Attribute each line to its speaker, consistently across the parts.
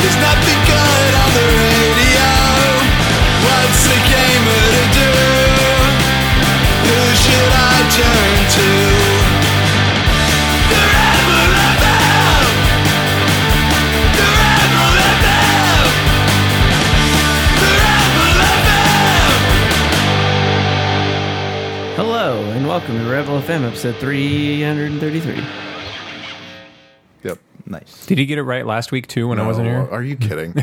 Speaker 1: There's nothing good on the radio. What's the gamer to do? Who should I turn to? The Rebel FM. The Rebel FM. The Rebel FM.
Speaker 2: Hello and welcome to Rebel FM episode 333.
Speaker 3: Yep. Nice.
Speaker 4: Did he get it right last week too when I wasn't
Speaker 3: No,
Speaker 4: here?
Speaker 3: Are you kidding?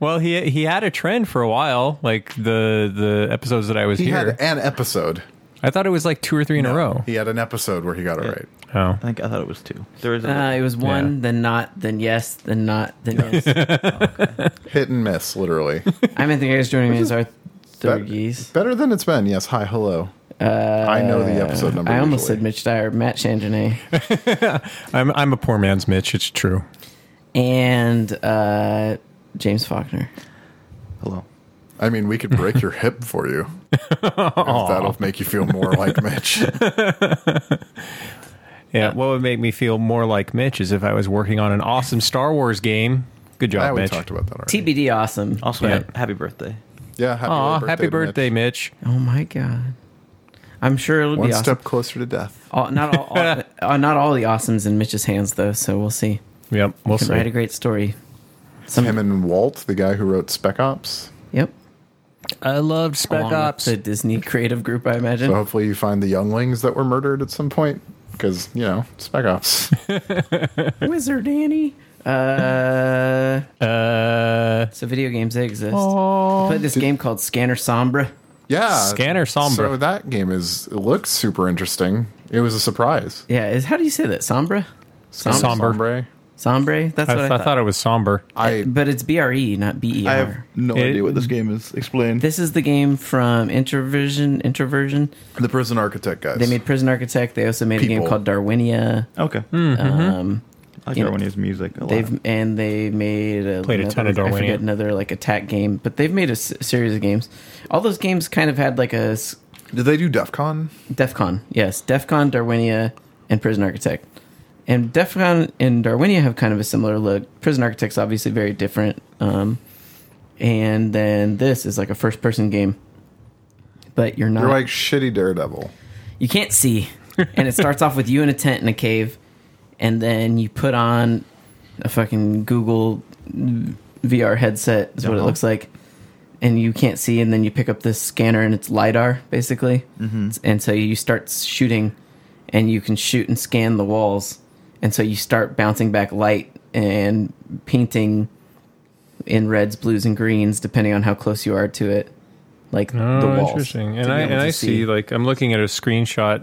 Speaker 4: Well, he he had a trend for a while, like the the episodes that I was
Speaker 3: He
Speaker 4: here.
Speaker 3: had an episode.
Speaker 4: I thought it was like two or three in a row.
Speaker 3: He had an episode where he got it right.
Speaker 4: Oh.
Speaker 5: I think I thought it was two. There is a
Speaker 2: Uh, it was one,
Speaker 4: Yeah.
Speaker 2: then not, then yes, then not, then yes.
Speaker 3: Hit and miss, literally.
Speaker 2: I'm in the guys joining me is our third geese.
Speaker 3: Better than it's been. Yes. Hi. Hello. I know
Speaker 4: Uh,
Speaker 3: the episode number.
Speaker 2: I almost
Speaker 3: usually.
Speaker 2: said Mitch Dyer, Matt Chandonay,
Speaker 4: I'm I'm a poor man's Mitch, it's true.
Speaker 2: and uh, James Faulkner.
Speaker 5: hello.
Speaker 3: I mean, we could break your hip for you. If that'll make you feel more like Mitch.
Speaker 4: Yeah, what would make me feel more like Mitch is if I was working on an awesome Star Wars game. Good
Speaker 3: I
Speaker 4: job,
Speaker 3: we
Speaker 4: Mitch.
Speaker 3: talked about that already.
Speaker 2: TBD awesome.
Speaker 5: Also,
Speaker 4: Yeah.
Speaker 5: ha- happy birthday.
Speaker 3: Yeah. Happy
Speaker 4: Aw,
Speaker 3: birthday
Speaker 4: happy
Speaker 3: to Mitch.
Speaker 4: birthday, Mitch.
Speaker 2: Oh my God. I'm sure it'll
Speaker 3: One
Speaker 2: be awesome.
Speaker 3: step closer to death.
Speaker 2: All, not, all, all, uh, not all the awesomes in Mitch's hands, though, so we'll see.
Speaker 4: Yep, we'll
Speaker 2: Can write a
Speaker 4: see.
Speaker 2: great story. Some,
Speaker 3: Him and Walt, the guy who wrote Spec Ops.
Speaker 2: yep.
Speaker 4: I loved Spec
Speaker 2: Along with
Speaker 4: Ops.
Speaker 2: The Disney creative group, I imagine.
Speaker 3: So hopefully you find the younglings that were murdered at some point. Because, you know, Spec Ops.
Speaker 2: Wizard Annie. Uh,
Speaker 4: Uh,
Speaker 2: so video games they exist. I played this game called Scanner Sombra.
Speaker 3: Yeah.
Speaker 4: Scanner Sombra.
Speaker 3: So that game is it looks super interesting. It was a surprise.
Speaker 2: Yeah, is how do you say that? Sombra? Som-
Speaker 4: Somber.
Speaker 3: Sombre.
Speaker 2: Sombre? That's
Speaker 4: I,
Speaker 2: what I,
Speaker 4: th-
Speaker 2: thought.
Speaker 4: I thought it was somber.
Speaker 3: I
Speaker 2: Uh, But it's B R E, not B E
Speaker 5: I have
Speaker 2: R.
Speaker 5: no
Speaker 4: It-
Speaker 5: idea what this game is. Explain.
Speaker 2: This is the game from Introversion. Introversion.
Speaker 3: the prison architect guys.
Speaker 2: They made Prison Architect. They also made a game
Speaker 3: People.
Speaker 2: called Darwinia.
Speaker 5: okay.
Speaker 4: Mm-hmm.
Speaker 2: Um,
Speaker 5: I like
Speaker 2: you know,
Speaker 5: Darwinia's music. A lot.
Speaker 2: They've and they made a,
Speaker 4: Played a
Speaker 2: another,
Speaker 4: ton of
Speaker 2: I forget
Speaker 4: Darwinia.
Speaker 2: another like attack game, but they've made a s- series of games. All those games kind of had like a s-
Speaker 3: Did they do DEF CON?
Speaker 2: DEF CON, yes. DEF CON, Darwinia, and Prison Architect. And DEF CON and Darwinia have kind of a similar look. Prison Architect's obviously very different. Um, and then this is like a first person game. But you're not.
Speaker 3: You're like shitty Daredevil.
Speaker 2: you can't see. and it starts off with you in a tent in a cave. And then you put on a fucking Google VR headset, is what it
Speaker 5: Uh-huh.
Speaker 2: looks like. And you can't see. And then you pick up this scanner and it's LiDAR, basically. Mm-hmm. And so you start shooting and you can shoot and scan the walls. And so you start bouncing back light and painting in reds, blues, and greens, depending on how close you are to it. Like the
Speaker 4: Oh,
Speaker 2: walls.
Speaker 4: interesting.
Speaker 2: to
Speaker 4: And
Speaker 2: be
Speaker 4: I
Speaker 2: able
Speaker 4: and
Speaker 2: to
Speaker 4: I see. like I'm looking at a screenshot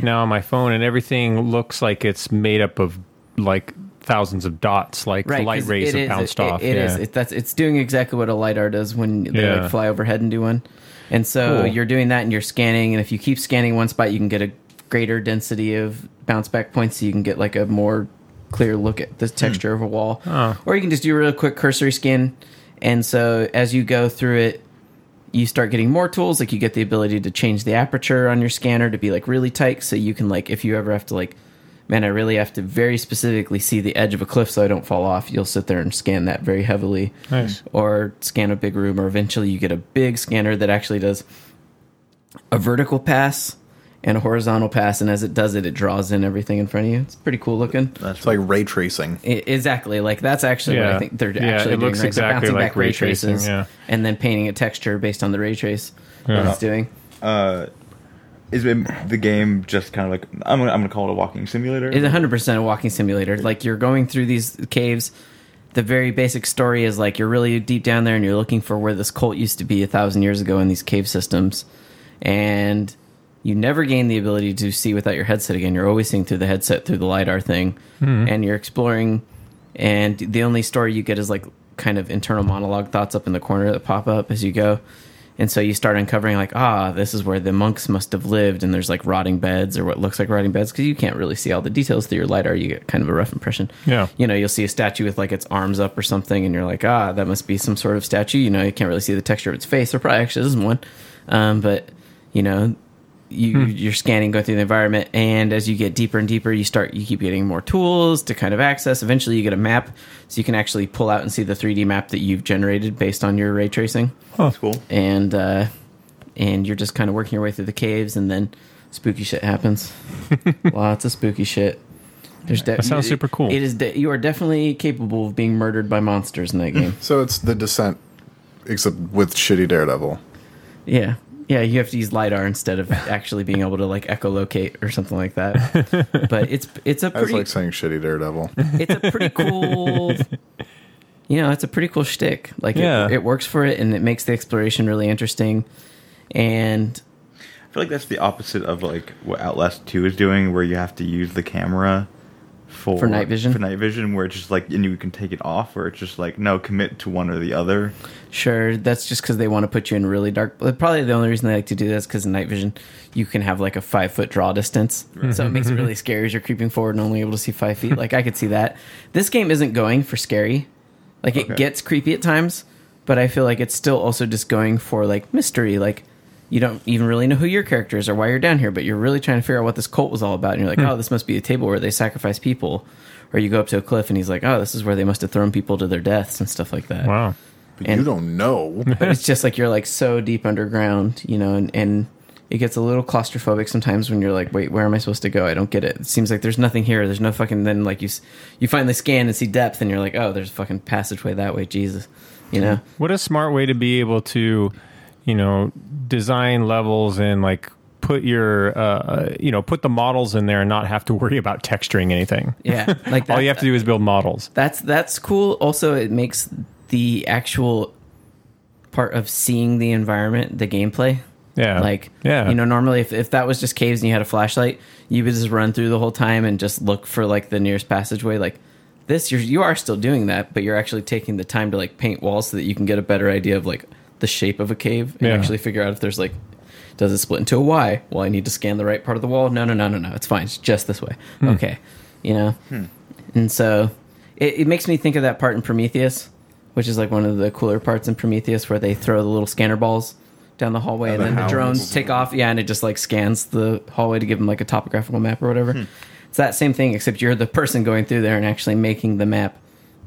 Speaker 4: now on my phone, and everything looks like it's made up of like thousands of dots, like the light
Speaker 2: 'cause
Speaker 4: rays
Speaker 2: it
Speaker 4: have
Speaker 2: is-
Speaker 4: bounced
Speaker 2: it-
Speaker 4: off.
Speaker 2: it
Speaker 4: yeah.
Speaker 2: is- it- that's it's doing exactly what a lidar does when they
Speaker 4: Yeah.
Speaker 2: like fly overhead and do one. And so
Speaker 4: Cool.
Speaker 2: you're doing that and you're scanning, and if you keep scanning one spot, you can get a greater density of bounce back points, so you can get like a more clear look at
Speaker 4: Hmm.
Speaker 2: the texture of a wall. Or you can just do a real quick cursory scan. And so as you go through it, you start getting more tools like you get the ability to change the aperture on your scanner to be like really tight so you can like if you ever have to like man i really have to very specifically see the edge of a cliff so i don't fall off you'll sit there and scan that very heavily
Speaker 4: Nice.
Speaker 2: or scan a big room or eventually you get a big scanner that actually does a vertical pass and a horizontal pass and as it does it it draws in everything in front of you it's pretty cool looking
Speaker 3: It's like ray tracing.
Speaker 2: I- Exactly. Like that's actually what I
Speaker 4: Yeah.
Speaker 2: think they're
Speaker 4: Yeah,
Speaker 2: actually doing.
Speaker 4: it looks
Speaker 2: right? They're
Speaker 4: exactly
Speaker 2: bouncing
Speaker 4: like
Speaker 2: back
Speaker 4: ray
Speaker 2: ray
Speaker 4: tracing,
Speaker 2: traces
Speaker 4: yeah.
Speaker 2: and then painting a texture based on the ray trace that it's doing.
Speaker 5: is it, the game just kind of like I'm gonna, I'm gonna call it a walking simulator?
Speaker 2: It's 100% a walking simulator. Like you're going through these caves. The very basic story is like you're really deep down there and you're looking for where this cult used to be a thousand years ago in these cave systems. And you never gain the ability to see without your headset again. You're always seeing through the headset through the LiDAR thing. And you're exploring. And the only story you get is like kind of internal monologue thoughts up in the corner that pop up as you go. And so you start uncovering, like, ah, this is where the monks must have lived, and there's like rotting beds or what looks like rotting beds because you can't really see all the details through your lidar. You get kind of a rough impression.
Speaker 4: Yeah.
Speaker 2: You know, you'll see a statue with like its arms up or something, and you're like, ah, that must be some sort of statue. You know, you can't really see the texture of its face. There probably actually isn't one, um, but you know, you you're scanning going through the environment and as you get deeper and deeper you start you keep getting more tools to kind of access eventually you get a map so you can actually pull out and see the 3d map that you've generated based on your ray tracing
Speaker 5: That's cool.
Speaker 2: and uh and you're just kind of working your way through the caves and then spooky shit happens lots of spooky shit There's de-
Speaker 4: That sounds super cool.
Speaker 2: it is de- you are definitely capable of being murdered by monsters in that game
Speaker 3: So it's the descent, except with shitty Daredevil.
Speaker 2: Yeah. Yeah, you have to use lidar instead of actually being able to like echolocate or something like that. But it's it's a
Speaker 3: I was
Speaker 2: pretty
Speaker 3: like saying shitty Daredevil.
Speaker 2: it's a pretty cool you know, it's a pretty cool shtick. Like
Speaker 4: Yeah.
Speaker 2: it, it works for it and it makes the exploration really interesting. And
Speaker 5: I feel like that's the opposite of like what Outlast Two is doing, where you have to use the camera for
Speaker 2: For night vision?
Speaker 5: For night vision, where it's just like, and you can take it off, where it's just like, no, commit to one or the other.
Speaker 2: sure, that's just because they want to put you in really dark. but Probably the only reason they like to do that is because in night vision, you can have like a five foot draw distance, so it makes it really scary as you're creeping forward and only able to see five feet. Like I could see that. This game isn't going for scary. Like it
Speaker 5: Okay.
Speaker 2: gets creepy at times, but I feel like it's still also just going for like mystery. Like you don't even really know who your character is or why you're down here, but you're really trying to figure out what this cult was all about. And you're like, oh, this must be a table where they sacrifice people. Or you go up to a cliff and he's like, oh, this is where they must have thrown people to their deaths and stuff like that
Speaker 4: Wow.
Speaker 3: But
Speaker 2: And-
Speaker 3: you don't know.
Speaker 2: but it's just like you're like so deep underground, you know, and, and it gets a little claustrophobic sometimes when you're like, wait, where am I supposed to go? I don't get it. It seems like there's nothing here. There's no fucking. Then like you, s- you finally scan and see depth, and you're like, oh, there's a fucking passageway that way. Jesus, you know.
Speaker 4: What a smart way to be able to, you know, design levels and like put your, uh, uh, you know, put the models in there and not have to worry about texturing anything.
Speaker 2: Yeah, like
Speaker 4: All
Speaker 2: that-
Speaker 4: you have to do is build models.
Speaker 2: That's that's cool. Also, it makes the actual part of seeing the environment, the gameplay.
Speaker 4: Yeah.
Speaker 2: Like,
Speaker 4: yeah.
Speaker 2: you know, normally if, if that was just caves and you had a flashlight, you would just run through the whole time and just look for like the nearest passageway. Like this, you're, you are still doing that, but you're actually taking the time to like paint walls so that you can get a better idea of like the shape of a cave and
Speaker 4: Yeah.
Speaker 2: actually figure out if there's like, does it split into a Y? Well, I need to scan the right part of the wall. No, no, no, no, no. It's fine. It's just this way.
Speaker 4: Hmm.
Speaker 2: Okay. You know? And so it, it makes me think of that part in Prometheus, which is like one of the cooler parts in Prometheus where they throw the little scanner balls down the hallway and
Speaker 3: the
Speaker 2: then the
Speaker 3: hounds.
Speaker 2: drones take off. Yeah, and it just like scans the hallway to give them like a topographical map or whatever. It's that same thing, except you're the person going through there and actually making the map.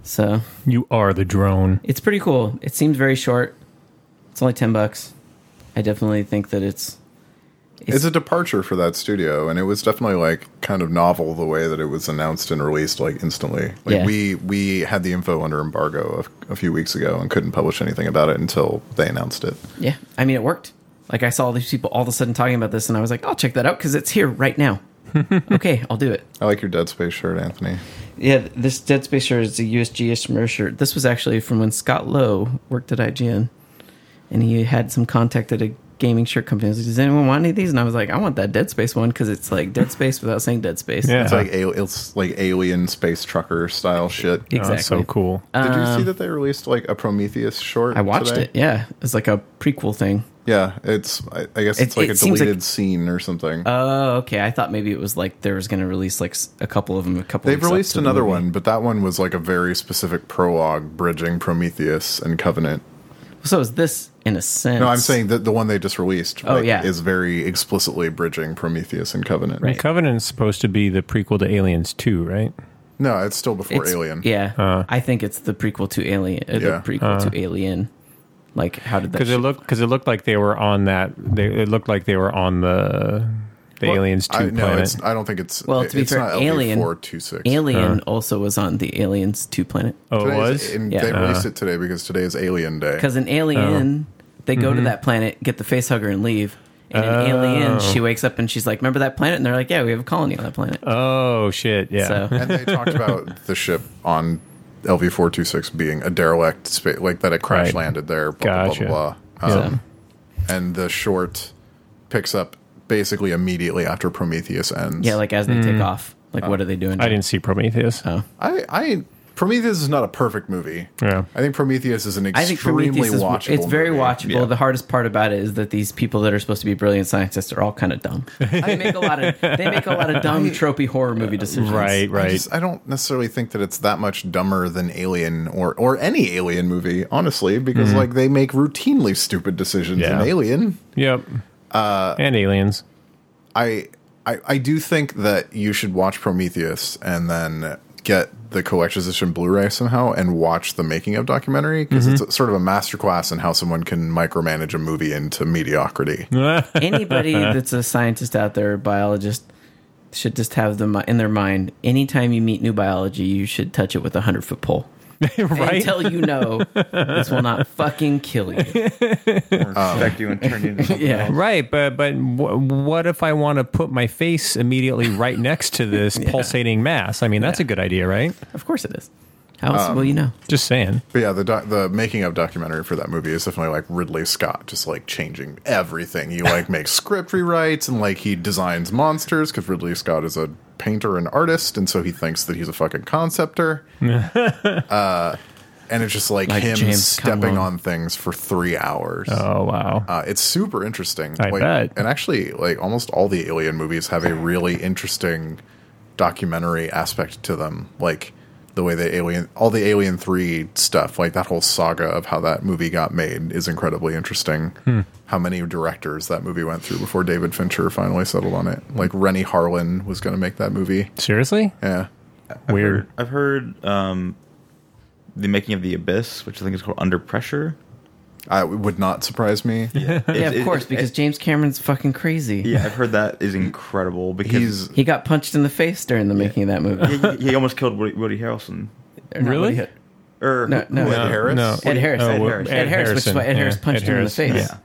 Speaker 2: So
Speaker 4: you are the drone.
Speaker 2: it's pretty cool. It seems very short. It's only 10 bucks. I definitely think that it's.
Speaker 3: It's a departure for that studio, and it was definitely like kind of novel the way that it was announced and released like instantly. Like
Speaker 2: Yeah.
Speaker 3: we we had the info under embargo a, a few weeks ago and couldn't publish anything about it until they announced it.
Speaker 2: Yeah, I mean, it worked. Like I saw all these people all of a sudden talking about this, and I was like, I'll check that out because it's here right now. okay, I'll do it.
Speaker 3: I like your Dead Space shirt, Anthony.
Speaker 2: Yeah, this Dead Space shirt is a USG Ishmer shirt. This was actually from when Scott Lowe worked at IGN, and he had some contact at a gaming shirt company. He was like, Does anyone want any of these? And I was like, I want that Dead Space one because it's like Dead Space without saying Dead Space.
Speaker 4: Yeah.
Speaker 3: It's like a, it's like alien space trucker style shit.
Speaker 2: Exactly.
Speaker 4: Oh, that's so cool.
Speaker 3: Did you see that they released like a Prometheus short?
Speaker 2: Um, I watched
Speaker 3: today?
Speaker 2: it. Yeah, it's like a prequel thing.
Speaker 3: Yeah, it's I, I guess
Speaker 2: It-
Speaker 3: it's like
Speaker 2: it
Speaker 3: a
Speaker 2: seems like-
Speaker 3: deleted scene or something.
Speaker 2: Oh, okay. I thought maybe it was like there was going to release like s- a couple of them. A couple.
Speaker 3: They've
Speaker 2: weeks up
Speaker 3: released
Speaker 2: to the
Speaker 3: another
Speaker 2: movie.
Speaker 3: one, but that one was like a very specific prologue bridging Prometheus and Covenant.
Speaker 2: So is this in a sense?
Speaker 3: No, I'm saying that the one they just released
Speaker 2: Oh, yeah.
Speaker 3: is very explicitly bridging Prometheus and Covenant.
Speaker 2: Right.
Speaker 4: Covenant's supposed to be the prequel to Aliens 2, right?
Speaker 3: No, it's still before
Speaker 2: It's-
Speaker 3: Alien.
Speaker 2: Yeah,
Speaker 4: Uh.
Speaker 2: I think it's the prequel to Alien. uh,
Speaker 3: Yeah.
Speaker 2: The prequel to Alien. Like, how did that?
Speaker 4: Because it
Speaker 2: shit-
Speaker 4: looked because it looked like they were on that. They, it looked like they were on the the
Speaker 3: Well,
Speaker 4: Aliens 2
Speaker 3: I,
Speaker 4: planet.
Speaker 3: no, it's, I don't think it's.
Speaker 2: Well, to be
Speaker 3: it's
Speaker 2: fair,
Speaker 3: not E
Speaker 2: Alien-
Speaker 3: LD426.
Speaker 2: Alien also was on the Aliens Two planet
Speaker 4: oh, it
Speaker 3: Today's-
Speaker 4: was.
Speaker 3: and
Speaker 2: Yeah. Uh-huh.
Speaker 3: They released it today because today is Alien Day.
Speaker 2: because in Alien
Speaker 4: Oh.
Speaker 2: they go
Speaker 4: Mm-hmm.
Speaker 2: to that planet, get the facehugger, and leave. And in
Speaker 4: Oh.
Speaker 2: Alien, she wakes up and she's like, "Remember that planet?" And they're like, "Yeah, we have a colony on that planet."
Speaker 4: Oh shit! Yeah.
Speaker 2: so
Speaker 3: and they talked about the ship on E LV426 being a derelict, spa- like that it crash
Speaker 4: Right.
Speaker 3: landed there, blah,
Speaker 4: Gotcha.
Speaker 3: blah, blah, blah.
Speaker 2: So-
Speaker 3: Um, And the short picks up basically immediately after Prometheus ends.
Speaker 2: yeah, like as they take off, like what are they doing?
Speaker 4: Mm. I didn't see Prometheus.
Speaker 2: Oh.
Speaker 3: I, I Prometheus is not a perfect movie.
Speaker 4: Yeah.
Speaker 3: I think Prometheus is an
Speaker 2: I think
Speaker 3: extremely
Speaker 2: Prometheus is
Speaker 3: watchable.
Speaker 2: it's very
Speaker 3: movie.
Speaker 2: watchable. The hardest part about it is that these people that are supposed to be brilliant scientists are all kind of dumb. they make a lot of they make a lot of dumb tropey horror movie decisions.
Speaker 4: Right.
Speaker 3: I,
Speaker 4: Right.
Speaker 3: just, I don't necessarily think that it's that much dumber than Alien or or any Alien movie, honestly, because like they make routinely stupid decisions
Speaker 4: Mm-hmm. Yeah.
Speaker 3: in Alien.
Speaker 4: Yep. Uh, and aliens.
Speaker 3: I, I I do think that you should watch Prometheus and then get the collector's edition Blu-ray somehow and watch the making of documentary because
Speaker 4: Mm-hmm.
Speaker 3: it's a, sort of a masterclass in how someone can micromanage a movie into mediocrity.
Speaker 2: Anybody that's a scientist out there, biologist, should just have them in their mind. Anytime you meet new biology, you should touch it with a hundred foot pole.
Speaker 4: right?
Speaker 2: Until you know this will not fucking kill you.
Speaker 5: infect you and turn you into something
Speaker 2: Yeah.
Speaker 5: else.
Speaker 4: Right, but but wh- what if I want to put my face immediately right next to this pulsating mass? I mean, that's a good idea, right?
Speaker 2: Of course it is. How else will you
Speaker 5: Um,
Speaker 2: know?
Speaker 4: Just saying.
Speaker 3: But yeah, the doc, the making of documentary for that movie is definitely like Ridley Scott, just like changing everything. He like makes script rewrites and like he designs monsters because Ridley Scott is a painter and artist, and so he thinks that he's a fucking conceptor. uh, and it's just like,
Speaker 2: Like
Speaker 3: him
Speaker 2: James
Speaker 3: stepping
Speaker 2: Cameron.
Speaker 3: on things for three hours.
Speaker 4: Oh wow.
Speaker 3: Uh, it's super interesting.
Speaker 4: I
Speaker 3: like,
Speaker 4: bet.
Speaker 3: And actually, like almost all the Alien movies have a really interesting documentary aspect to them. Like the way the Alien, all the Alien Three stuff, like that whole saga of how that movie got made, is incredibly interesting.
Speaker 4: Hmm.
Speaker 3: How many directors that movie went through before David Fincher finally settled on it? Like Rennie Harlan was going to make that movie.
Speaker 4: Seriously?
Speaker 3: Yeah,
Speaker 4: Weird.
Speaker 5: I've heard um, the making of the abyss, which I think is called Under Pressure.
Speaker 3: I it would not surprise me.
Speaker 2: Yeah,
Speaker 5: It-
Speaker 2: of
Speaker 5: it-
Speaker 2: course,
Speaker 5: it-
Speaker 2: because James Cameron's fucking crazy.
Speaker 5: yeah, I've heard that is incredible because
Speaker 3: He's
Speaker 2: He got punched in the face during the making of that movie.
Speaker 5: he, he almost killed Woody, Woody Harrelson.
Speaker 2: Or not
Speaker 4: Really?
Speaker 2: Woody Har-
Speaker 5: Or
Speaker 2: No, no.
Speaker 3: Ed
Speaker 2: no.
Speaker 3: Harris?
Speaker 4: No.
Speaker 2: Ed
Speaker 5: Oh,
Speaker 2: Harris. Ed
Speaker 4: well,
Speaker 2: Harris. Ed Harris, which is why Ed Harris punched him in the face.
Speaker 4: Yeah.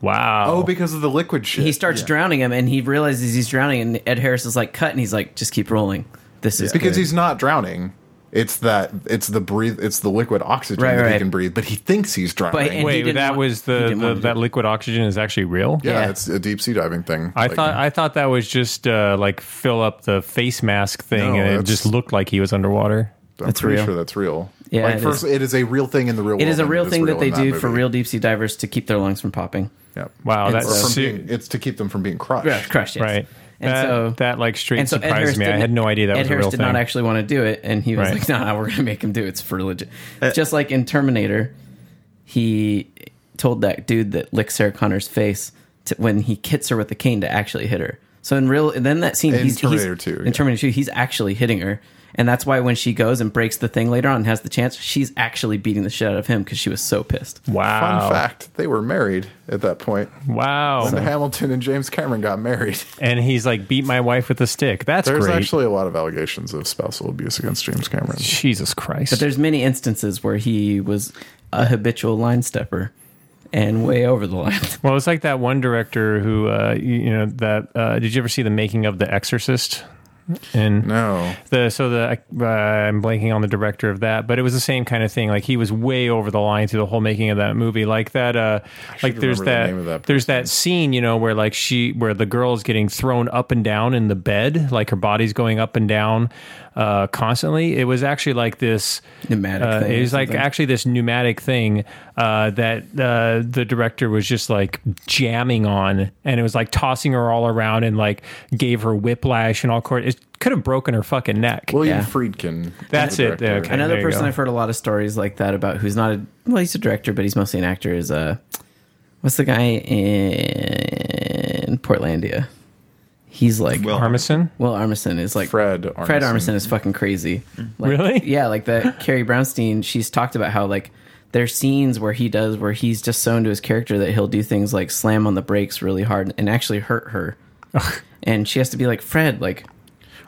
Speaker 4: Wow.
Speaker 3: oh, because of the liquid shit.
Speaker 2: He starts drowning him, and he realizes he's drowning, and Ed Harris is like, cut, and he's like, just keep rolling. This is
Speaker 3: because
Speaker 2: good.
Speaker 3: he's not drowning. It's that it's the breathe it's the liquid oxygen
Speaker 2: Right,
Speaker 3: that he
Speaker 2: right.
Speaker 3: can breathe, but he thinks he's drowning.
Speaker 2: But- and- he
Speaker 4: Wait,
Speaker 2: didn't
Speaker 4: that
Speaker 2: want-
Speaker 4: was
Speaker 2: he
Speaker 4: the,
Speaker 2: didn't
Speaker 4: the
Speaker 2: want to do
Speaker 4: that liquid oxygen is actually real.
Speaker 3: yeah,
Speaker 2: yeah.
Speaker 3: it's a deep sea diving thing.
Speaker 4: I
Speaker 3: Like,
Speaker 4: thought I thought that was just uh, like fill up the face mask thing,
Speaker 3: No,
Speaker 4: and it
Speaker 3: that's-
Speaker 4: just looked like he was underwater.
Speaker 3: I'm
Speaker 2: That's
Speaker 3: pretty
Speaker 2: real.
Speaker 3: sure that's real.
Speaker 2: Yeah,
Speaker 3: like,
Speaker 2: it
Speaker 3: first,
Speaker 2: is.
Speaker 3: it is a real thing in the real.
Speaker 2: It is a
Speaker 3: world, and
Speaker 2: real thing that they
Speaker 3: in
Speaker 2: do for
Speaker 3: movie.
Speaker 2: real deep sea divers to keep their lungs from popping.
Speaker 3: Yep.
Speaker 4: Wow,
Speaker 2: And
Speaker 4: that's
Speaker 3: Or from
Speaker 4: su-
Speaker 3: being, it's to keep them from being crushed.
Speaker 2: Yeah, crushed. yes.
Speaker 4: right.
Speaker 2: And
Speaker 4: that,
Speaker 2: so
Speaker 4: that like straight
Speaker 2: and so Ed Harris
Speaker 4: surprised me. I
Speaker 2: didn't-
Speaker 4: had no idea that
Speaker 2: Ed
Speaker 4: was a
Speaker 2: Harris
Speaker 4: real
Speaker 2: did
Speaker 4: thing.
Speaker 2: not actually want to do it, and he was
Speaker 4: Right.
Speaker 2: like, "Nah, we're gonna make him do it. It's for legit."
Speaker 3: Uh,
Speaker 2: Just like in Terminator, he told that dude that licks Sarah Connor's face to, when he hits her with the cane to actually hit her. So in real, then that scene
Speaker 3: In
Speaker 2: he's,
Speaker 3: Terminator
Speaker 2: he's,
Speaker 3: 2, yeah.
Speaker 2: in Terminator Two, he's actually hitting her, and that's why when she goes and breaks the thing later on and has the chance, she's actually beating the shit out of him because she was so pissed.
Speaker 4: wow.
Speaker 3: Fun fact: They were married at that point.
Speaker 4: Wow.
Speaker 3: Hamilton and James Cameron got married.
Speaker 4: and he's like beat my wife with a stick. That's
Speaker 3: There's
Speaker 4: great.
Speaker 3: actually a lot of allegations of spousal abuse against James Cameron.
Speaker 4: Jesus Christ.
Speaker 2: But there's many instances where he was a habitual line stepper and way over the line.
Speaker 4: well, it's like that one director who, uh, you, you know, that uh, did you ever see the making of The Exorcist? And
Speaker 3: No,
Speaker 4: the so the uh, I'm blanking on the director of that, but it was the same kind of thing. Like he was way over the line through the whole making of that movie. Like that, uh, like there's
Speaker 3: remember the
Speaker 4: that,
Speaker 3: name of that
Speaker 4: there's that scene, you know, where like she where the girl is getting thrown up and down in the bed, like her body's going up and down uh, constantly. It was actually like this
Speaker 2: Pneumatic
Speaker 4: uh,
Speaker 2: thing
Speaker 4: It
Speaker 2: or
Speaker 4: was like
Speaker 2: something.
Speaker 4: actually this pneumatic thing uh, that uh, the director was just like jamming on, and it was like tossing her all around and like gave her whiplash and all court. It could have broken her fucking neck.
Speaker 3: William
Speaker 2: Yeah.
Speaker 3: Friedkin.
Speaker 4: That's
Speaker 3: the
Speaker 4: it,
Speaker 3: director.
Speaker 4: okay.
Speaker 2: Another
Speaker 4: there you
Speaker 2: person
Speaker 4: go.
Speaker 2: I've heard a lot of stories like that about who's not a well, he's a director, but he's mostly an actor. Is uh, what's the guy in Portlandia? He's like
Speaker 5: Will.
Speaker 2: Will,
Speaker 4: Armisen.
Speaker 2: Armisen is like
Speaker 3: Fred
Speaker 2: Fred
Speaker 3: Armisen.
Speaker 2: Armisen is fucking crazy.
Speaker 4: Mm-hmm.
Speaker 2: Like,
Speaker 4: Really?
Speaker 2: Yeah, like that. Carrie Brownstein. She's talked about how like there's scenes where he does where he's just so into his character that he'll do things like slam on the brakes really hard and actually hurt her, and she has to be like Fred, like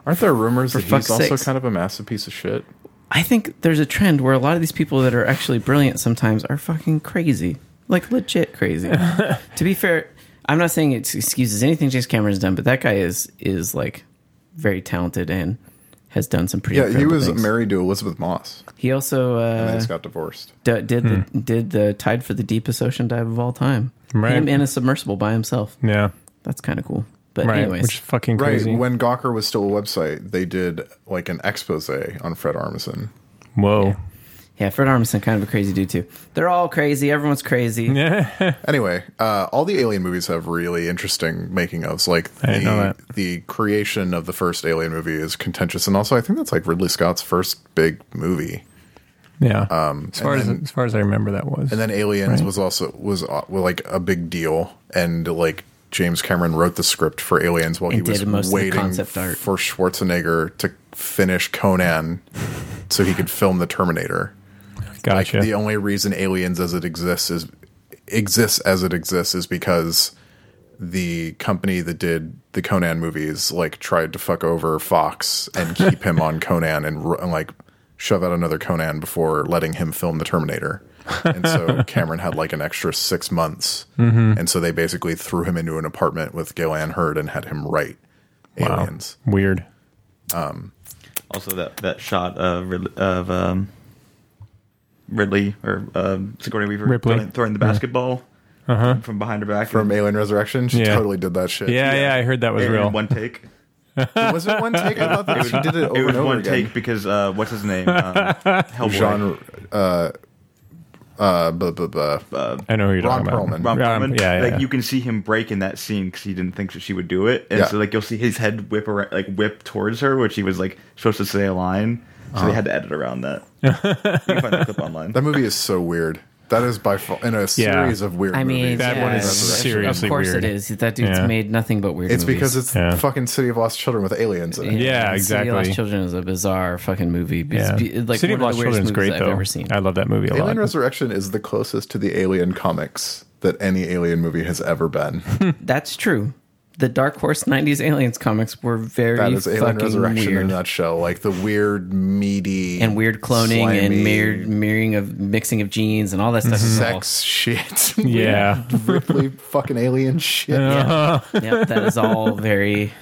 Speaker 3: Aren't there rumors that he's
Speaker 2: fuck's
Speaker 3: also
Speaker 2: sakes.
Speaker 3: kind of a massive piece of shit?
Speaker 2: I think there's a trend where a lot of these people that are actually brilliant sometimes are fucking crazy. Like legit crazy. to be fair, I'm not saying it excuses anything James Cameron's done, but that guy is is like very talented and has done some pretty.
Speaker 3: Yeah, he was
Speaker 2: Things.
Speaker 3: married to Elizabeth Moss,
Speaker 2: He also
Speaker 3: and they
Speaker 2: uh,
Speaker 3: just got divorced.
Speaker 2: d- did the did the Tide for the Deepest Ocean Dive of all time.
Speaker 4: Hmm. Right.
Speaker 2: Him in a submersible by himself.
Speaker 4: Yeah.
Speaker 2: That's kind of cool. But
Speaker 4: Right.
Speaker 2: anyways,
Speaker 4: Which is fucking
Speaker 3: Right
Speaker 4: crazy.
Speaker 3: when Gawker was still a website, they did like an expose on Fred Armisen.
Speaker 4: Whoa.
Speaker 2: yeah, Fred Armisen kind of a crazy dude too. They're all crazy. Everyone's crazy.
Speaker 3: Anyway, uh, all the Alien movies have really interesting making ofs. Like
Speaker 4: didn't know
Speaker 3: the,
Speaker 4: that.
Speaker 3: the creation of the first Alien movie is contentious, and also I think that's like Ridley Scott's first big movie.
Speaker 4: Yeah. as far
Speaker 3: Um, and
Speaker 4: as
Speaker 3: then-
Speaker 4: as far as I remember, that was.
Speaker 3: And then Aliens was also was, uh, was like a big deal, and like James Cameron wrote the script for Aliens while
Speaker 2: And
Speaker 3: he was
Speaker 2: did most of the
Speaker 3: waiting
Speaker 2: concept art.
Speaker 3: for Schwarzenegger to finish Conan so he could film the Terminator.
Speaker 4: Gotcha.
Speaker 3: The only reason Aliens as it exists is exists as it exists is because the company that did the Conan movies like tried to fuck over Fox and keep him on Conan and, ru- and like shove out another Conan before letting him film the Terminator. and so Cameron had like an extra six months, and so they basically threw him into an apartment with Gillian Hurd and had him write Aliens.
Speaker 4: Weird.
Speaker 5: Also, that that shot of Rid- of um, Ridley or um, Sigourney Weaver
Speaker 4: Ripley.
Speaker 5: throwing, throwing the basketball
Speaker 3: Uh-huh.
Speaker 5: from behind her back
Speaker 3: From Alien Resurrection, she
Speaker 4: Yeah.
Speaker 3: totally did that shit.
Speaker 4: Yeah, yeah, I heard that was
Speaker 5: in,
Speaker 4: real.
Speaker 5: in one take.
Speaker 3: was it one take? I thought that she did it over
Speaker 5: it was
Speaker 3: and over
Speaker 5: one
Speaker 3: again.
Speaker 5: take because uh, what's his name? Um, Hellboy.
Speaker 3: John, uh, uh, buh, buh, buh.
Speaker 4: I know who you're
Speaker 3: Ron
Speaker 4: talking about.
Speaker 3: Perlman.
Speaker 5: Ron
Speaker 4: Ron-
Speaker 5: Perlman.
Speaker 4: yeah, yeah,
Speaker 5: like
Speaker 4: yeah.
Speaker 5: you can see him break in that scene because he didn't think that she would do it, and
Speaker 3: Yeah.
Speaker 5: so like you'll see his head whip around, like whip towards her, which he was like supposed to say a line, so they had to edit around that. you can find that clip online.
Speaker 3: that movie is so weird. That is by far in a series of weird.
Speaker 2: I mean,
Speaker 3: movies,
Speaker 4: That
Speaker 2: yeah,
Speaker 4: one is
Speaker 2: it's-
Speaker 4: seriously
Speaker 2: Of course
Speaker 4: weird.
Speaker 2: it is. That dude's
Speaker 4: Yeah.
Speaker 2: made nothing but weird.
Speaker 3: it's
Speaker 2: movies.
Speaker 3: because it's
Speaker 4: Yeah.
Speaker 3: fucking City of Lost Children with aliens in it.
Speaker 4: Yeah,
Speaker 2: and City of
Speaker 4: exactly.
Speaker 2: Lost Children is a bizarre fucking movie. It's
Speaker 4: Yeah.
Speaker 2: be- like
Speaker 4: City of
Speaker 2: one of the weirdest
Speaker 4: Lost Children's
Speaker 2: movies
Speaker 4: great
Speaker 2: I've
Speaker 4: though.
Speaker 2: ever seen.
Speaker 4: I love that movie a
Speaker 3: Alien
Speaker 4: lot.
Speaker 3: Resurrection is the closest to the Alien comics that any Alien movie has ever been.
Speaker 2: That's true. The Dark Horse '90s Aliens comics were very
Speaker 3: That is Alien
Speaker 2: fucking
Speaker 3: Resurrection in
Speaker 2: weird
Speaker 3: a nutshell. Like the weird, meaty,
Speaker 2: and weird cloning
Speaker 3: slimy
Speaker 2: and mirrored mirroring of mixing of genes and all that stuff. is
Speaker 4: Mm-hmm.
Speaker 2: all-
Speaker 3: sex shit.
Speaker 4: yeah.
Speaker 3: Ripley fucking alien shit.
Speaker 2: yeah, that is all very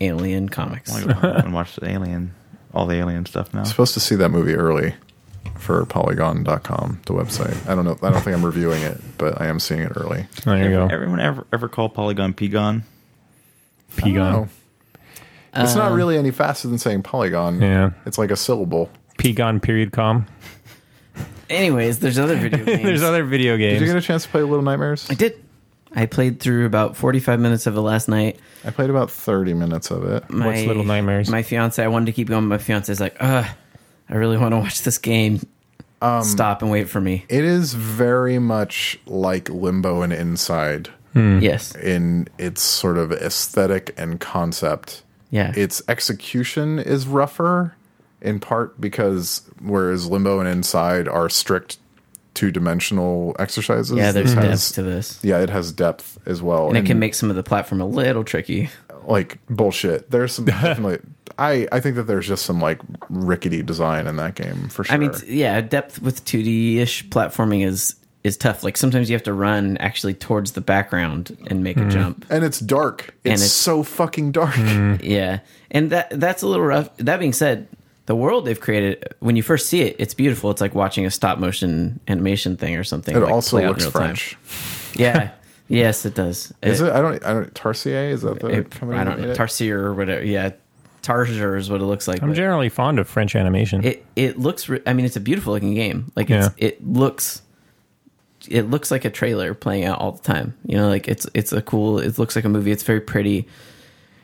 Speaker 2: alien comics.
Speaker 5: I wanna go home and watch the Alien, all the Alien stuff now.
Speaker 3: supposed to see that movie early for polygon.com the website i don't know i don't think i'm reviewing it but i am seeing it early
Speaker 4: There you go.
Speaker 5: Everyone ever ever call Polygon Pegon?
Speaker 3: oh.
Speaker 2: Oh,
Speaker 4: Pegon.
Speaker 3: it's not really any faster than saying polygon
Speaker 4: Yeah.
Speaker 3: it's like a syllable
Speaker 4: Pegon period com.
Speaker 2: Anyways, there's other video games.
Speaker 4: There's other video
Speaker 3: did you
Speaker 4: games.
Speaker 3: get a chance to play little nightmares
Speaker 2: I did. I played through about 45 minutes of it last night.
Speaker 3: i played about 30 minutes of it
Speaker 2: My,
Speaker 4: What's Little Nightmares?
Speaker 2: My fiance, I wanted to keep going. but My fiance's like, ugh, I really want to watch this game.
Speaker 4: Um,
Speaker 2: Stop and wait for me.
Speaker 3: it is very much like limbo and inside
Speaker 4: Mm.
Speaker 2: Yes.
Speaker 3: in its sort of aesthetic and concept
Speaker 2: Yeah.
Speaker 3: its execution is rougher in part because whereas limbo and inside are strict two-dimensional exercises
Speaker 2: yeah, there's
Speaker 3: this has-
Speaker 2: depth to this.
Speaker 3: yeah it has depth as well
Speaker 2: And it can make some of the platform a little tricky.
Speaker 3: like bullshit there's some definitely i i think that there's just some like rickety design in that game for sure
Speaker 2: I mean, t- yeah, depth with 2D ish platforming is is tough. Like sometimes you have to run actually towards the background and make a jump.
Speaker 3: and it's dark it's,
Speaker 2: it's- Mm-hmm.
Speaker 3: so fucking dark
Speaker 2: Yeah, and that that's a little rough. That being said, the world they've created when you first see it, it's beautiful. It's like watching a stop motion animation thing or something.
Speaker 3: it
Speaker 2: like,
Speaker 3: also
Speaker 2: play out in
Speaker 3: looks
Speaker 2: real time.
Speaker 3: french
Speaker 2: Yeah. yes, it does.
Speaker 3: is it i don't i don't tarsier is that the
Speaker 2: it-
Speaker 3: company
Speaker 2: I
Speaker 3: that
Speaker 2: don't
Speaker 3: made
Speaker 2: know.
Speaker 3: it?
Speaker 2: Tarsier or whatever. Yeah, Tarsier is what it looks like.
Speaker 4: I'm
Speaker 2: but
Speaker 4: generally fond of French animation.
Speaker 2: It it looks. Re- I mean, it's a beautiful looking game. Like it's,
Speaker 4: Yeah.
Speaker 2: it looks. It looks like a trailer playing out all the time. You know, like it's it's a cool. It looks like a movie. It's very pretty.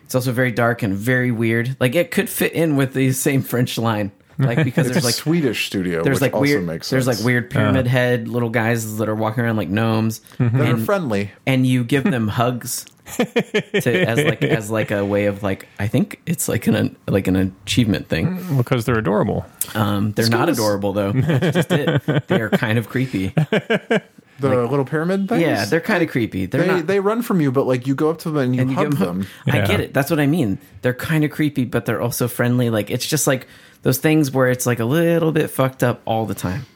Speaker 2: It's also very dark and very weird. Like it could fit in with the same French line. Like because
Speaker 3: it's a
Speaker 2: there's like
Speaker 3: swedish studio
Speaker 2: there's
Speaker 3: which
Speaker 2: like
Speaker 3: also
Speaker 2: weird
Speaker 3: makes
Speaker 2: there's
Speaker 3: sense
Speaker 2: like weird pyramid head little guys that are walking around like gnomes
Speaker 3: they're
Speaker 2: and,
Speaker 3: friendly
Speaker 2: and you give them hugs to, as like as like a way of like I think it's like an like an achievement thing.
Speaker 4: because they're adorable.
Speaker 2: Um, they're not adorable though. That's just it. They are kind of creepy.
Speaker 3: the little pyramid things?
Speaker 2: Yeah, they're kind of creepy. They're
Speaker 3: they,
Speaker 2: not.
Speaker 3: they run from you, but like you go up to them and you
Speaker 2: and you
Speaker 3: hug
Speaker 2: give
Speaker 3: them.
Speaker 2: them, I get
Speaker 4: Yeah.
Speaker 2: it. That's what I mean. They're kind of creepy, but they're also friendly. Like it's just like those things where it's like a little bit fucked up all the time.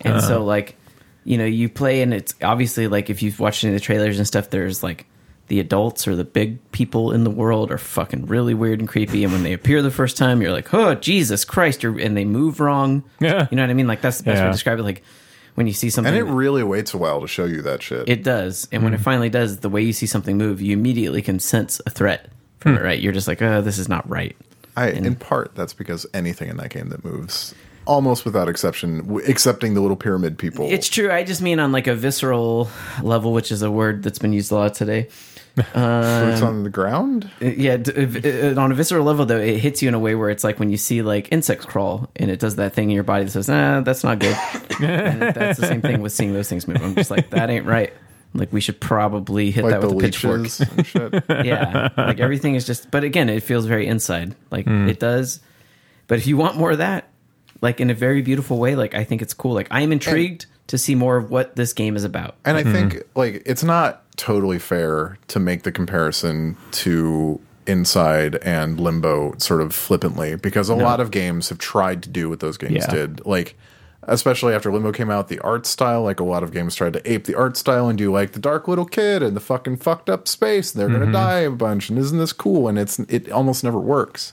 Speaker 2: And
Speaker 4: Uh-huh.
Speaker 2: so like you know, you play and it's obviously like if you've watched any of the trailers and stuff, there's like the adults or the big people in the world are fucking really weird and creepy. And when they appear the first time, you're like, oh Jesus Christ! You're and they move wrong.
Speaker 4: Yeah.
Speaker 2: you know what I mean. Like that's the best way
Speaker 4: Yeah.
Speaker 2: to describe it. Like when you see something,
Speaker 3: And it really waits a while to show you that shit.
Speaker 2: it does. And when
Speaker 3: Hmm.
Speaker 2: it finally does, the way you see something move, you immediately can sense a threat from
Speaker 3: Hmm.
Speaker 2: it, right? You're just like, oh, this is not right.
Speaker 3: I, in part, that's because anything in that game that moves, almost without exception, w- excepting the little pyramid people.
Speaker 2: It's true. I just mean on like a visceral level, which is a word that's been used a lot today.
Speaker 3: boots on the ground.
Speaker 2: Uh, Yeah, d- uh, uh, on a visceral level, though, it hits you in a way where it's like when you see like insects crawl and it does that thing in your body that says, nah, that's not good. and that's the same thing with seeing those things move. I'm just like, that ain't right. Like we should probably hit
Speaker 3: like
Speaker 2: that
Speaker 3: the
Speaker 2: with a pitchfork.
Speaker 3: leeches and shit.
Speaker 2: yeah, like everything is just. But again, it feels very inside. Like it does. But if you want more of that, like in a very beautiful way, like I think it's cool. Like I am intrigued to see more of what this game is about.
Speaker 3: And I think like it's not totally fair to make the comparison to Inside and Limbo sort of flippantly because a lot of games have tried to do what those games
Speaker 4: Yeah.
Speaker 3: did. Like especially after Limbo came out, the art style, like a lot of games tried to ape the art style and do like the dark little kid and the fucking fucked up space and they're going to die a bunch and isn't this cool and it's it almost never works.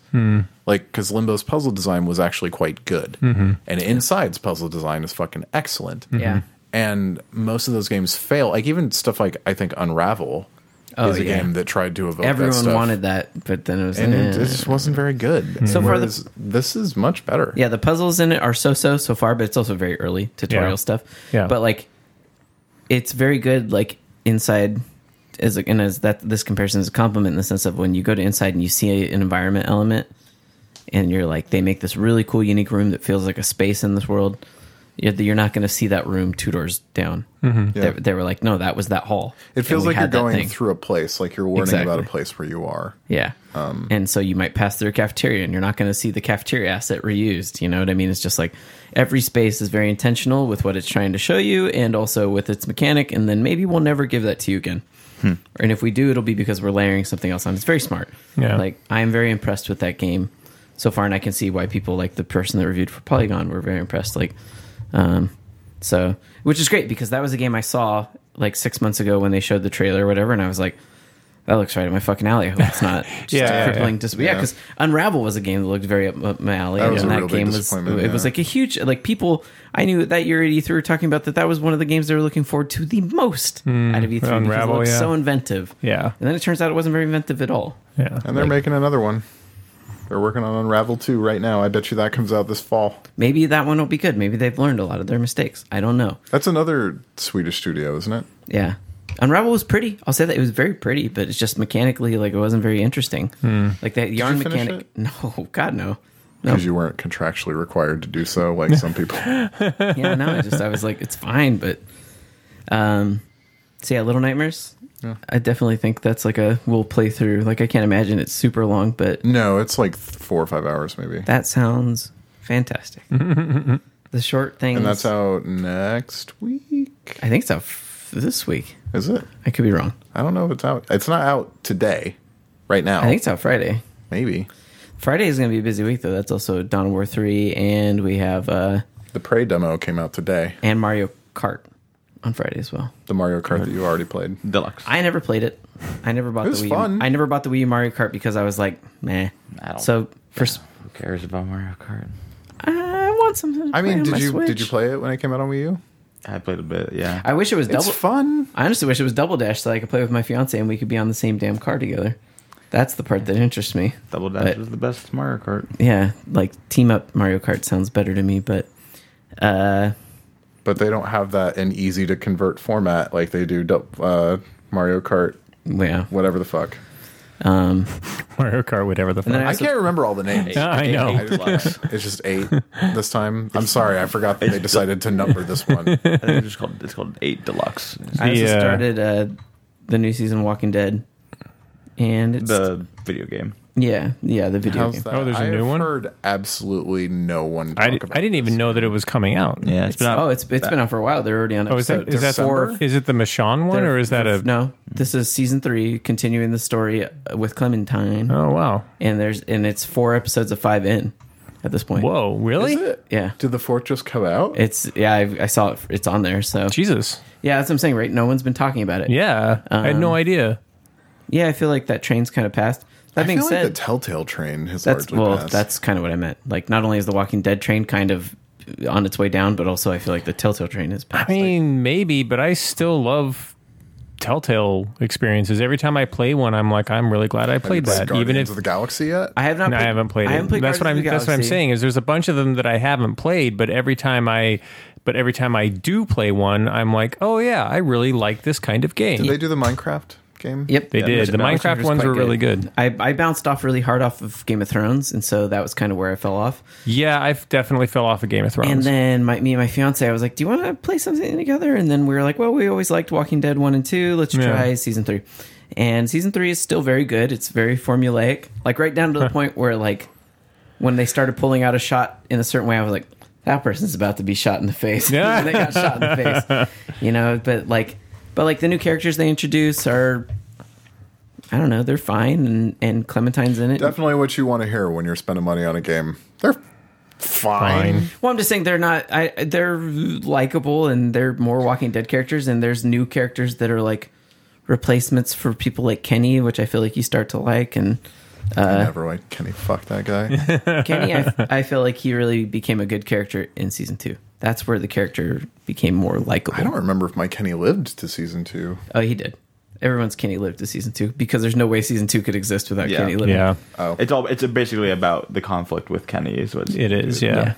Speaker 3: Like cuz Limbo's puzzle design was actually quite good. And Inside's puzzle design is fucking excellent
Speaker 2: Yeah.
Speaker 3: and most of those games fail. Like even stuff like I think Unravel
Speaker 2: Oh,
Speaker 3: is a
Speaker 2: yeah.
Speaker 3: game that tried to evoke that
Speaker 2: Everyone
Speaker 3: stuff,
Speaker 2: wanted that, but then it was
Speaker 3: and
Speaker 2: eh.
Speaker 3: it just wasn't very good.
Speaker 2: So far the-
Speaker 3: Whereas this is much better.
Speaker 2: yeah the puzzles in it are so so so far but it's also very early tutorial
Speaker 4: Yeah.
Speaker 2: stuff
Speaker 4: Yeah.
Speaker 2: but like it's very good like inside as and as that this comparison is a compliment in the sense of when you go to inside and you see an environment element and you're like they make this really cool unique room that feels like a space in this world you're, you're not going to see that room two doors down
Speaker 4: Mm-hmm.
Speaker 2: they, they were like no that was that hall
Speaker 3: It
Speaker 2: And
Speaker 3: feels
Speaker 2: we
Speaker 3: like you're
Speaker 2: had that
Speaker 3: going
Speaker 2: thing.
Speaker 3: through a place, like you're warning
Speaker 2: Exactly.
Speaker 3: about a place where you are.
Speaker 2: yeah. and so you might pass through a cafeteria and you're not going to see the cafeteria asset reused. You know what I mean? It's just like every space is very intentional with what it's trying to show you and also with its mechanic. And then maybe we'll never give that to you again. And if we do, it'll be because we're layering something else on. It's very smart.
Speaker 4: Yeah.
Speaker 2: Like, I am very impressed with that game so far. And I can see why people like the person that reviewed for Polygon were very impressed. Like, um, so, which is great because that was a game I saw like six months ago when they showed the trailer or whatever. And I was like, that looks right in my fucking alley. I hope it's not just
Speaker 4: Yeah, yeah,
Speaker 2: a crippling dis- Yeah,
Speaker 3: Yeah.
Speaker 2: because Unravel was a game that looked very up, up my alley.
Speaker 3: That was
Speaker 2: and
Speaker 3: a
Speaker 2: that
Speaker 3: real big
Speaker 2: game was,
Speaker 3: disappointment,
Speaker 2: it was
Speaker 3: yeah.
Speaker 2: like a huge, like people, I knew that year at E3 we were talking about that that was one of the games they were looking forward to the most
Speaker 3: Hmm.
Speaker 2: out of E3 because it
Speaker 4: Unravel,
Speaker 2: looked
Speaker 4: yeah.
Speaker 2: so inventive.
Speaker 4: Yeah.
Speaker 2: And then it turns out it wasn't very inventive at all.
Speaker 4: Yeah.
Speaker 3: And they're
Speaker 2: Like-
Speaker 3: making another one. They're working on Unravel 2 right now. I bet you that comes out this fall.
Speaker 2: Maybe that one will be good. Maybe they've learned a lot of their mistakes. I don't know.
Speaker 3: That's another Swedish studio, isn't it?
Speaker 2: Yeah. Unravel was pretty. I'll say that it was very pretty, but it's just mechanically like it wasn't very interesting. Like that yarn
Speaker 3: Hmm. you finish
Speaker 2: mechanic.
Speaker 3: it?
Speaker 2: No, God no. No,
Speaker 3: Because you weren't contractually required to do so, like some people.
Speaker 2: yeah, no, I just I was like, it's fine, but um so yeah, Little Nightmares. I definitely think that's like a we'll play through. Like I can't imagine it's super long, but
Speaker 3: No, it's like four or five hours maybe.
Speaker 2: that sounds fantastic. the short thing
Speaker 3: and that's out next week.
Speaker 2: I think it's out f- this week.
Speaker 3: Is it?
Speaker 2: I could be wrong.
Speaker 3: I don't know if it's out. It's not out today, right now.
Speaker 2: I think it's out Friday.
Speaker 3: Maybe
Speaker 2: Friday is going to be a busy week though. That's also Dawn of War 3 and we have uh
Speaker 3: the Prey demo came out today.
Speaker 2: and Mario Kart on Friday as well.
Speaker 3: The Mario Kart that you already played.
Speaker 2: Mm.
Speaker 5: Deluxe.
Speaker 2: I never played it. I never bought
Speaker 3: It was
Speaker 2: the Wii.
Speaker 3: fun.
Speaker 2: I never bought the Wii U Mario Kart because I was like, meh.
Speaker 5: I don't-
Speaker 2: So for s-
Speaker 5: Who cares about Mario Kart?
Speaker 2: I want something. To
Speaker 3: I mean,
Speaker 2: play on
Speaker 3: did
Speaker 2: my
Speaker 3: you did
Speaker 2: Switch.
Speaker 3: you play it when it came out on Wii U?
Speaker 5: I played a bit. Yeah.
Speaker 2: I wish it was
Speaker 3: It's
Speaker 2: double.
Speaker 3: fun.
Speaker 2: I honestly wish it was double dash so I could play with my fiance and we could be on the same damn car together. That's the part that interests me.
Speaker 5: Double Dash is the best Mario Kart.
Speaker 2: Yeah, like team up Mario Kart sounds better to me, but uh,
Speaker 3: But they don't have that in easy to convert format like they do dou- uh, Mario Kart,
Speaker 2: yeah.
Speaker 3: whatever the fuck.
Speaker 2: Um,
Speaker 4: Mario Kart, whatever the fuck.
Speaker 2: then
Speaker 3: I
Speaker 2: also-
Speaker 3: can't remember all the names.
Speaker 4: Yeah, I know.
Speaker 3: I just- it's just eight this time. I'm sorry, I forgot that they decided to number this one.
Speaker 5: I think it's just called it's called Eight Deluxe.
Speaker 2: I also
Speaker 4: Yeah.
Speaker 2: started uh, the new season of Walking Dead, and it's
Speaker 5: The video game.
Speaker 2: yeah, yeah, the video game.
Speaker 3: How's that?
Speaker 4: Oh, there's a
Speaker 3: I
Speaker 4: new
Speaker 3: have
Speaker 4: one?
Speaker 3: Heard absolutely no one. Talk
Speaker 4: I, di-
Speaker 3: about
Speaker 4: I didn't even know that it was coming out.
Speaker 5: Yeah, it's been out.
Speaker 2: Oh, it's it's been out for a while. They're already on.
Speaker 4: Oh, is that
Speaker 2: episode
Speaker 4: is that
Speaker 3: December?
Speaker 4: is it the Michonne one or is that a
Speaker 2: no? This is season three, continuing the story uh, with Clementine.
Speaker 4: Oh wow!
Speaker 2: and there's and it's four episodes of five in at this point.
Speaker 4: Whoa! Really?
Speaker 3: Is it?
Speaker 2: Yeah.
Speaker 3: Did the fortress come out?
Speaker 2: It's yeah, I, I saw it. It's on there. So
Speaker 4: Jesus!
Speaker 2: yeah, that's what I'm saying. Right, no one's been talking about it.
Speaker 4: Yeah, I had no idea.
Speaker 2: yeah. I feel like that train's kind of passed. That
Speaker 3: I
Speaker 2: being
Speaker 3: feel
Speaker 2: said,
Speaker 3: like the Telltale train has
Speaker 2: that's
Speaker 3: largely
Speaker 2: well,
Speaker 3: passed.
Speaker 2: that's kind of what I meant. Like, not only is the Walking Dead train kind of on its way down, but also I feel like the Telltale train is passed.
Speaker 4: I mean, maybe, but I still love Telltale experiences. Every time I play one, I'm like, I'm really glad I played
Speaker 3: Like
Speaker 4: that.
Speaker 3: Guardians
Speaker 4: Even if
Speaker 3: of the Galaxy yet.
Speaker 2: I have not.
Speaker 4: No, I haven't played
Speaker 2: I
Speaker 4: it.
Speaker 2: haven't played
Speaker 4: that's what I'm.
Speaker 2: Guardians of the
Speaker 4: That's what I'm
Speaker 2: Galaxy.
Speaker 4: saying. Is there's a bunch of them that I haven't played, but every time I, but every time I do play one, I'm like, oh yeah, I really like this kind of game.
Speaker 3: Did they do the Minecraft? game?
Speaker 2: Yep,
Speaker 4: They
Speaker 2: that
Speaker 4: did.
Speaker 2: Richard
Speaker 4: The
Speaker 2: Bell-
Speaker 4: Minecraft
Speaker 2: Richard was
Speaker 4: ones
Speaker 2: quite
Speaker 4: were really good.
Speaker 2: I, I bounced off really hard off of Game of Thrones, and so that was kind of where I fell off.
Speaker 4: Yeah, I've definitely fell off of Game of Thrones.
Speaker 2: And then my, me and my fiance, I was like, "Do you want to play something together?" And then we were like, "Well, we always liked Walking Dead one and two. Let's try season three. And season three is still very good. It's very formulaic, like right down to the point where like when they started pulling out a shot in a certain way, I was like, "That person's about to be shot in the face."
Speaker 4: Yeah.
Speaker 2: And they got shot in the face, you know. But like, but like the new characters they introduce are. I don't know. They're fine, and, and Clementine's in it.
Speaker 3: Definitely what you want to hear when you're spending money on a game. They're fine.
Speaker 4: Fine.
Speaker 2: Well, I'm just saying they're not. I they're likable and they're more Walking Dead characters, and there's new characters that are like replacements for people like Kenny, which I feel like you start to like. And
Speaker 3: I never went, can he fuck that guy?
Speaker 2: Kenny, I, I feel like he really became a good character in season two. That's where the character became more likable.
Speaker 3: I don't remember if my Kenny lived to season two.
Speaker 2: Oh, he did. Everyone's Kenny lived to season two because there's no way season two could exist without
Speaker 5: Yeah.
Speaker 2: Kenny living.
Speaker 4: yeah,
Speaker 3: Oh.
Speaker 5: It's all. It's basically about the conflict with Kenny. Is what it's-
Speaker 4: it is. Yeah.
Speaker 2: Yeah.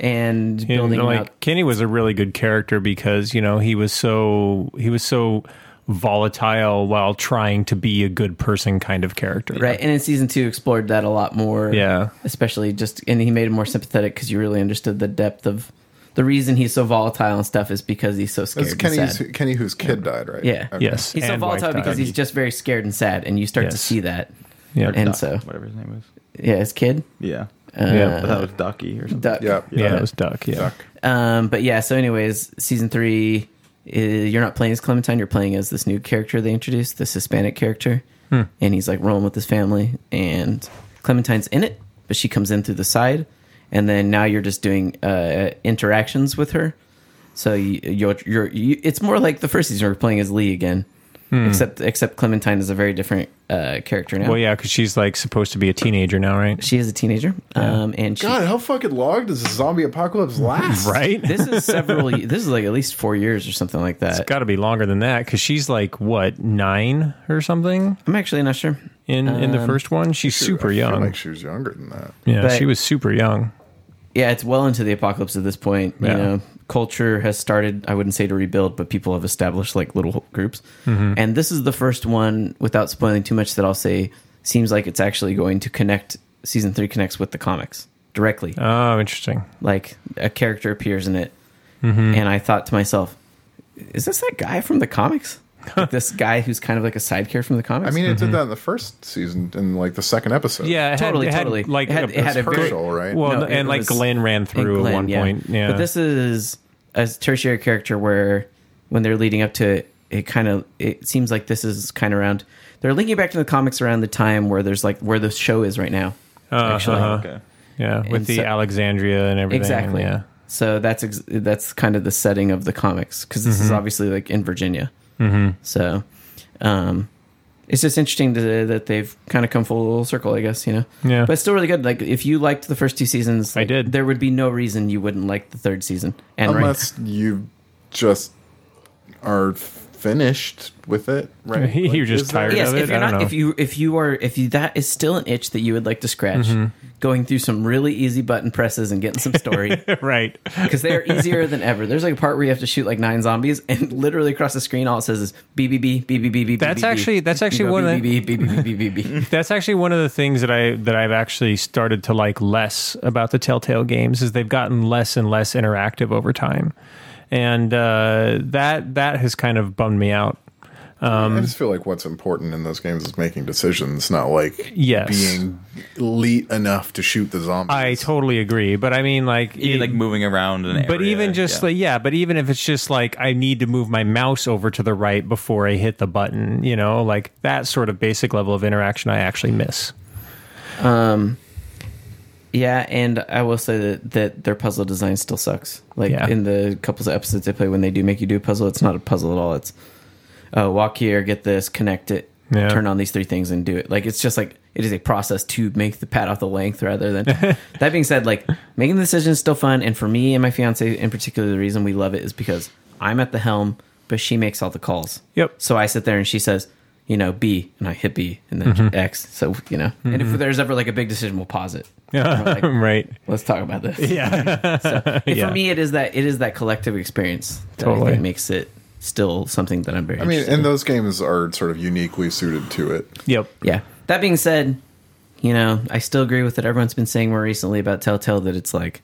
Speaker 2: And
Speaker 4: And,
Speaker 2: building
Speaker 4: like
Speaker 2: out
Speaker 4: Kenny was a really good character because you know he was so he was so volatile while trying to be a good person kind of character.
Speaker 2: Right, and in season two, explored that a lot more.
Speaker 4: Yeah.
Speaker 2: especially just and he made him more sympathetic because you really understood the depth of the reason he's so volatile and stuff is because he's so scared
Speaker 3: It's
Speaker 2: and
Speaker 3: Kenny's,
Speaker 2: sad.
Speaker 3: Kenny whose kid died, right?
Speaker 2: Yeah.
Speaker 4: Yes.
Speaker 2: He's so
Speaker 4: and wife
Speaker 2: volatile because
Speaker 4: died.
Speaker 2: he's just very scared and sad, and you start to
Speaker 4: Yes.
Speaker 2: see that.
Speaker 4: Yeah.
Speaker 2: and
Speaker 5: Doc-
Speaker 2: so
Speaker 5: whatever his name is.
Speaker 2: yeah, his kid, uh,
Speaker 5: Yeah,
Speaker 4: yeah.
Speaker 5: I thought it was Ducky or something.
Speaker 2: Duck.
Speaker 3: Yeah.
Speaker 4: yeah, it was Duck. Yeah.
Speaker 3: Duck.
Speaker 2: Um, but yeah, so anyways, season three, uh, you're not playing as Clementine. You're playing as this new character they introduced, this Hispanic character,
Speaker 4: Hmm.
Speaker 2: and he's like rolling with his family. And Clementine's in it, but she comes in through the side, and then now you're just doing uh, interactions with her. So you, you're, you're you, it's more like the first season. We're playing as Lee again, except except Clementine is a very different uh, character now.
Speaker 4: Hmm. Well, yeah, because she's like supposed to be a teenager now, right?
Speaker 2: She is a teenager, um, and she,
Speaker 3: God, how fucking long does the zombie apocalypse last?
Speaker 4: Right.
Speaker 2: this is several. ye- this is like at least four years or something like that.
Speaker 4: It's got to be longer than that because she's like what nine or something
Speaker 2: I'm actually not sure.
Speaker 4: in in
Speaker 2: Um,
Speaker 4: the first one. She's super
Speaker 3: I feel
Speaker 4: young.
Speaker 3: like she was younger than that.
Speaker 4: yeah,
Speaker 2: but-
Speaker 4: she was super young.
Speaker 2: yeah, it's well into the apocalypse at this point. You
Speaker 4: Yeah.
Speaker 2: know, culture has started. I wouldn't say to rebuild, but people have established like little groups. And this is the first one, without spoiling too much, that I'll say seems like it's actually going to connect. Season three connects with the comics directly.
Speaker 4: Oh, interesting.
Speaker 2: Like a character appears in it, and I thought to myself, "Is this that guy from the comics? Like, this guy who's kind of like a side character from the
Speaker 3: I
Speaker 2: comics?"
Speaker 3: mean, it
Speaker 4: Mm-hmm.
Speaker 3: did that in the first season, in like the second episode.
Speaker 4: Yeah, it had-
Speaker 2: Totally,
Speaker 4: it had,
Speaker 2: totally.
Speaker 4: Like
Speaker 2: It had-
Speaker 4: a-
Speaker 2: it had a very-
Speaker 3: Herschel, right?
Speaker 4: Well,
Speaker 2: No, it
Speaker 4: and like
Speaker 2: was-
Speaker 4: Glenn ran through
Speaker 2: Glenn,
Speaker 4: at one point. Yeah,
Speaker 2: But this is a tertiary character where when they're leading up to it, it kind of it seems like this is kind of around they're linking back to the comics around the time where there's like where the show is right now.
Speaker 4: Uh,
Speaker 2: actually.
Speaker 4: uh-huh.
Speaker 5: Okay.
Speaker 4: yeah, with
Speaker 2: and
Speaker 4: the
Speaker 2: so-
Speaker 4: Alexandria and everything.
Speaker 2: Exactly.
Speaker 4: Yeah.
Speaker 2: So that's ex- that's kind of the setting of the comics because this is
Speaker 4: Mm-hmm.
Speaker 2: obviously like in Virginia. Mm-hmm. So um, it's just interesting to, that they've kind of come full circle, I guess. You know.
Speaker 4: Yeah.
Speaker 2: But it's still really good. Like if you liked the first two seasons,
Speaker 4: I
Speaker 2: like,
Speaker 4: did.
Speaker 2: There would be no reason you wouldn't like the third season. And right,
Speaker 3: Unless you just are finished with it, right?
Speaker 4: You're just
Speaker 3: is there-
Speaker 4: tired. of
Speaker 2: yes,
Speaker 4: it?
Speaker 2: if you're
Speaker 4: I don't
Speaker 2: not,
Speaker 4: know.
Speaker 2: if you if you are if you that is still an itch that you would like to scratch, going through some really easy button presses and getting some story
Speaker 4: right.
Speaker 2: because they are easier than ever. There's like a part where you have to shoot like nine zombies, and literally across the screen, all it says is BBB BBB.
Speaker 4: That's actually- that's actually one of the-
Speaker 2: BBB BBB BBB.
Speaker 4: That's actually one of the things that I that I've actually started to like less about the Telltale games is they've gotten less and less interactive over time, and uh, that that has kind of bummed me out. Um,
Speaker 3: I just feel like what's important in those games is making decisions, not like
Speaker 4: Yes.
Speaker 3: being elite enough to shoot the zombies.
Speaker 4: I totally agree, but I mean, like,
Speaker 5: Even
Speaker 4: it-
Speaker 5: like moving around and.
Speaker 4: but even just like yeah, but even if it's just like I need to move my mouse over to the right before I hit the button, you know, like that sort of basic level of interaction I actually miss.
Speaker 2: Um, Yeah, and I will say that that their puzzle design still sucks. Like
Speaker 4: Yeah.
Speaker 2: in the couples of episodes they play, when they do make you do a puzzle, it's not a puzzle at all. It's uh, walk here, get this, connect it,
Speaker 4: Yeah.
Speaker 2: turn on these three things, and do it. Like it's just like it is a process to make the pad off the length rather than. that being said, like making the decision is still fun, and for me and my fiance in particular, the reason we love it is because I'm at the helm, but she makes all the calls.
Speaker 4: Yep.
Speaker 2: So I sit there and she says, you know, B, and I hit B, and then
Speaker 4: Mm-hmm.
Speaker 2: X. So you know, and if there's ever like a big decision, we'll pause it. And we're like,
Speaker 4: right.
Speaker 2: let's talk about this.
Speaker 4: Yeah.
Speaker 2: And
Speaker 4: Yeah.
Speaker 2: For me, it is that it is that collective experience that I
Speaker 4: Totally.
Speaker 2: think makes it still something that I'm very.
Speaker 3: I mean,
Speaker 2: interested
Speaker 3: and
Speaker 2: in.
Speaker 3: those games are sort of uniquely suited to it.
Speaker 4: Yep.
Speaker 2: yeah. That being said, you know, I still agree with what everyone's been saying more recently about Telltale that it's like,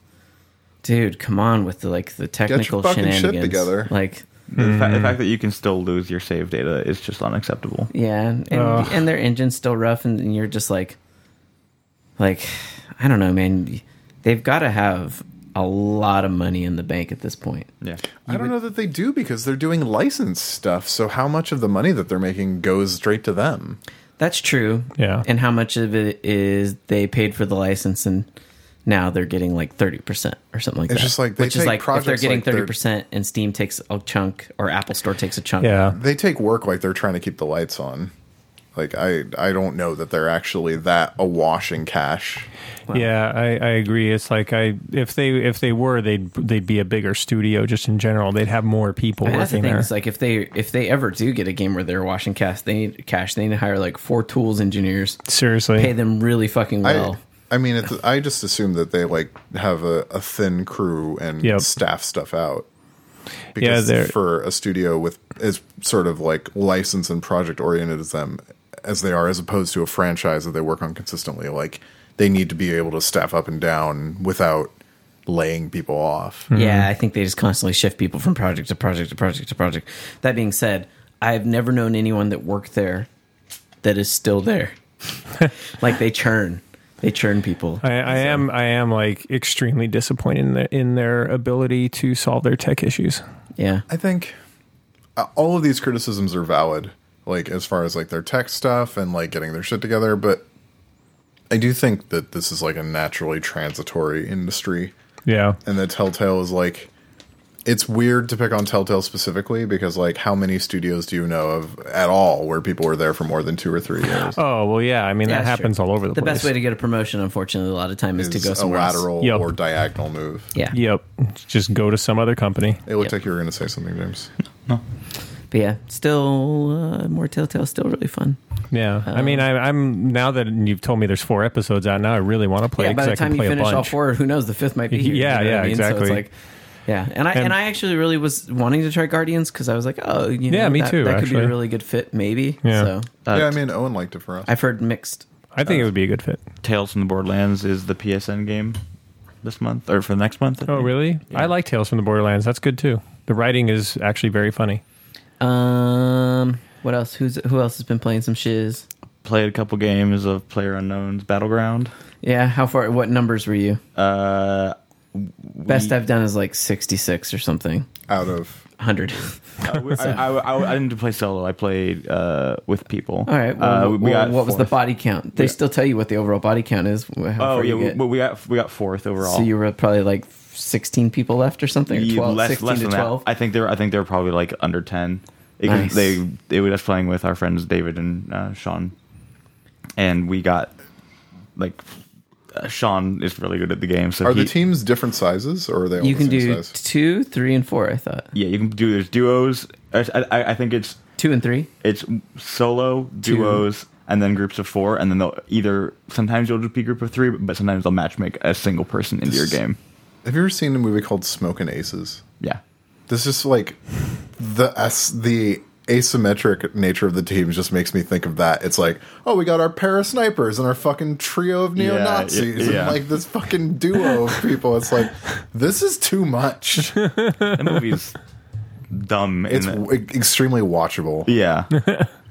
Speaker 2: dude, come on with the like the technical
Speaker 3: fucking shit
Speaker 2: shenanigans.
Speaker 3: together.
Speaker 2: Like,
Speaker 5: The, fa-
Speaker 4: Mm.
Speaker 5: the fact that you can still lose your save data is just unacceptable.
Speaker 2: yeah, and, and their engine's still rough, and, and you're just like, like, I don't know, man. They've got to have a lot of money in the bank at this point.
Speaker 5: Yeah.
Speaker 3: I don't know that they do because they're doing licensed stuff. So how much of the money that they're making goes straight to them?
Speaker 2: That's true.
Speaker 4: Yeah.
Speaker 2: And how much of it is they paid for the license and now they're getting like 30% or something like
Speaker 3: It's
Speaker 2: that.
Speaker 3: just like they
Speaker 2: Which
Speaker 3: take
Speaker 2: is like if they're
Speaker 3: projects
Speaker 2: getting
Speaker 3: like they're-
Speaker 2: 30% and Steam takes a chunk or Apple Store takes a chunk.
Speaker 4: Yeah.
Speaker 3: They take work like they're trying to keep the lights on. Like I, I don't know that they're actually that awash in cash.
Speaker 4: Yeah, I, I agree. It's like I if they if they were they'd they'd be a bigger studio just in general. They'd have more people
Speaker 2: And that's the
Speaker 4: working
Speaker 2: thing.
Speaker 4: there.
Speaker 2: It's like if they if they ever do get a game where they're washing cash, they need cash. They need to hire like four tools engineers,
Speaker 4: Seriously.
Speaker 2: pay them really fucking
Speaker 3: I,
Speaker 2: well.
Speaker 3: I mean, it's, I just assume that they like have a, a thin crew and
Speaker 4: Yep.
Speaker 3: staff stuff out.
Speaker 4: Yeah,
Speaker 3: Because
Speaker 4: they're-
Speaker 3: for a studio with as sort of like license and project oriented as them as they are, as opposed to a franchise that they work on consistently, like they need to be able to staff up and down without laying people off.
Speaker 2: Yeah,
Speaker 4: Mm-hmm.
Speaker 2: I think they just constantly shift people from project to project to project to project. That being said, I've never known anyone that worked there that is still there. like they churn, they churn people.
Speaker 4: I, I am I am like extremely disappointed in, the, in their ability to solve their tech issues.
Speaker 2: Yeah,
Speaker 3: I think uh, all of these criticisms are valid, like as far as like their tech stuff and like getting their shit together. But I do think that this is like a naturally transitory industry,
Speaker 4: Yeah.
Speaker 3: and that Telltale is like it's weird to pick on Telltale specifically because like how many studios do you know of at all where people were there for more than two or three years?
Speaker 4: Oh well, yeah. I mean
Speaker 2: Yeah,
Speaker 4: that
Speaker 2: sure.
Speaker 4: happens all over the,
Speaker 2: The
Speaker 4: place.
Speaker 2: best way to get a promotion, unfortunately, a lot of time is, to
Speaker 3: Is
Speaker 2: go
Speaker 3: a
Speaker 2: somewhere else.
Speaker 3: lateral
Speaker 4: Yep.
Speaker 3: or diagonal move.
Speaker 2: Yeah,
Speaker 4: Yep. Just go to some other company.
Speaker 3: It looked
Speaker 2: Yep.
Speaker 3: like you were going to say something, James.
Speaker 2: but yeah, still uh, more Telltale, still really fun.
Speaker 4: Yeah. I
Speaker 2: Oh.
Speaker 4: mean, I, I'm now that you've told me there's four episodes out now, I really want to play
Speaker 2: yeah, by
Speaker 4: because
Speaker 2: the
Speaker 4: I
Speaker 2: time
Speaker 4: can
Speaker 2: you
Speaker 4: play a
Speaker 2: finish all
Speaker 4: bunch.
Speaker 2: four, who knows? The fifth might be here. you
Speaker 4: Yeah,
Speaker 2: know what
Speaker 4: yeah,
Speaker 2: I mean? So it's
Speaker 4: exactly.
Speaker 2: like, yeah, and I and,
Speaker 4: And-
Speaker 2: I actually really was wanting to try Guardians because I was like, oh, you know,
Speaker 4: Yeah, me
Speaker 2: that,
Speaker 4: too,
Speaker 2: That could be
Speaker 4: actually.
Speaker 2: a really good fit, maybe.
Speaker 4: Yeah.
Speaker 2: So
Speaker 5: Uh,
Speaker 3: yeah, I mean Owen liked it for us.
Speaker 2: I've heard mixed.
Speaker 4: I think it would be a good fit.
Speaker 5: Tales from the Borderlands is the PSN game this month or for the next month. I
Speaker 4: Oh
Speaker 5: think.
Speaker 4: really? I like Tales from the Borderlands. That's good too. The writing is actually very funny.
Speaker 2: Um, what else? Who's who else has been playing some shiz?
Speaker 5: Played a couple games of Player Unknown's Battleground.
Speaker 2: Yeah, how far? What numbers were you?
Speaker 5: Uh,
Speaker 2: Best
Speaker 5: we-
Speaker 2: I've done is like sixty six or something,
Speaker 3: out of
Speaker 2: hundred.
Speaker 5: I, I, I- I didn't play solo. I played uh, with people.
Speaker 2: All right. Well,
Speaker 5: Uh, we- we
Speaker 2: well,
Speaker 5: got
Speaker 2: what was the
Speaker 5: fourth.
Speaker 2: body count? They still tell you what the overall body count is. wh- How
Speaker 5: Oh
Speaker 2: far
Speaker 5: yeah,
Speaker 2: you
Speaker 5: we,
Speaker 2: get.
Speaker 5: we got we got fourth overall.
Speaker 2: so you were probably like sixteen people left or something, or
Speaker 5: Yeah,
Speaker 2: 12, 16 to
Speaker 5: that.
Speaker 2: twelve.
Speaker 5: I think they're I think they're probably like under ten. Because
Speaker 2: Nice.
Speaker 5: They they were just playing with our friends David and uh, Sean, and we got like uh, Sean is really good at the game. So
Speaker 3: are
Speaker 5: he,
Speaker 3: the teams different sizes or are they all
Speaker 2: You
Speaker 3: the
Speaker 2: can
Speaker 3: same
Speaker 2: do
Speaker 3: size?
Speaker 2: two, three, and four. I thought
Speaker 5: Yeah, you can do there's duos. I, I, I think it's
Speaker 2: two and three.
Speaker 5: it's solo duos and then groups of four, and then they'll either sometimes you'll just be group of three, but sometimes they'll matchmake a single person into your
Speaker 3: This-
Speaker 5: game.
Speaker 3: Have you ever seen a movie called Smoke and Aces?
Speaker 5: Yeah,
Speaker 3: This is like the as the asymmetric nature of the teams just makes me think of that. It's like, oh, we got our para snipers and our fucking trio of neo Nazis
Speaker 5: yeah, yeah.
Speaker 3: and like this fucking duo of people. It's like this is too much.
Speaker 5: that movie's dumb. in
Speaker 3: It's
Speaker 5: that-
Speaker 3: w- e, extremely watchable.
Speaker 5: yeah,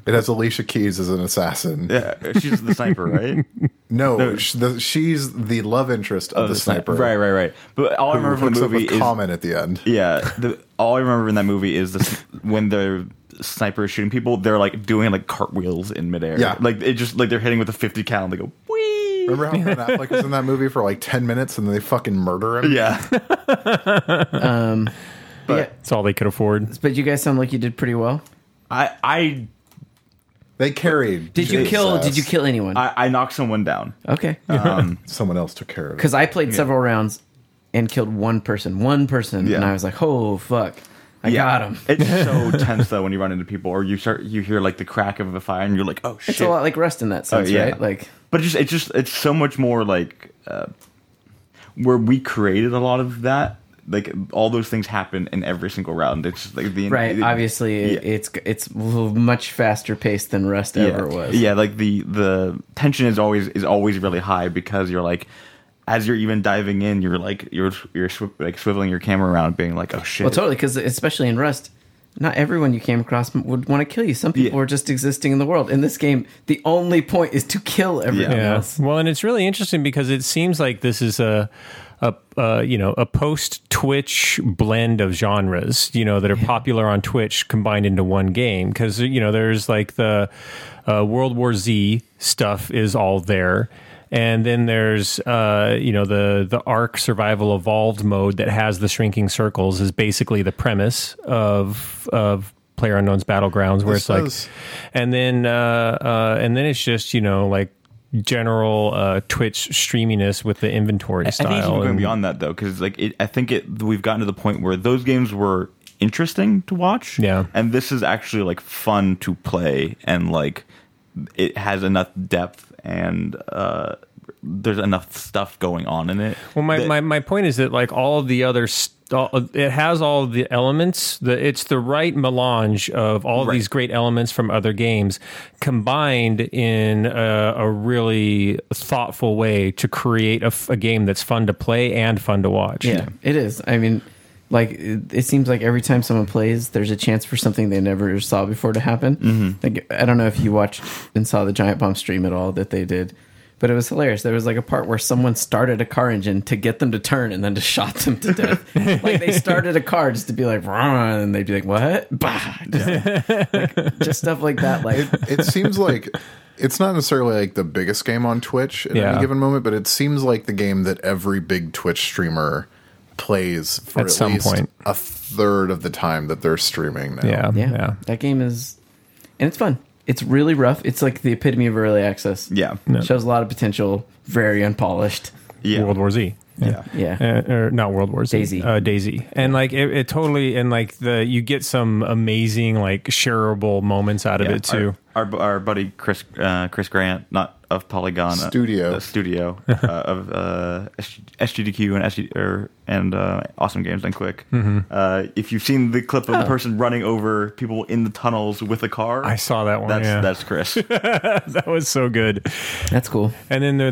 Speaker 3: It has Alicia Keys as an assassin.
Speaker 5: yeah. She's the sniper, right?
Speaker 3: No, sh the, she's the love interest of the, sniper.
Speaker 5: Oh, Right, right, right. But all I
Speaker 3: Who
Speaker 5: remember from
Speaker 3: hooks
Speaker 5: the
Speaker 3: up
Speaker 5: movie
Speaker 3: with
Speaker 5: is
Speaker 3: Common at the end.
Speaker 5: yeah. The, all I remember in that movie is the, s- when the sniper is shooting people, they're like doing like cartwheels in midair.
Speaker 3: Yeah.
Speaker 5: like it just like they're hitting with a fifty cal and they go. Whee!
Speaker 3: Remember how Ben Affleck was in that movie for like ten minutes and then they fucking murder him?
Speaker 5: Yeah,
Speaker 2: But,
Speaker 4: It's all they could afford.
Speaker 2: but you guys sound like you did pretty well.
Speaker 5: I I
Speaker 3: They carried.
Speaker 2: Did you
Speaker 3: Jade's
Speaker 2: kill?
Speaker 3: ass.
Speaker 2: Did you kill anyone?
Speaker 5: I, Uh-huh. I knocked someone down.
Speaker 2: okay,
Speaker 3: Someone else took care of it.
Speaker 2: because I played several rounds and killed one person, one person,
Speaker 5: Yeah.
Speaker 2: and I was like, "Oh fuck, I got him."
Speaker 5: It's so tense though when you run into people, or you start you hear like the crack of a fire, and you're like, oh shit.
Speaker 2: It's a lot like Rust in that sense,
Speaker 5: Oh, yeah.
Speaker 2: right? Like,
Speaker 5: but just it's just it's so much more like uh, where we created a lot of that like all those things happen in every single round. It's just, like the
Speaker 2: Right.
Speaker 5: it-
Speaker 2: Obviously, it-
Speaker 5: yeah.
Speaker 2: it's it's much faster paced than Rust ever
Speaker 5: yeah.
Speaker 2: was.
Speaker 5: Yeah, like the the tension is always is always really high because you're like as you're even diving in, you're like you're you're sw- like swiveling your camera around, being like, oh shit.
Speaker 2: Well, totally, because especially in Rust, not everyone you came across m- would want to kill you. Some people
Speaker 5: Yeah.
Speaker 2: were just existing in the world. In this game, the only point is to kill everyone
Speaker 5: Yeah.
Speaker 2: else.
Speaker 4: Well, and it's really interesting because it seems like this is a, a, uh you know a post Twitch blend of genres, you know, that are popular on Twitch combined into one game. Because you know, there's like the uh, World War Z stuff is all there. And then there's uh, you know the the Ark Survival Evolved mode that has the shrinking circles is basically the premise of of Player Unknown's Battlegrounds where
Speaker 3: This
Speaker 4: it's like
Speaker 3: does-
Speaker 4: and then uh, uh, and then it's just you know like general uh, Twitch streaminess with the inventory
Speaker 5: I
Speaker 4: style.
Speaker 5: think it's even going
Speaker 4: and-
Speaker 5: beyond that though, because like it, I think it we've gotten to the point where those games were interesting to watch.
Speaker 4: Yeah.
Speaker 5: and this is actually like fun to play, and like it has enough depth and uh, there's enough stuff going on in it.
Speaker 4: Well, my,
Speaker 5: that-
Speaker 4: my, my point is that like all the other, st- all, it has all the elements. The it's the right melange of all
Speaker 5: Right.
Speaker 4: these great elements from other games combined in a, a really thoughtful way to create a, f- a game that's fun to play and fun to watch.
Speaker 2: Yeah, it is. I mean, like it, it seems like every time someone plays, there's a chance for something they never saw before to happen. Like I don't know if you watched and saw the Giant Bomb stream at all that they did, but it was hilarious. There was like a part where someone started a car engine to get them to turn and then just shot them to death. like they started a car just to be like, "Rah," and they'd be like, "What?" Bah. Just, like, just stuff like that. Like
Speaker 3: it seems like it's not necessarily like the biggest game on Twitch at
Speaker 4: Yeah.
Speaker 3: any given moment, but it seems like the game that every big Twitch streamer plays for
Speaker 4: At
Speaker 3: at
Speaker 4: some
Speaker 3: least
Speaker 4: point.
Speaker 3: a third of the time that they're streaming now.
Speaker 4: yeah,
Speaker 2: yeah,
Speaker 4: yeah.
Speaker 2: that game is, and it's fun. It's really rough. It's like the epitome of early access.
Speaker 5: yeah,
Speaker 2: Shows a lot of potential. Very unpolished.
Speaker 5: yeah,
Speaker 4: World War Z.
Speaker 5: yeah.
Speaker 2: Yeah.
Speaker 4: uh, or not World War Z,
Speaker 2: Daisy.
Speaker 4: uh, Daisy, and like it, it totally, and like the you get some amazing like shareable moments out of
Speaker 5: Yeah,
Speaker 4: it too.
Speaker 5: Our, our our buddy Chris uh, Chris Grant, not of Polygon uh,
Speaker 3: Studio.
Speaker 5: uh, studio uh, of uh, SG- SGDQ and SG, er, and uh, Awesome Games Done Quick.
Speaker 4: Mm-hmm.
Speaker 5: Uh, if you've seen the clip of the person running over people in the tunnels with a car,
Speaker 4: Oh. I saw that one.
Speaker 5: that's
Speaker 4: yeah.
Speaker 5: that's Chris.
Speaker 4: that was so good.
Speaker 2: That's cool.
Speaker 4: And then the,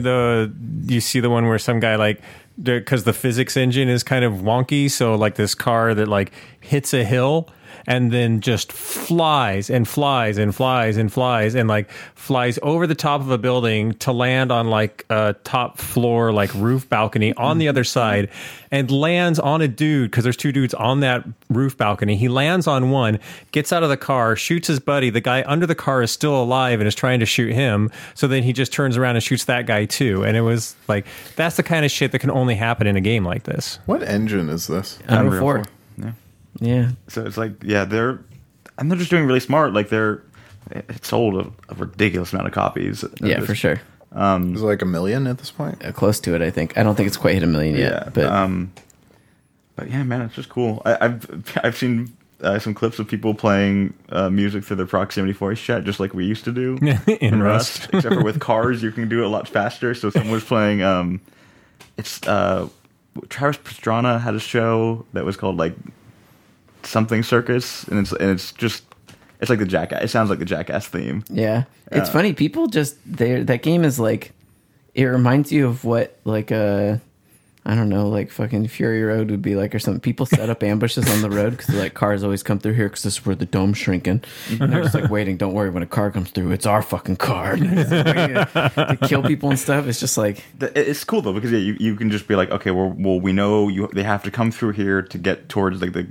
Speaker 4: the you see the one where some guy like because the physics engine is kind of wonky, so like this car that like hits a hill and then just flies and flies and flies and flies and like flies over the top of a building to land on like a top floor like roof balcony on the other side and lands on a dude because there's two dudes on that roof balcony he lands on one gets out of the car shoots his buddy the guy under the car is still alive and is trying to shoot him so then he just turns around and shoots that guy too and it was like that's the kind of shit that can only happen in a game like this
Speaker 3: What engine is this?
Speaker 2: Unreal
Speaker 5: Unreal
Speaker 2: Four.
Speaker 5: Yeah.
Speaker 2: Yeah.
Speaker 5: So it's like yeah, they're and they're just doing really smart. Like they're it sold a, a ridiculous amount of copies.
Speaker 2: Yeah, for sure.
Speaker 3: Is it like a million at this point?
Speaker 2: Uh, Close to it, I think. I don't think it's quite hit a million yet.
Speaker 5: Yeah,
Speaker 2: but
Speaker 5: um, but yeah, man, it's just cool. I, I've I've seen uh, some clips of people playing uh, music through their proximity voice chat, just like we used to do
Speaker 4: In Rust.
Speaker 5: except for with cars, you can do it a lot faster. So someone was playing. Um, it's uh, Travis Pastrana had a show that was called like something circus, and it's and it's just it's like the jackass. It sounds like the jackass theme.
Speaker 2: yeah.
Speaker 5: uh,
Speaker 2: It's funny, people just they that game is like it reminds you of what like uh I don't know, like fucking Fury Road would be like, or something. People set up ambushes on the road because like cars always come through here because this is where the dome's shrinking. And they're just like waiting. Don't worry, when a car comes through, it's our fucking car. And they're just waiting to, to kill people and stuff. It's just like
Speaker 5: Th- it- It's cool though because yeah, you, you can just be like, okay, well, well, we know you they have to come through here to get towards like the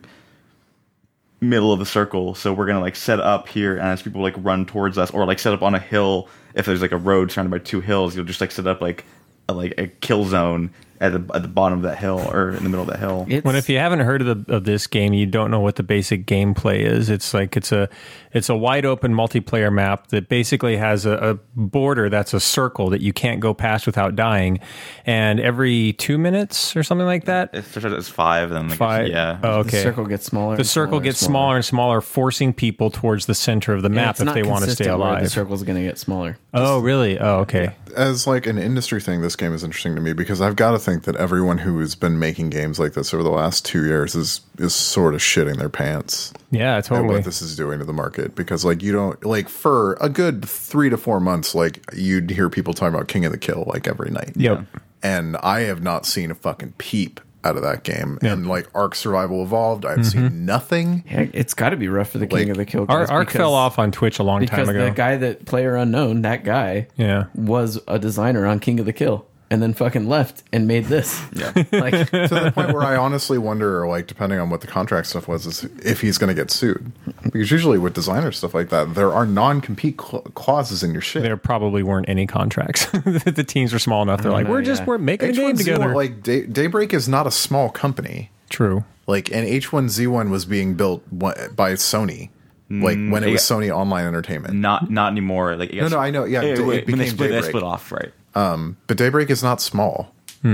Speaker 5: middle of the circle, so we're gonna like set up here, and as people like run towards us, or like set up on a hill, if there's like a road surrounded by two hills, you'll just like set up like a, like a kill zone at the at the bottom of that hill or in the middle of that hill.
Speaker 2: it's
Speaker 4: Well, if you haven't heard of the of this game, you don't know what the basic gameplay is. It's like it's a it's a wide open multiplayer map that basically has a, a border that's a circle that you can't go past without dying, and every two minutes or something like that.
Speaker 5: It starts as five, then like,
Speaker 4: Five.
Speaker 5: yeah,
Speaker 4: Oh,
Speaker 2: the
Speaker 4: okay.
Speaker 2: circle gets smaller.
Speaker 4: The circle gets smaller and smaller, forcing people towards the center of the
Speaker 2: Yeah,
Speaker 4: map
Speaker 2: it's
Speaker 4: if
Speaker 2: not
Speaker 4: they want to stay
Speaker 2: consistent where The
Speaker 4: alive.
Speaker 2: circle's going to get smaller.
Speaker 4: oh, really? Oh, okay.
Speaker 3: As like an industry thing, this game is interesting to me because I've got a think that everyone who's been making games like this over the last two years is is sort of shitting their pants
Speaker 4: Yeah,
Speaker 3: at
Speaker 4: totally.
Speaker 3: what this is doing to the market because like you don't like for a good three to four months like you'd hear people talking about King of the Kill like every night.
Speaker 4: Yep.
Speaker 3: And I have not seen a fucking peep out of that game. And like Ark Survival Evolved, I've
Speaker 4: Mm-hmm.
Speaker 3: seen nothing.
Speaker 2: Heck, it's got to be rough for the king of the kill.
Speaker 4: Ar-
Speaker 2: guys
Speaker 4: Ark
Speaker 2: because-
Speaker 4: fell off on Twitch a long
Speaker 2: because
Speaker 4: time ago.
Speaker 2: the guy that player unknown, that guy,
Speaker 4: yeah.
Speaker 2: was a designer on King of the Kill, and then fucking left and made this. Yeah, like
Speaker 3: to the point where I honestly wonder, like, depending on what the contract stuff was, is if he's going to get sued. Because usually with designer stuff like that, there are non-compete cla clauses in your shit.
Speaker 4: There probably weren't any contracts. the teams were small enough. They're like,
Speaker 2: know,
Speaker 4: we're just
Speaker 2: Mm, yeah.
Speaker 4: we're making a game
Speaker 3: H1Z1,
Speaker 4: together.
Speaker 3: Like Day- Daybreak is not a small company.
Speaker 4: True.
Speaker 3: Like, and H1Z1 was being built wa- by Sony, like when it was
Speaker 5: yeah.
Speaker 3: Sony Online Entertainment.
Speaker 5: Not not anymore. Like
Speaker 3: no, I know, yeah, it
Speaker 5: when they
Speaker 3: became
Speaker 5: split, they
Speaker 3: Daybreak.
Speaker 5: split off, right?
Speaker 3: But Daybreak is not small.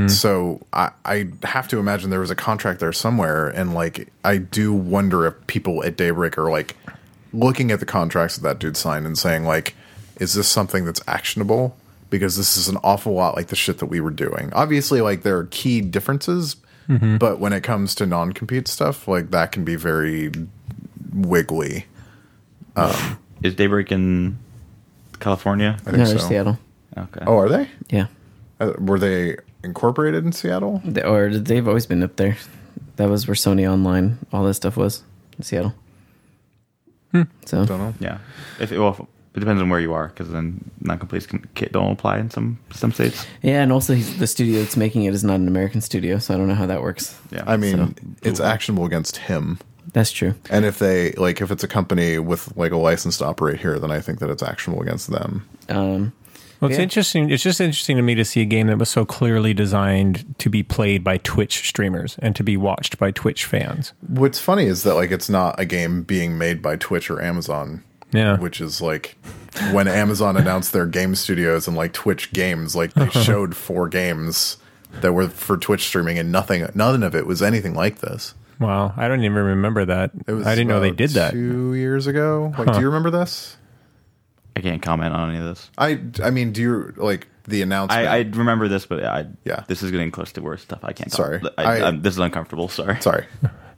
Speaker 3: So I, I have to imagine there was a contract there somewhere, and like I do wonder if people at Daybreak are like looking at the contracts that that dude signed and saying like, is this something that's actionable? Because this is an awful lot like the shit that we were doing. Obviously, like there are key differences, but when it comes to non-compete stuff, like that can be very wiggly.
Speaker 5: Is Daybreak in California?
Speaker 3: I
Speaker 2: no,
Speaker 3: think so.
Speaker 2: Seattle.
Speaker 5: Okay.
Speaker 3: Oh, are they?
Speaker 2: Yeah,
Speaker 3: Uh, were they incorporated in Seattle?
Speaker 2: They- or they've always been up there. That was where Sony Online, all that stuff was in Seattle. So
Speaker 3: Don't know.
Speaker 5: yeah. If it, well, it depends on where you are, because then non-completes can, can't- don't apply in some some states.
Speaker 2: yeah, and also he's, the studio that's making it is not an American studio, so I don't know how that works.
Speaker 5: Yeah.
Speaker 3: I mean,
Speaker 2: So-
Speaker 3: it's actionable against him.
Speaker 2: That's true.
Speaker 3: And if they like, if it's a company with like a license to operate here, then I think that it's actionable against them.
Speaker 2: Um,
Speaker 4: Well, it's
Speaker 2: Yeah.
Speaker 4: interesting. It's just interesting to me to see a game that was so clearly designed to be played by Twitch streamers and to be watched by Twitch fans.
Speaker 3: What's funny is that like it's not a game being made by Twitch or Amazon,
Speaker 4: Yeah.
Speaker 3: which is like when Amazon announced their game studios and like Twitch games, like they showed four games that were for Twitch streaming, and nothing, none of it was anything like this.
Speaker 4: Wow, I don't even remember that.
Speaker 3: It was
Speaker 4: I didn't know they
Speaker 3: about
Speaker 4: did that.
Speaker 3: two years ago. Like, do you remember this?
Speaker 5: I can't comment on any of this.
Speaker 3: I, I mean, do you like the announcement?
Speaker 5: I, I remember this, but I
Speaker 3: Yeah.
Speaker 5: this is getting close to worse stuff. I can't.
Speaker 3: Sorry.
Speaker 5: comment. I,
Speaker 3: I-
Speaker 5: um, this is uncomfortable. Sorry.
Speaker 3: Sorry.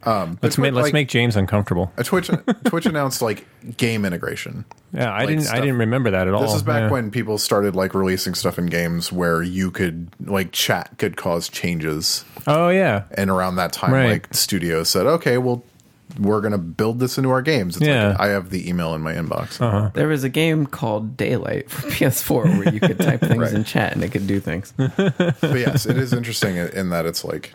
Speaker 3: Um,
Speaker 4: Let's make let's
Speaker 3: like,
Speaker 4: make James uncomfortable.
Speaker 3: a Twitch Twitch announced like game integration.
Speaker 4: Yeah, I didn't I
Speaker 3: stuff.
Speaker 4: didn't remember that at all.
Speaker 3: This is back
Speaker 4: Oh, Yeah.
Speaker 3: when people started like releasing stuff in games where you could like chat could cause changes,
Speaker 4: Oh yeah.
Speaker 3: and around that time,
Speaker 4: Right.
Speaker 3: like studios said, "Okay, well, we're gonna build this into our games." It's
Speaker 4: Yeah. Uh-huh.
Speaker 3: like, I have the email in my inbox.
Speaker 2: there was a game called Daylight for PS4 where you could type things
Speaker 3: Right.
Speaker 2: in chat and it could do things.
Speaker 3: But yes, it is interesting in- in that it's like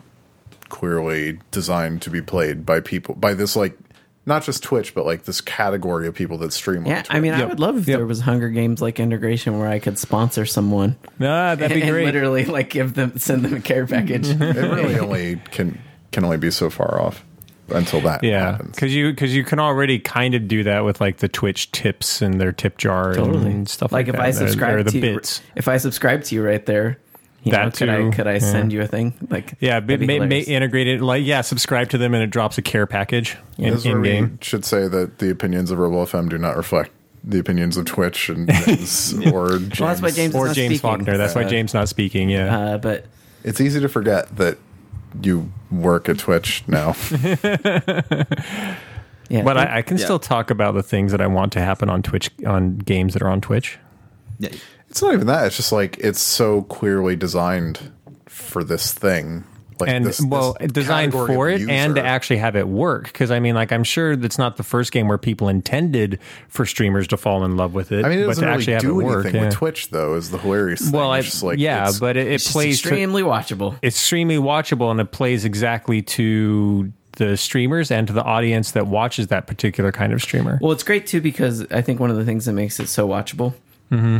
Speaker 3: clearly designed to be played by people by this like not just Twitch, but like this category of people that stream. on
Speaker 2: Yeah,
Speaker 3: Twitch.
Speaker 2: I mean, I
Speaker 4: Yep.
Speaker 2: would love if
Speaker 4: Yep.
Speaker 2: there was Hunger Games like integration where I could sponsor someone
Speaker 4: Ah, that'd be
Speaker 2: and
Speaker 4: great. Mm-hmm.
Speaker 2: literally like give them send them a care package.
Speaker 3: it really only can can only be so far off until that
Speaker 4: yeah,
Speaker 3: happens.
Speaker 4: because you because you can already kind of do that with like the Twitch tips and their tip jar and stuff like,
Speaker 2: Like, if
Speaker 4: that.
Speaker 2: I
Speaker 4: They're-
Speaker 2: subscribe
Speaker 4: they're the
Speaker 2: to
Speaker 4: bits.
Speaker 2: if I subscribe to you right there, you
Speaker 4: That
Speaker 2: know, could I
Speaker 4: too,
Speaker 2: could I
Speaker 4: yeah.
Speaker 2: send you a thing like
Speaker 4: Yeah,
Speaker 2: that'd be
Speaker 4: may, may, may
Speaker 2: hilarious.
Speaker 4: integrate it like yeah, subscribe to them and it drops a care package in,
Speaker 3: This is where
Speaker 4: in
Speaker 3: we
Speaker 4: game.
Speaker 3: should say that the opinions of Rebel FM do not reflect the opinions of Twitch and or James.
Speaker 2: Well, that's why James is
Speaker 4: Or
Speaker 2: not
Speaker 4: James
Speaker 2: speaking,
Speaker 4: Faulkner. That's why
Speaker 3: Uh,
Speaker 2: so,
Speaker 4: James not speaking. Yeah,
Speaker 2: Uh, but
Speaker 3: It's easy to forget that you work at Twitch now.
Speaker 2: yeah,
Speaker 4: but I, I can
Speaker 5: Yeah.
Speaker 4: still talk about the things that I want to happen on Twitch on games that are on Twitch.
Speaker 5: Yeah.
Speaker 3: it's not even that. It's just like it's so clearly designed for this thing. Like
Speaker 4: and
Speaker 3: this-
Speaker 4: well
Speaker 3: this
Speaker 4: designed
Speaker 3: category
Speaker 4: for
Speaker 3: of
Speaker 4: it and to
Speaker 3: user.
Speaker 4: actually have it work because i mean like i'm sure that's not the first game where people intended for streamers to fall in love with it
Speaker 3: I mean, it
Speaker 4: but
Speaker 3: doesn't
Speaker 4: to
Speaker 3: really
Speaker 4: actually have
Speaker 3: do
Speaker 4: it work
Speaker 3: anything
Speaker 4: yeah.
Speaker 3: with Twitch though. Is the hilarious thing.
Speaker 4: well I,
Speaker 3: It's just like
Speaker 4: yeah
Speaker 3: it's-
Speaker 4: but it, it
Speaker 2: it's
Speaker 4: plays to,
Speaker 2: extremely watchable.
Speaker 4: extremely watchable and it plays exactly to the streamers and to the audience that watches that particular kind of streamer
Speaker 2: Well, it's great too because I think one of the things that makes it so watchable
Speaker 4: Mm-hmm.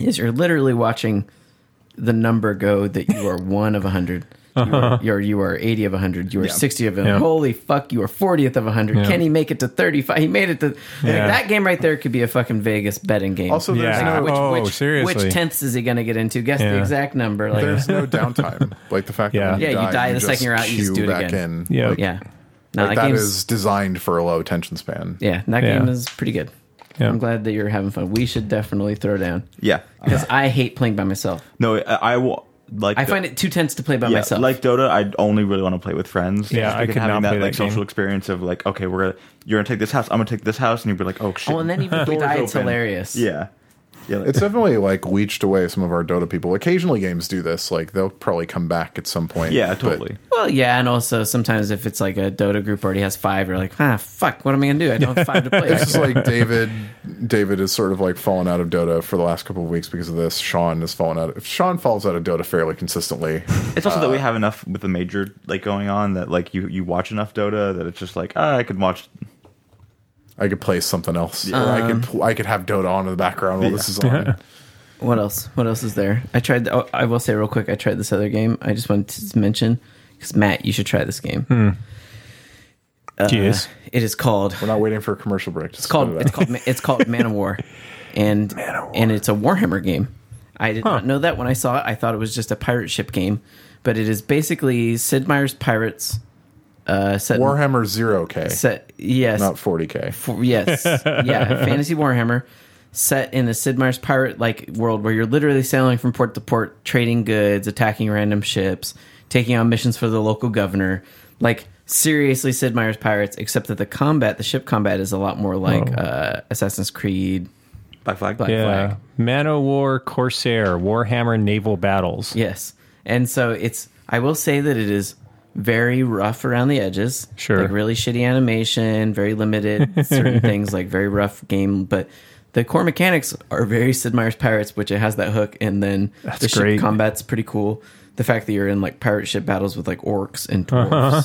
Speaker 2: is you're literally watching the number go that you are one of a 100 You, are, you're, you are 80 of a 100. You are 60 of a 100.
Speaker 4: Uh-huh. Yeah.
Speaker 2: Holy fuck, you are 40th of a 100.
Speaker 4: Yeah.
Speaker 2: Can he make it to 35? He made it to. like,
Speaker 4: Yeah.
Speaker 2: that game right there could be a fucking Vegas betting game. Ah,
Speaker 3: also there's
Speaker 4: Yeah.
Speaker 3: no
Speaker 4: Which- Oh,
Speaker 2: which,
Speaker 4: seriously.
Speaker 2: Which tenths is he going to get into? Guess the
Speaker 4: Yeah.
Speaker 2: exact number. Like,
Speaker 3: there's no downtime. Like the fact
Speaker 4: Yeah.
Speaker 3: that when
Speaker 2: yeah, you die the
Speaker 3: just
Speaker 2: second you're out, you just
Speaker 3: queue
Speaker 2: do it
Speaker 3: back
Speaker 2: again.
Speaker 3: in.
Speaker 4: yeah
Speaker 2: Yeah. No,
Speaker 3: Like,
Speaker 2: that
Speaker 3: that
Speaker 2: game's,
Speaker 3: is designed for a low attention span.
Speaker 2: yeah, that
Speaker 4: Yeah.
Speaker 2: game is pretty good.
Speaker 4: Yeah.
Speaker 2: I'm glad that you're having fun. We should definitely throw down.
Speaker 5: Yeah.
Speaker 2: because I hate playing by myself.
Speaker 5: No, I, I will. like
Speaker 2: I
Speaker 5: the-
Speaker 2: find it too tense to play by
Speaker 5: yeah,
Speaker 2: myself.
Speaker 5: Like Dota, I only really want to play with friends.
Speaker 4: Yeah,
Speaker 5: Just
Speaker 4: I
Speaker 5: because
Speaker 4: could
Speaker 5: having
Speaker 4: not
Speaker 5: that
Speaker 4: play
Speaker 5: like
Speaker 4: that
Speaker 5: social
Speaker 4: game.
Speaker 5: experience of like, okay, we're gonna you're gonna take this house, I'm gonna take this house, and you'd be like, oh shit.
Speaker 2: oh, and then even if we
Speaker 5: door's
Speaker 2: die, it's
Speaker 5: open.
Speaker 2: hilarious.
Speaker 5: Yeah, yeah. Like,
Speaker 3: It's definitely like leached away some of our Dota people. Occasionally, games do this. Like they'll probably come back at some point.
Speaker 5: yeah,
Speaker 3: but-
Speaker 5: totally.
Speaker 2: Well, yeah, and also sometimes if it's like a Dota group already has five, you're like, ah, fuck, what am I gonna do? I don't have five to play.
Speaker 3: This is like David. David is sort of like fallen out of Dota for the last couple of weeks because of this. Sean has fallen out. If Sean falls out of Dota fairly consistently,
Speaker 5: It's also that we have enough with the major like going on that like you you watch enough Dota that it's just like ah, I could watch.
Speaker 3: I could play something else. or I
Speaker 2: Um,
Speaker 3: could pl- I could have Dota on in the background while this is on.
Speaker 2: What else? What else is there? I tried. Oh, I will say real quick. I tried this other game. I just wanted to mention because Matt, you should try this game.
Speaker 5: Hmm.
Speaker 2: Uh,
Speaker 4: Yes.
Speaker 2: it is called.
Speaker 3: We're not waiting for a commercial break. It's
Speaker 2: Called it's called Ma- it's called Man of War, and and it's a Warhammer game. I did not know that when I saw it. I thought it was just a pirate ship game, but it is basically Sid Meier's pirates. Uh, set
Speaker 3: Warhammer Zero K,
Speaker 2: set yes
Speaker 3: not forty K.
Speaker 2: for- yes, yeah, fantasy Warhammer set in a Sid Meier's pirate like world where you're literally sailing from port to port, trading goods, attacking random ships, taking on missions for the local governor. Like seriously, Sid Meier's pirates, except that the combat, the ship combat, is a lot more like uh, Assassin's Creed.
Speaker 5: Black Flag.
Speaker 2: Black-
Speaker 4: Yeah.
Speaker 2: flag.
Speaker 4: Man o' War, Corsair, Warhammer Naval Battles.
Speaker 2: Yes, and so it's. I will say that it is very rough around the edges.
Speaker 4: Sure.
Speaker 2: like really shitty animation, very limited certain things, like very rough game. But the core mechanics are very Sid Meier's Pirates, which it has that hook, and then the ship
Speaker 4: great.
Speaker 2: combat's pretty cool. The fact that you're in like pirate ship battles with like orcs and dwarves
Speaker 4: Uh-huh.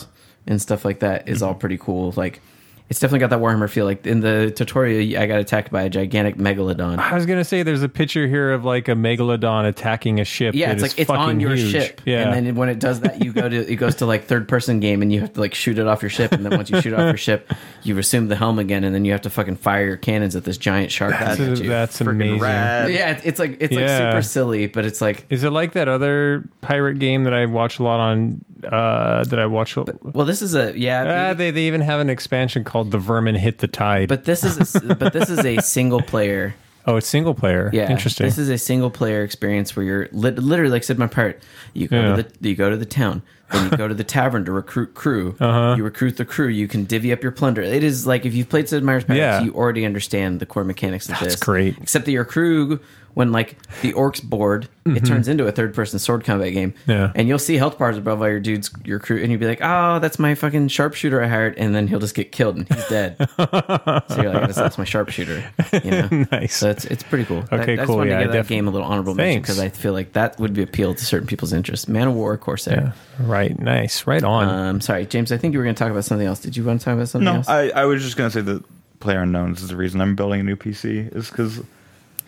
Speaker 2: and stuff like that is
Speaker 4: Mm-hmm.
Speaker 2: all pretty cool. Like. It's definitely got that Warhammer feel. Like in the tutorial, I got attacked by a gigantic megalodon.
Speaker 4: I was gonna say there's a picture here of like a megalodon attacking a ship.
Speaker 2: Yeah,
Speaker 4: that
Speaker 2: it's
Speaker 4: is
Speaker 2: like it's on
Speaker 4: fucking
Speaker 2: your
Speaker 4: huge.
Speaker 2: ship.
Speaker 4: Yeah,
Speaker 2: And then when it does that, you go to it goes to like third person game and you have to like shoot it off your ship and then once you shoot it off your ship, you resume the helm again and then you have to fucking fire your cannons at this giant shark that's,
Speaker 4: that's,
Speaker 2: at you.
Speaker 4: that's
Speaker 5: Freaking
Speaker 4: amazing.
Speaker 5: rad.
Speaker 2: yeah, it's- it's like it's
Speaker 4: Yeah.
Speaker 2: like super silly, but it's like
Speaker 4: Is it like that other pirate game that I watch a lot on? Uh, that I watch.
Speaker 2: well, this is a yeah,
Speaker 4: Ah, they they even have an expansion called "The Vermin Hit the Tide."
Speaker 2: but this is a, but this is a single player
Speaker 4: oh, it's single player.
Speaker 2: Yeah,
Speaker 4: interesting.
Speaker 2: This is a single player experience where you're lit literally, like I said, my pirate. You go
Speaker 4: Yeah.
Speaker 2: to the you go to the town, then you go to the tavern to recruit crew.
Speaker 4: Uh-huh.
Speaker 2: You recruit the crew. You can divvy up your plunder. It is like if you've played Sid Meier's Pirates,
Speaker 4: Yeah.
Speaker 2: you already understand the core mechanics of
Speaker 4: That's
Speaker 2: this.
Speaker 4: great.
Speaker 2: Except that your crew, when like the orcs board, it turns into a third person sword combat game.
Speaker 4: Mm-hmm. Yeah.
Speaker 2: and you'll see health bars above all your dudes, your crew, and you'll be like, "Oh, that's my fucking sharpshooter I hired," and then he'll just get killed and he's dead. so you're like, "That's- "That's my sharpshooter," you know.
Speaker 4: nice.
Speaker 2: So it's it's pretty cool. I,
Speaker 4: Okay,
Speaker 2: I just
Speaker 4: cool.
Speaker 2: wanted
Speaker 4: Yeah,
Speaker 2: to
Speaker 4: I
Speaker 2: give that
Speaker 4: definitely-
Speaker 2: game a little honorable mention
Speaker 4: Thanks.
Speaker 2: because I feel like that would be appeal to certain people's interests. Man of War, Corsair.
Speaker 4: right. Nice. Right on.
Speaker 3: Uh,
Speaker 2: Um, sorry, James. I think you were going to talk about something else. Did you want to talk about something
Speaker 5: No,
Speaker 2: else?
Speaker 5: I, I was just gonna say that Player Unknowns is the reason I'm building a new PC is because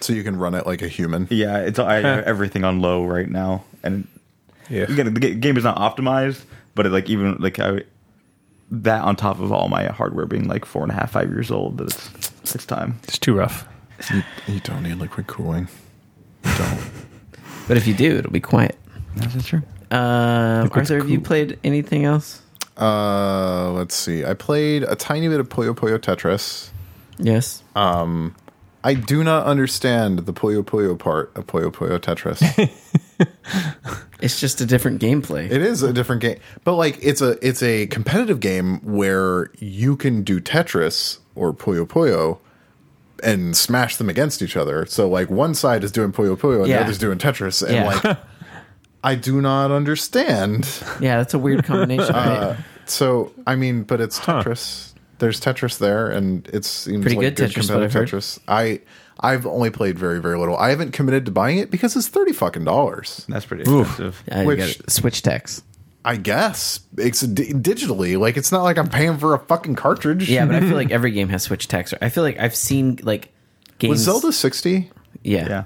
Speaker 3: So you can run it like a human.
Speaker 5: yeah, it's I have everything on low right now, and
Speaker 3: Yeah.
Speaker 5: again, the ga- game is not optimized, but it, like even like I, that on top of all my hardware being like four and a half, five years old, that it's it's time.
Speaker 4: it's too rough.
Speaker 3: You, you don't need liquid cooling. You don't.
Speaker 2: but if you do, it'll be quiet.
Speaker 5: That's true.
Speaker 2: Um,
Speaker 4: what's
Speaker 2: Arthur, have you
Speaker 4: cool.
Speaker 2: played anything else?
Speaker 3: Uh, let's see. I played a tiny bit of Puyo Puyo Tetris.
Speaker 2: Yes.
Speaker 3: I do not understand the Puyo Puyo part of Puyo Puyo Tetris.
Speaker 2: it's just a different gameplay.
Speaker 3: it is a different game, but like it's a it's a competitive game where you can do Tetris or Puyo Puyo and smash them against each other. So like one side is doing Puyo Puyo and
Speaker 2: Yeah.
Speaker 3: the other's doing Tetris, and
Speaker 2: Yeah.
Speaker 3: like I do not understand.
Speaker 2: yeah, that's a weird combination. right?
Speaker 3: Uh, so I mean, but it's Tetris. There's Tetris there, and it seems
Speaker 2: Pretty
Speaker 3: like
Speaker 2: good Tetris, what I've heard.
Speaker 3: Tetris. I I've only played very very little. I haven't committed to buying it because it's thirty fucking dollars.
Speaker 5: That's pretty expensive.
Speaker 2: Uh, you
Speaker 3: which-
Speaker 2: gotta- switch text.
Speaker 3: I guess it's d- digitally. Like it's not like I'm paying for a fucking cartridge.
Speaker 2: Yeah, but I feel like every game has switch text. I feel like I've seen like games.
Speaker 3: was Zelda sixty?
Speaker 2: Yeah.
Speaker 5: Yeah,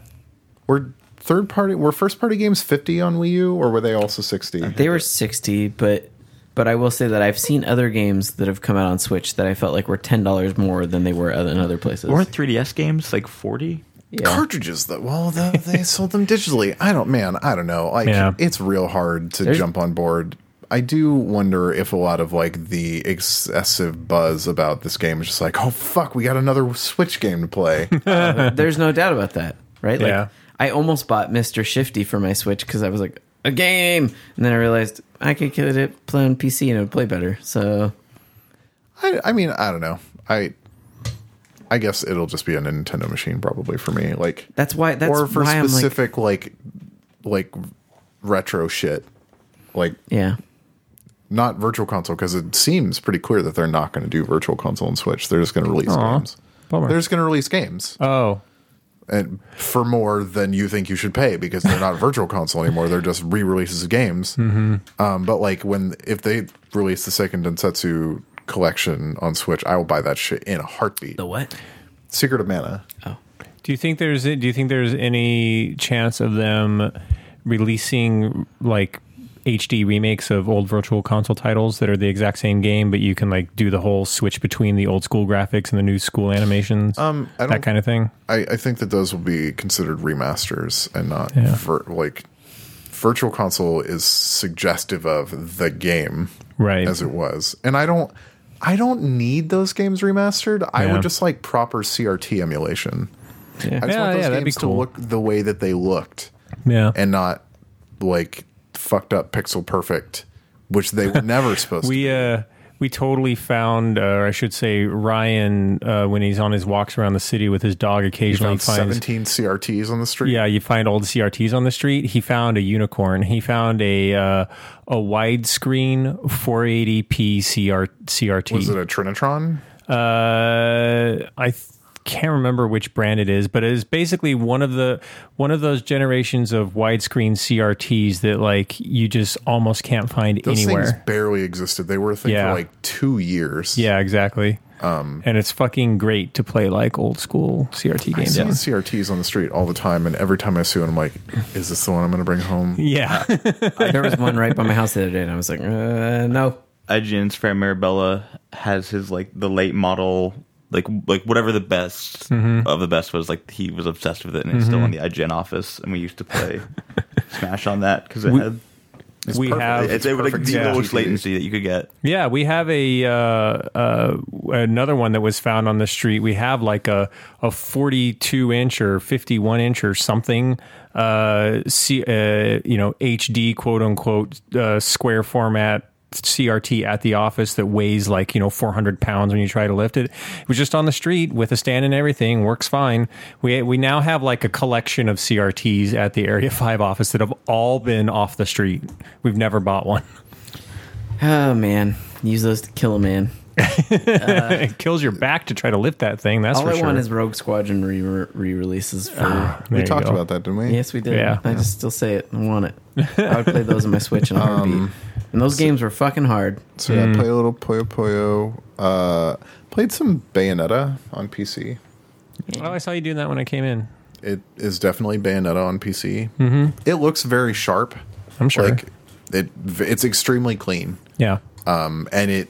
Speaker 3: Were third party? Were first party games fifty on Wii U, or were they also sixty?
Speaker 2: They were sixty, but but I will say that I've seen other games that have come out on Switch that I felt like were ten dollars more than they were other- in other places.
Speaker 5: weren't 3DS games like forty?
Speaker 2: Yeah.
Speaker 3: Cartridges though. Well, the, they sold them digitally. I don't, man. I don't know. Like,
Speaker 4: Yeah.
Speaker 3: it's real hard to jump on board. I do wonder if a lot of like the excessive buzz about this game is just like, oh fuck, we got another Switch game to play.
Speaker 2: There's no doubt about that, right? Like
Speaker 4: Yeah.
Speaker 2: I almost bought Mr. Shifty for my Switch because I was like, a game, and then I realized I could get it play on PC and it would play better. So
Speaker 3: I, I mean, I don't know. I I guess it'll just be a Nintendo machine probably for me. Like
Speaker 2: that's why that's
Speaker 3: or for
Speaker 2: why I'm like,
Speaker 3: specific like, like retro shit. Like
Speaker 2: yeah,
Speaker 3: not virtual console because it seems pretty clear that they're not going to do virtual console and Switch. They're just going to release
Speaker 4: Aw.
Speaker 3: games.
Speaker 4: Bummer.
Speaker 3: They're just going to release games
Speaker 4: oh,
Speaker 3: and for more than you think you should pay because they're not virtual console anymore. They're just re-releases of games.
Speaker 4: Mm-hmm.
Speaker 3: Um, but like when if they release the second Densetsu collection on Switch, I will buy that shit in a heartbeat.
Speaker 2: the what?
Speaker 3: Secret of Mana.
Speaker 4: do you think there's do you think there's any chance of them releasing like HD remakes of old Virtual Console titles that are the exact same game, but you can like do the whole switch between the old school graphics and the new school animations, um,
Speaker 3: I
Speaker 4: that
Speaker 3: don't-
Speaker 4: kind of thing?
Speaker 3: I, I think that those will be considered remasters and not vir- like virtual console is suggestive of the game
Speaker 4: Right.
Speaker 3: as it was and i don't i don't need those games remastered i
Speaker 4: Yeah.
Speaker 3: would just like proper crt emulation i just
Speaker 4: Yeah,
Speaker 3: want those
Speaker 4: yeah, that'd be
Speaker 3: games
Speaker 4: cool.
Speaker 3: to look the way that they looked
Speaker 4: yeah.
Speaker 3: and not like fucked up pixel perfect which they were never supposed to
Speaker 4: We uh we totally found, uh, or I should say, Ryan uh, when he's on his walks around the city with his dog. Occasionally
Speaker 3: found
Speaker 4: finds
Speaker 3: 17 crts on the street
Speaker 4: yeah, you find old CRTs on the street. He found a unicorn. He found a uh, a widescreen 480p CR- CRT.
Speaker 3: was it a trinitron
Speaker 4: Uh, I th- can't remember which brand it is, but it is basically one of the one of those generations of widescreen CRTs that like you just almost can't find
Speaker 3: those
Speaker 4: anywhere.
Speaker 3: things barely existed they were a thing
Speaker 4: Yeah.
Speaker 3: for like two years
Speaker 4: Yeah, exactly.
Speaker 3: Um,
Speaker 4: and it's fucking great to play like old school CRT games.
Speaker 3: seeing CRTs on the street all the time, and every time I see one, I'm like, "Is this the one I'm going to bring home?"
Speaker 4: Yeah.
Speaker 2: there was one right by my house the other day, and I was like, uh, no.
Speaker 5: IGN's Fran Mirabella has his like the late model like like whatever the best
Speaker 3: Mm-hmm.
Speaker 5: of the best was like he was obsessed with it and it's still in the IGN office and we used to play Smash on that because it had
Speaker 4: we
Speaker 3: perfect.
Speaker 4: have
Speaker 5: it's, it was like
Speaker 3: perfect
Speaker 5: the
Speaker 4: CRT.
Speaker 5: lowest latency that you could get.
Speaker 4: yeah, we have a uh, uh, another one that was found on the street. We have like a a 42 inch or 51 inch or something uh, C, uh you know HD quote unquote uh, square format CRT at the office that weighs like you know 400 pounds when you try to lift it. It was just on the street with a stand and everything. Works fine. We we now have like a collection of CRTs at the Area Five office that have all been off the street. We've never bought one.
Speaker 2: Oh man, use those to kill a man.
Speaker 4: it kills your back to try to lift that thing. That's
Speaker 2: All
Speaker 4: for
Speaker 2: I
Speaker 4: sure.
Speaker 2: want is Rogue Squadron re releases. For
Speaker 4: There
Speaker 3: We
Speaker 4: you
Speaker 3: talked
Speaker 4: go.
Speaker 3: about that, didn't we?
Speaker 2: yes, we did.
Speaker 4: Yeah.
Speaker 2: I just still say it. I want it. I would play those on my Switch in a heartbeat.
Speaker 3: Um,
Speaker 2: and those games were fucking hard.
Speaker 3: So
Speaker 4: Hmm.
Speaker 3: yeah, play a little Puyo Puyo. Uh, played some Bayonetta on PC.
Speaker 4: Oh, I saw you doing that when I came in.
Speaker 3: It is definitely Bayonetta on PC. Mm-hmm. It looks very sharp.
Speaker 4: I'm sure.
Speaker 3: Like it, it's extremely clean.
Speaker 4: Yeah.
Speaker 3: Um, and it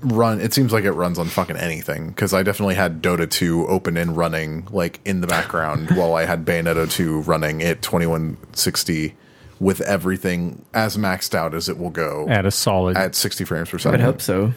Speaker 3: run. It seems like it runs on fucking anything because I definitely had Dota 2 open and running like in the background while I had Bayonetta 2 running at 2160 with everything as maxed out as it will go
Speaker 4: At a solid.
Speaker 3: at 60 frames per
Speaker 2: I'd
Speaker 3: second.
Speaker 2: hope so.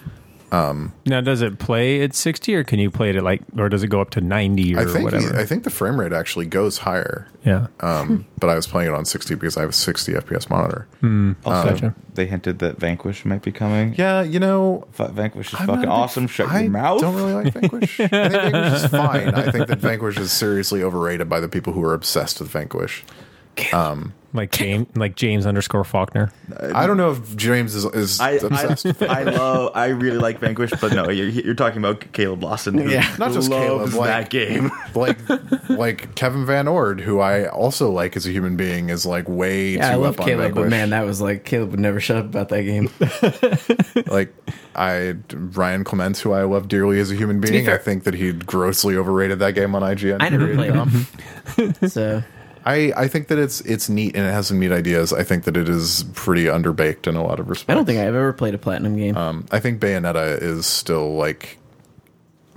Speaker 4: now, does it play at 60 or can you play it at like, or does it go up to 90 or
Speaker 3: I think
Speaker 4: whatever?
Speaker 3: I think the frame rate actually goes higher.
Speaker 4: yeah.
Speaker 3: Um, but I was playing it on 60 because I have a 60 FPS monitor.
Speaker 2: Hmm.
Speaker 5: Also,
Speaker 4: Gotcha.
Speaker 5: they hinted that Vanquish might be coming.
Speaker 3: Yeah, you know,
Speaker 5: Fu- Vanquish is
Speaker 3: I'm not a
Speaker 5: fucking
Speaker 3: big-
Speaker 5: awesome. Shut
Speaker 3: I
Speaker 5: your mouth.
Speaker 3: don't really like Vanquish. I think Vanquish is fine. I think that Vanquish is seriously overrated by the people who are obsessed with Vanquish.
Speaker 4: like James, like James underscore Faulkner.
Speaker 3: I don't know if James is, is
Speaker 5: I,
Speaker 3: obsessed.
Speaker 5: I, I love I really like Vanquish, but no, you're, you're talking about Caleb Lawson. Who
Speaker 2: Yeah.
Speaker 3: Not just Caleb,
Speaker 5: loves
Speaker 3: like-
Speaker 5: that game.
Speaker 3: like like Kevin Van Ord, who I also like as a human being, is like way
Speaker 2: Yeah,
Speaker 3: too
Speaker 2: I love
Speaker 3: up on
Speaker 2: Caleb,
Speaker 3: Vanquish.
Speaker 2: but man, that was like Caleb would never shut up about that game.
Speaker 3: like I Ryan Clements, who I love dearly as a human being, I
Speaker 2: fair-
Speaker 3: think that he grossly overrated that game on IGN.
Speaker 2: I never
Speaker 3: period.
Speaker 2: played it. so
Speaker 3: I, I think that it's it's neat and it has some neat ideas. I think that it is pretty underbaked in a lot of respects.
Speaker 2: I don't think I've ever played a platinum game.
Speaker 3: Um, I think Bayonetta is still like,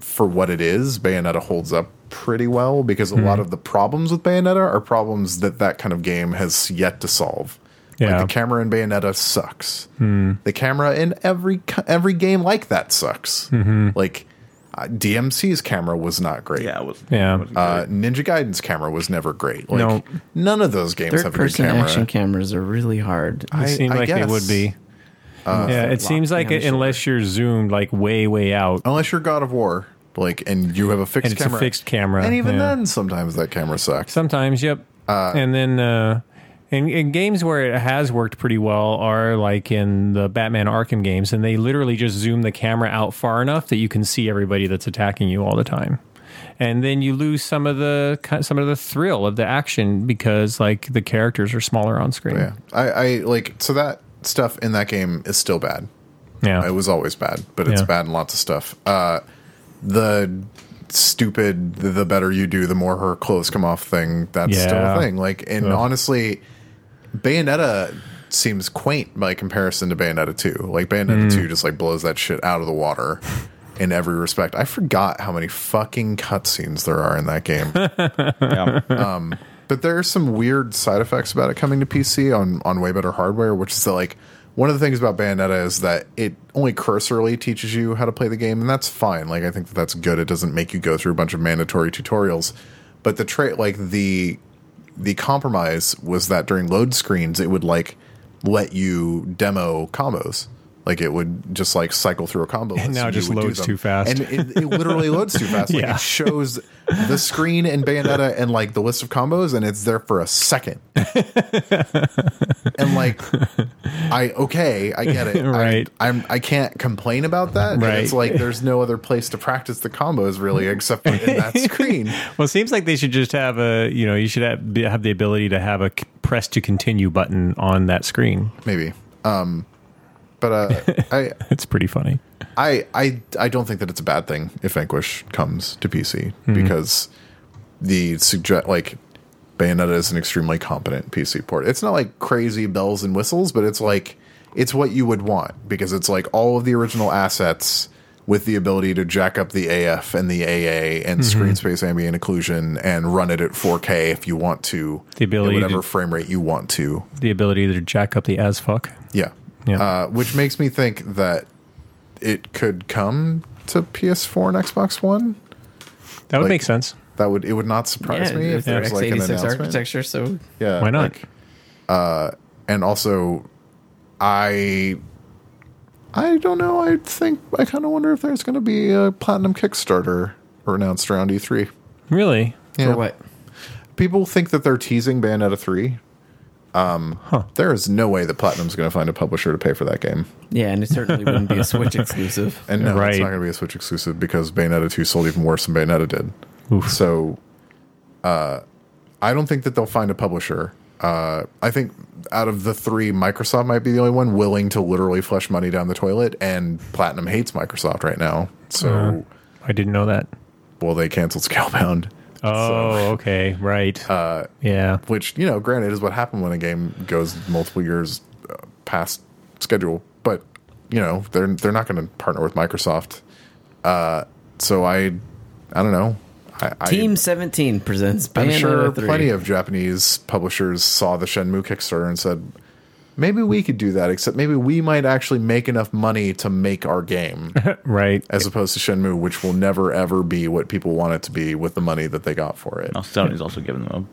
Speaker 3: for what it is, Bayonetta holds up pretty well because a lot
Speaker 4: Hmm.
Speaker 3: of the problems with Bayonetta are problems that that kind of game has yet to solve.
Speaker 4: Yeah. Hmm.
Speaker 3: Like the camera in Bayonetta
Speaker 4: Mm-hmm.
Speaker 3: sucks. The camera in every ki- every game like that sucks. Like Uh, DMC's camera was not great.
Speaker 5: Yeah, it was.
Speaker 4: Yeah.
Speaker 5: it wasn't
Speaker 3: Uh,
Speaker 5: great.
Speaker 3: Ninja Gaiden's camera was never great. Like
Speaker 4: No.
Speaker 3: none of those games
Speaker 2: Third
Speaker 3: have a good
Speaker 2: person
Speaker 3: camera.
Speaker 2: action cameras are really hard.
Speaker 3: I-
Speaker 4: It seemed
Speaker 3: I
Speaker 4: like they
Speaker 3: guess. Uh,
Speaker 4: would be. yeah, it seems like
Speaker 2: yeah,
Speaker 4: it,
Speaker 2: sure.
Speaker 4: unless you're zoomed like way way out
Speaker 3: Unless you're God of War, like, and you have a fixed
Speaker 4: and it's
Speaker 3: Oh, camera.
Speaker 4: a fixed camera.
Speaker 3: And even
Speaker 4: yeah.
Speaker 3: then, sometimes that camera sucks.
Speaker 4: sometimes, yep. and then uh, in, in games where it has worked pretty well are like in the Batman Arkham games, and they literally just zoom the camera out far enough that you can see everybody that's attacking you all the time. And then you lose some of the some of the thrill of the action because like the characters are smaller on screen.
Speaker 3: Yeah, I, I like so that stuff in that game is still bad.
Speaker 4: yeah.
Speaker 3: It was always bad, but it's
Speaker 4: Yeah.
Speaker 3: bad in lots of stuff. Uh, the stupid, the- the better you do, the more her clothes come off thing. That's still
Speaker 4: Yeah.
Speaker 3: a thing. Like, and
Speaker 4: Ugh.
Speaker 3: honestly, Bayonetta seems quaint by comparison to Bayonetta two. Like Bayonetta
Speaker 4: Mm.
Speaker 3: two just like blows that shit out of the water. In every respect, I forgot how many fucking cutscenes there are in that game.
Speaker 5: Yeah.
Speaker 3: But there are some weird side effects about it coming to PC on on way better hardware, which is that like one of the things about Bayonetta is that it only cursorily teaches you how to play the game, and that's fine. Like I think that that's good. It doesn't make you go through a bunch of mandatory tutorials. But the trait, like the the compromise was that during load screens, it would like let you demo combos. Like it would just like cycle through a combo. list And
Speaker 4: now it
Speaker 3: you
Speaker 4: just
Speaker 3: would do
Speaker 4: loads
Speaker 3: them.
Speaker 4: too fast.
Speaker 3: And it, it literally loads too fast. Like
Speaker 4: Yeah.
Speaker 3: it shows the screen and Bayonetta and like the list of combos, and it's there for a second. and like, I okay, I get it.
Speaker 4: Right.
Speaker 3: I, I'm I can't complain about that. And It's
Speaker 4: Right.
Speaker 3: like there's no other place to practice the combos really except for in that screen.
Speaker 4: Well, it seems like they should just have a you know you should have, be- have the ability to have a c- press to continue button on that screen.
Speaker 3: Maybe. Um, but uh, I
Speaker 4: It's pretty funny.
Speaker 3: I, I I don't think that it's a bad thing if Vanquish comes to PC
Speaker 4: Hmm.
Speaker 3: because the suggest like Bayonetta is an extremely competent PC port. It's not like crazy bells and whistles, but it's like it's what you would want because it's like all of the original assets with the ability to jack up the AF and the AA and
Speaker 4: Mm-hmm.
Speaker 3: screen space ambient occlusion and run it at 4K if you want to,
Speaker 4: The ability
Speaker 3: at
Speaker 4: to-
Speaker 3: whatever frame rate you want to.
Speaker 4: The ability to jack up the as fuck.
Speaker 3: Yeah.
Speaker 4: Yeah.
Speaker 3: Uh, which makes me think that it could come to PS4 and Xbox One.
Speaker 4: That would
Speaker 3: Like-
Speaker 4: make sense.
Speaker 3: That would it would not
Speaker 2: Yeah,
Speaker 3: surprise me if
Speaker 2: it's
Speaker 3: there was like an
Speaker 2: x86
Speaker 3: announcement.
Speaker 2: architecture, so
Speaker 3: Yeah.
Speaker 4: Why not?
Speaker 3: like, and also, I I don't know. I think I kind of wonder if there's going to be a platinum Kickstarter or announced around E E3.
Speaker 4: really?
Speaker 3: Yeah.
Speaker 2: for what?
Speaker 3: People think that they're teasing Bayonetta three. Um, there is no way that Platinum's going to find a publisher to pay for that game.
Speaker 2: Yeah, and it certainly wouldn't be a Switch exclusive.
Speaker 3: And no, it's
Speaker 4: Right.
Speaker 3: not going to be a Switch exclusive because Bayonetta 2 sold even worse than Bayonetta did. So, uh, I don't think that they'll find a publisher. Uh, I think out of the three, Microsoft might be the only one willing to literally flush money down the toilet, and Platinum hates Microsoft right now. So,
Speaker 4: I didn't know that.
Speaker 3: well, they canceled Scalebound,
Speaker 4: Oh, okay, right. Uh, yeah,
Speaker 3: which, you know, granted, is what happened when a game goes multiple years uh, past schedule. But, you know, they're, they're not going to partner with Microsoft. Uh, so, I, I don't know. I, I-
Speaker 2: Team 17 presents
Speaker 3: I'm
Speaker 2: Bayonetta
Speaker 3: sure
Speaker 2: 3.
Speaker 3: plenty of Japanese publishers saw the Shenmue Kickstarter and said, maybe we could do that, except maybe we might actually make enough money to make our game,
Speaker 4: right.
Speaker 3: as opposed to Shenmue, which will never, ever be what people want it to be with the money that they got for it.
Speaker 5: Now, Sony's also giving them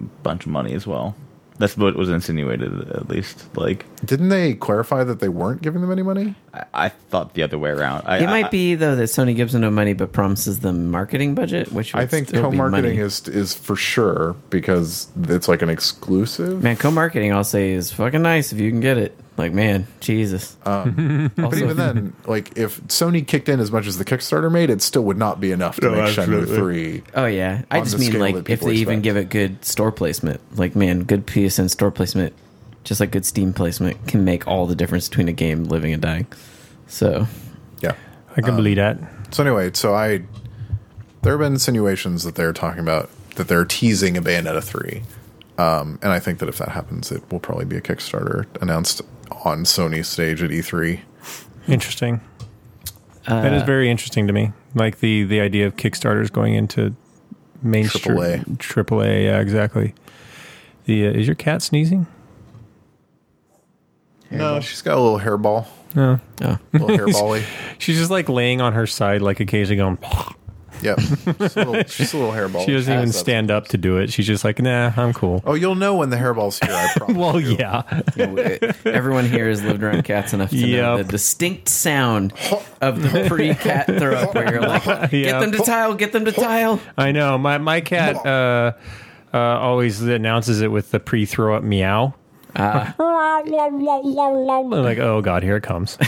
Speaker 5: a bunch of money as well. That's what was insinuated, at least. Like,
Speaker 3: Didn't they clarify that they weren't giving them any money?
Speaker 5: I, I thought the other way around. I,
Speaker 2: It
Speaker 5: I-
Speaker 2: might be though that Sony gives them no money but promises them marketing budget, which would
Speaker 3: I think
Speaker 2: still
Speaker 3: co
Speaker 2: be
Speaker 3: marketing
Speaker 2: money.
Speaker 3: is, is for sure because it's like an exclusive.
Speaker 2: man co-marketing. I'll say is fucking nice if you can get it. Like man, Jesus.
Speaker 3: Uh, But even then, like if Sony kicked in as much as the Kickstarter made, it still would not be enough to make Shenmue 3
Speaker 2: Oh yeah, I
Speaker 3: On
Speaker 2: just
Speaker 3: the
Speaker 2: mean
Speaker 3: scale
Speaker 2: like
Speaker 3: that
Speaker 2: if they
Speaker 3: people
Speaker 2: even
Speaker 3: expect.
Speaker 2: give it good store placement. Like man, good PSN store placement, just like good Steam placement, can make all the difference between a game living and dying. So
Speaker 3: Yeah.
Speaker 4: I can believe that.
Speaker 3: So anyway, so I there have been insinuations that they're talking about that they're teasing a Bayonetta three, um, and I think that if that happens, it will probably be a Kickstarter announced on Sony's stage at E three.
Speaker 4: Interesting. that
Speaker 2: uh,
Speaker 4: is very interesting to me. Like the the idea of Kickstarters going into mainstream
Speaker 3: AAA.
Speaker 4: Triple A. Yeah, exactly. The uh, is your cat sneezing?
Speaker 3: No, she's got a little hairball.
Speaker 2: Oh.
Speaker 3: A little hairbally.
Speaker 4: She's just like laying on her side, like occasionally going.
Speaker 3: Yep. She's a little, she's a little hairball.
Speaker 4: She doesn't even
Speaker 3: That's-
Speaker 4: stand up to do it. She's just like, nah, I'm cool.
Speaker 3: Oh, you'll know when the hairball's here, I promise.
Speaker 4: Well, yeah.
Speaker 2: Everyone here has lived around cats enough to know
Speaker 4: Yep.
Speaker 2: the distinct sound of the pre-cat throw up where you're like, get
Speaker 4: Yep.
Speaker 2: them to tile, get them to tile.
Speaker 4: I know. My my cat uh, uh, always announces it with the pre throw up meow. I'm like, oh god, here it comes.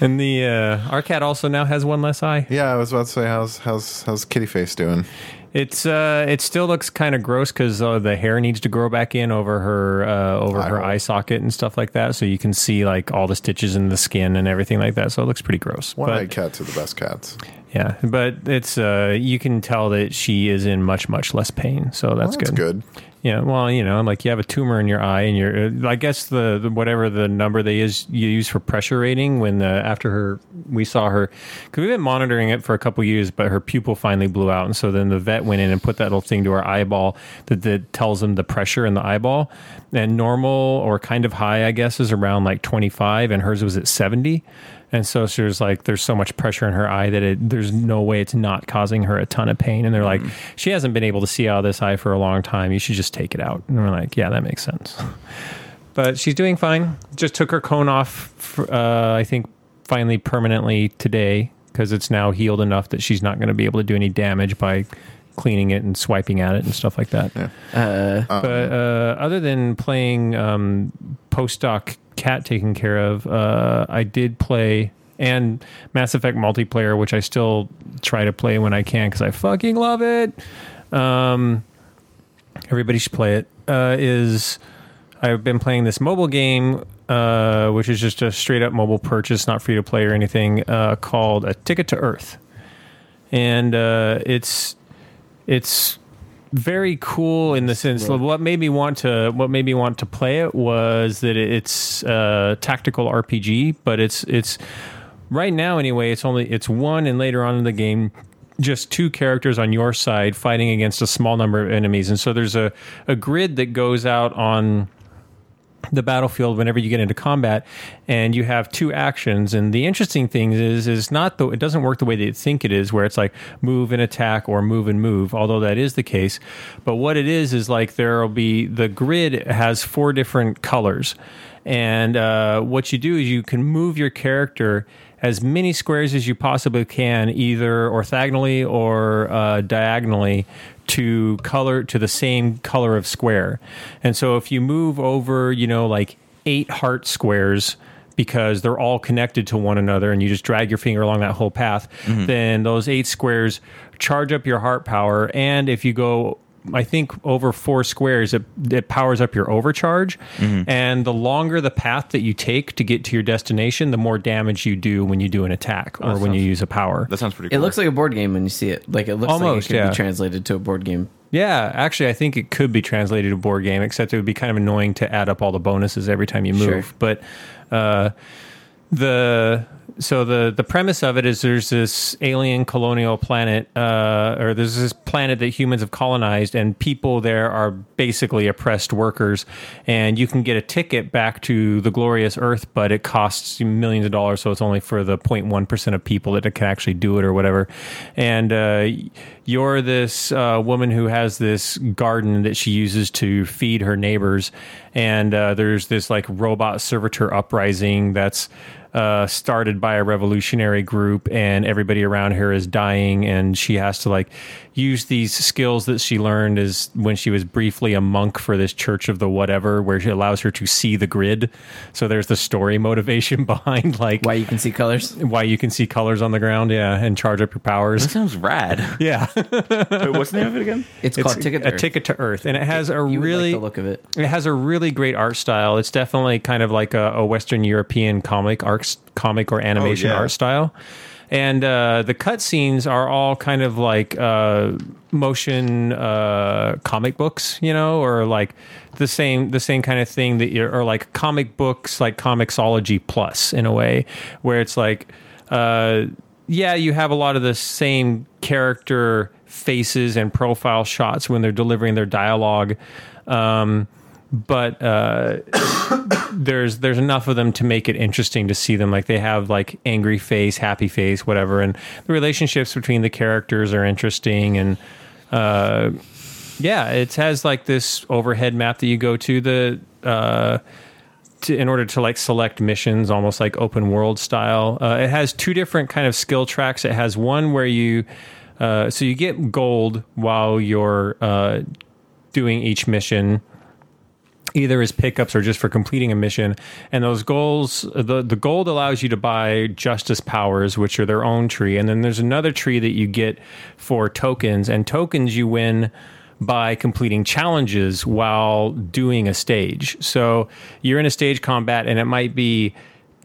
Speaker 4: and the uh, our cat also now has one less eye.
Speaker 3: yeah, I was about to say, how's how's how's Kitty Face doing?
Speaker 4: It's uh, it still looks kind of gross because uh, the hair needs to grow back in over her uh, over
Speaker 3: Eye
Speaker 4: her
Speaker 3: hole.
Speaker 4: eye socket and stuff like that. So you can see like all the stitches in the skin and everything like that. So it looks pretty gross.
Speaker 3: One eyed
Speaker 4: but
Speaker 3: cats are the best cats.
Speaker 4: yeah, but it's uh, you can tell that she is in much much less pain. So that's,
Speaker 3: That's good.
Speaker 4: Yeah, well, you know, like you have a tumor in your eye, and you're, uh, I guess the, the whatever the number they is you use for pressure rating when the, after her we saw her because we've been monitoring it for a couple years, but her pupil finally blew out, and so then the vet went in and put that little thing to her eyeball that, that tells them the pressure in the eyeball, and normal or kind of high, I guess, is around like twenty five, and hers was at seventy, and so she was like, there's so much pressure in her eye that it, there's no way it's not causing her a ton of pain. And they're like, she hasn't been able to see out of this eye for a long time. You should just take it out. And we're like, yeah, that makes sense. But she's doing fine. Just took her cone off, for, uh, I think, finally permanently today because it's now healed enough that she's not going to be able to do any damage by cleaning it and swiping at it and stuff like that. But uh, other than playing um, postdoc cat taken care of, uh, I did play and Mass Effect multiplayer, which I still try to play when I can because I fucking love it. Um, everybody should play it. Uh, is I've been playing this mobile game, uh, which is just a straight up mobile purchase, not free to play or anything, uh, called A Ticket to Earth, and uh, it's it's very cool in the sense. What made me want to what made me want to play it was that it's a tactical RPG, but it's it's right now anyway. It's only it's one, and later on in the game, just two characters on your side fighting against a small number of enemies, and so there's a a grid that goes out on the battlefield whenever you get into combat and you have two actions and the interesting thing is is not the it doesn't work the way they think it is where it's like move and attack or move and move although that is the case but what it is is like there'll be the grid has four different colors and uh, what you do is you can move your character as many squares as you possibly can, either orthogonally or uh, diagonally, to color to the same color of square. And so if you move over, you know, like eight heart squares because they're all connected to one another and you just drag your finger along that whole path, then those eight squares charge up your heart power. And if you go I think over four squares, it, it powers up your overcharge. And the longer the path that you take to get to your destination, the more damage you do when you do an attack or when you use a power.
Speaker 5: That sounds pretty.
Speaker 2: It
Speaker 5: cool.
Speaker 2: looks like a board game when you see it. Like it looks
Speaker 4: Almost,
Speaker 2: like it could
Speaker 4: yeah.
Speaker 2: be translated to a board game.
Speaker 4: Yeah, actually, I think it could be translated to board game, except it would be kind of annoying to add up all the bonuses every time you move.
Speaker 2: Sure.
Speaker 4: But uh, the so the the premise of it is there's this alien colonial planet, uh, or there's this planet that humans have colonized, and people there are basically oppressed workers. And you can get a ticket back to the glorious Earth, but it costs you millions of dollars, so it's only for the 0.1 percent of people that can actually do it or whatever. And uh, you're this uh, woman who has this garden that she uses to feed her neighbors, and uh, there's this like robot servitor uprising that's uh, started by a revolutionary group, and everybody around her is dying, and she has to like use these skills that she learned is when she was briefly a monk for this church of the whatever, where she allows her to see the grid. So there's the story motivation behind like
Speaker 2: Why you can see colors.
Speaker 4: why you can see colors on the ground, yeah, and charge up your powers.
Speaker 5: That sounds rad.
Speaker 4: Yeah,
Speaker 5: Wait, what's the name of it again?
Speaker 2: It's, called Ticket to
Speaker 4: a
Speaker 2: Earth.
Speaker 4: ticket to Earth, and it has a
Speaker 2: You would
Speaker 4: really
Speaker 2: like the look of it.
Speaker 4: it has a really great art style. It's definitely kind of like a, a Western European comic art, comic or animation
Speaker 5: yeah.
Speaker 4: art style. And uh, the cutscenes are all kind of like uh, motion uh, comic books, you know, or like the same the same kind of thing that you're, or like comic books, like comicsology plus in a way, where it's like, uh, yeah, you have a lot of the same character faces and profile shots when they're delivering their dialogue. Um, but uh, there's there's enough of them to make it interesting to see them. Like they have like angry face, happy face, whatever, and the relationships between the characters are interesting. And uh, yeah, it has like this overhead map that you go to the. Uh, to, in order to like select missions, almost like open world style. Uh, it has two different kind of skill tracks. It has one where you, uh, so you get gold while you're uh, doing each mission, either as pickups or just for completing a mission. And those goals, the the gold allows you to buy justice powers, which are their own tree. And then there's another tree that you get for tokens, and tokens you win by completing challenges while doing a stage. So you're in a stage combat, and it might be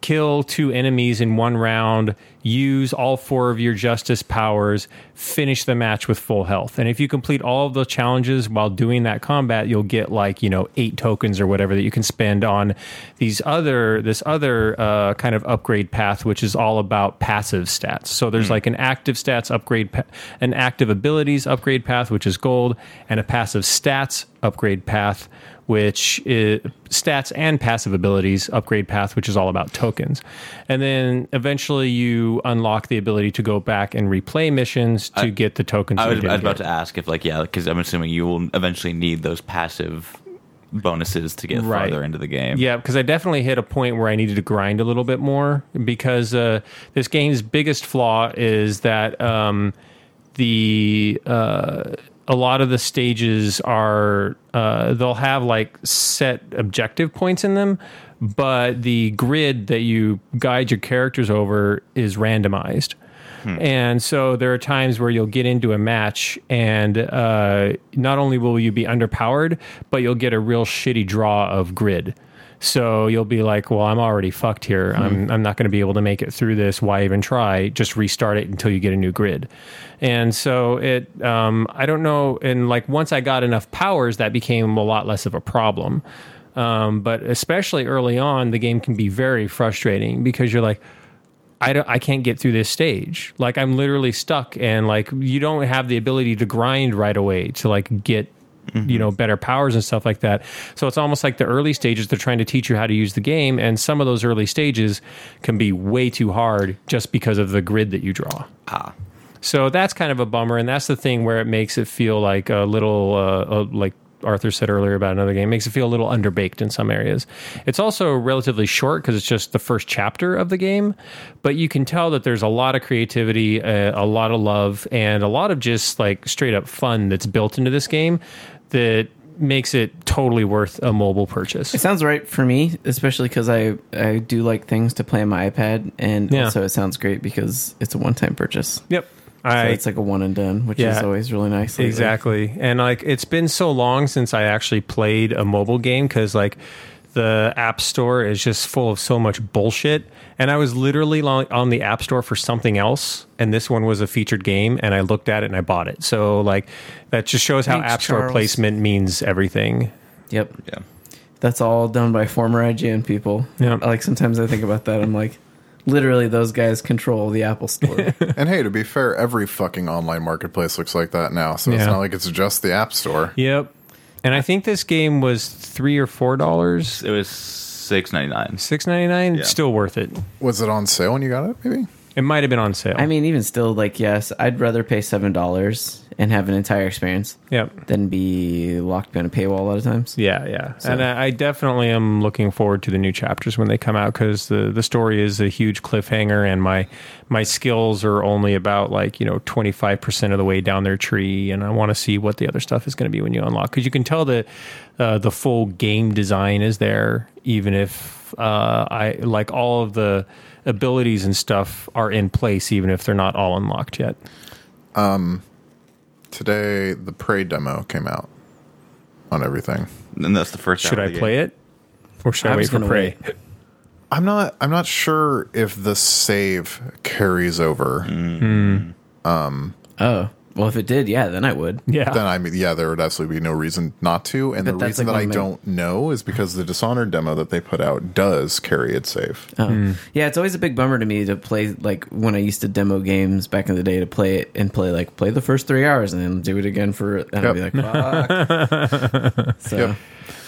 Speaker 4: kill two enemies in one round, use all four of your justice powers, finish the match with full health. And if you complete all of the challenges while doing that combat, you'll get like, you know, eight tokens or whatever that you can spend on these other this other uh, kind of upgrade path which is all about passive stats. So there's like an active stats upgrade pa- an active abilities upgrade path which is gold and a passive stats upgrade path which is stats and passive abilities upgrade path, which is all about tokens. And then eventually you unlock the ability to go back and replay missions to get the tokens.
Speaker 6: I
Speaker 4: that you
Speaker 6: was, I
Speaker 4: didn't
Speaker 6: was about
Speaker 4: get.
Speaker 6: to ask if, like, yeah, because I'm assuming you will eventually need those passive bonuses to get
Speaker 4: Right.
Speaker 6: farther into the game.
Speaker 4: Yeah, because I definitely hit a point where I needed to grind a little bit more because uh, this game's biggest flaw is that um, the uh, a lot of the stages are uh, they'll have like set objective points in them, but the grid that you guide your characters over is randomized. And so there are times where you'll get into a match, and uh, not only will you be underpowered, but you'll get a real shitty draw of grid. So you'll be like, "Well, I'm already fucked here. I'm I'm not going to be able to make it through this. Why even try? Just restart it until you get a new grid." And so it, um, I don't know. And like once I got enough powers, that became a lot less of a problem. Um, but especially early on, the game can be very frustrating because you're like, I don't, I can't get through this stage. Like I'm literally stuck, and like you don't have the ability to grind right away to like get you know better powers and stuff like that. So it's almost like the early stages they're trying to teach you how to use the game, and some of those early stages can be way too hard just because of the grid that you draw. So that's kind of a bummer, and that's the thing where it makes it feel like a little, uh, uh, like Arthur said earlier about another game, makes it feel a little underbaked in some areas. It's also relatively short because it's just the first chapter of the game, but you can tell that there's a lot of creativity, uh, a lot of love, and a lot of just like straight up fun that's built into this game that makes it totally worth a mobile purchase.
Speaker 2: It sounds right for me, especially because I, I do like things to play on my iPad, and
Speaker 4: Yeah.
Speaker 2: also it sounds great because it's a one time purchase. So
Speaker 4: Yep. I,
Speaker 2: it's like a one and done, which
Speaker 4: Yeah.
Speaker 2: is always really nice. lately.
Speaker 4: Exactly. And like it's been so long since I actually played a mobile game cuz like the App Store is just full of so much bullshit and I was literally lo- on the App Store for something else and this one was a featured game and I looked at it and I bought it. So like that just shows how
Speaker 2: Thanks,
Speaker 4: App Store
Speaker 2: Charles.
Speaker 4: placement means everything.
Speaker 2: Yep.
Speaker 6: Yeah.
Speaker 2: That's all done by former IGN people.
Speaker 4: Yep.
Speaker 2: Like sometimes I think about that. I'm like, literally, those guys control the Apple Store.
Speaker 3: And hey, to be fair, every fucking online marketplace looks like that now. So it's
Speaker 4: Yeah.
Speaker 3: not like it's just the App Store.
Speaker 4: Yep. And I think this game was 3 or 4 dollars.
Speaker 6: It was six ninety nine.
Speaker 4: 6.99
Speaker 6: Yeah.
Speaker 4: still worth it.
Speaker 3: Was it on sale when you got it? Maybe.
Speaker 4: It might have been on sale.
Speaker 2: I mean, even still, like, yes, I'd rather pay seven dollars and have an entire experience
Speaker 4: yep.
Speaker 2: than be locked behind a paywall a lot of times.
Speaker 4: Yeah, yeah. And I, I definitely am looking forward to the new chapters when they come out because the, the story is a huge cliffhanger, and my my skills are only about like you know twenty five percent of the way down their tree, and I want to see what the other stuff is going to be when you unlock because you can tell that uh, the full game design is there, even if uh, I like all of the abilities and stuff are in place, even if they're not all unlocked yet.
Speaker 3: Today, the Prey demo came out on everything.
Speaker 5: And that's the first.
Speaker 4: Should I play it, or should i
Speaker 2: I'm
Speaker 4: wait
Speaker 2: just
Speaker 4: for
Speaker 2: gonna
Speaker 4: prey?
Speaker 3: I'm not. I'm not sure if the save carries over.
Speaker 2: Oh, Well, if it did, yeah, then I would.
Speaker 4: Yeah.
Speaker 3: Then I mean, yeah, there would absolutely be no reason not to. And
Speaker 2: But
Speaker 3: the
Speaker 2: that's
Speaker 3: reason
Speaker 2: like
Speaker 3: that I
Speaker 2: one min-
Speaker 3: don't know is because the Dishonored demo that they put out does carry it safe.
Speaker 2: Oh. Yeah, it's always a big bummer to me to play like when I used to demo games back in the day to play it and play like play the first three hours and then do it again for and I'd be
Speaker 3: Yep.
Speaker 2: like, fuck. so
Speaker 3: Yep.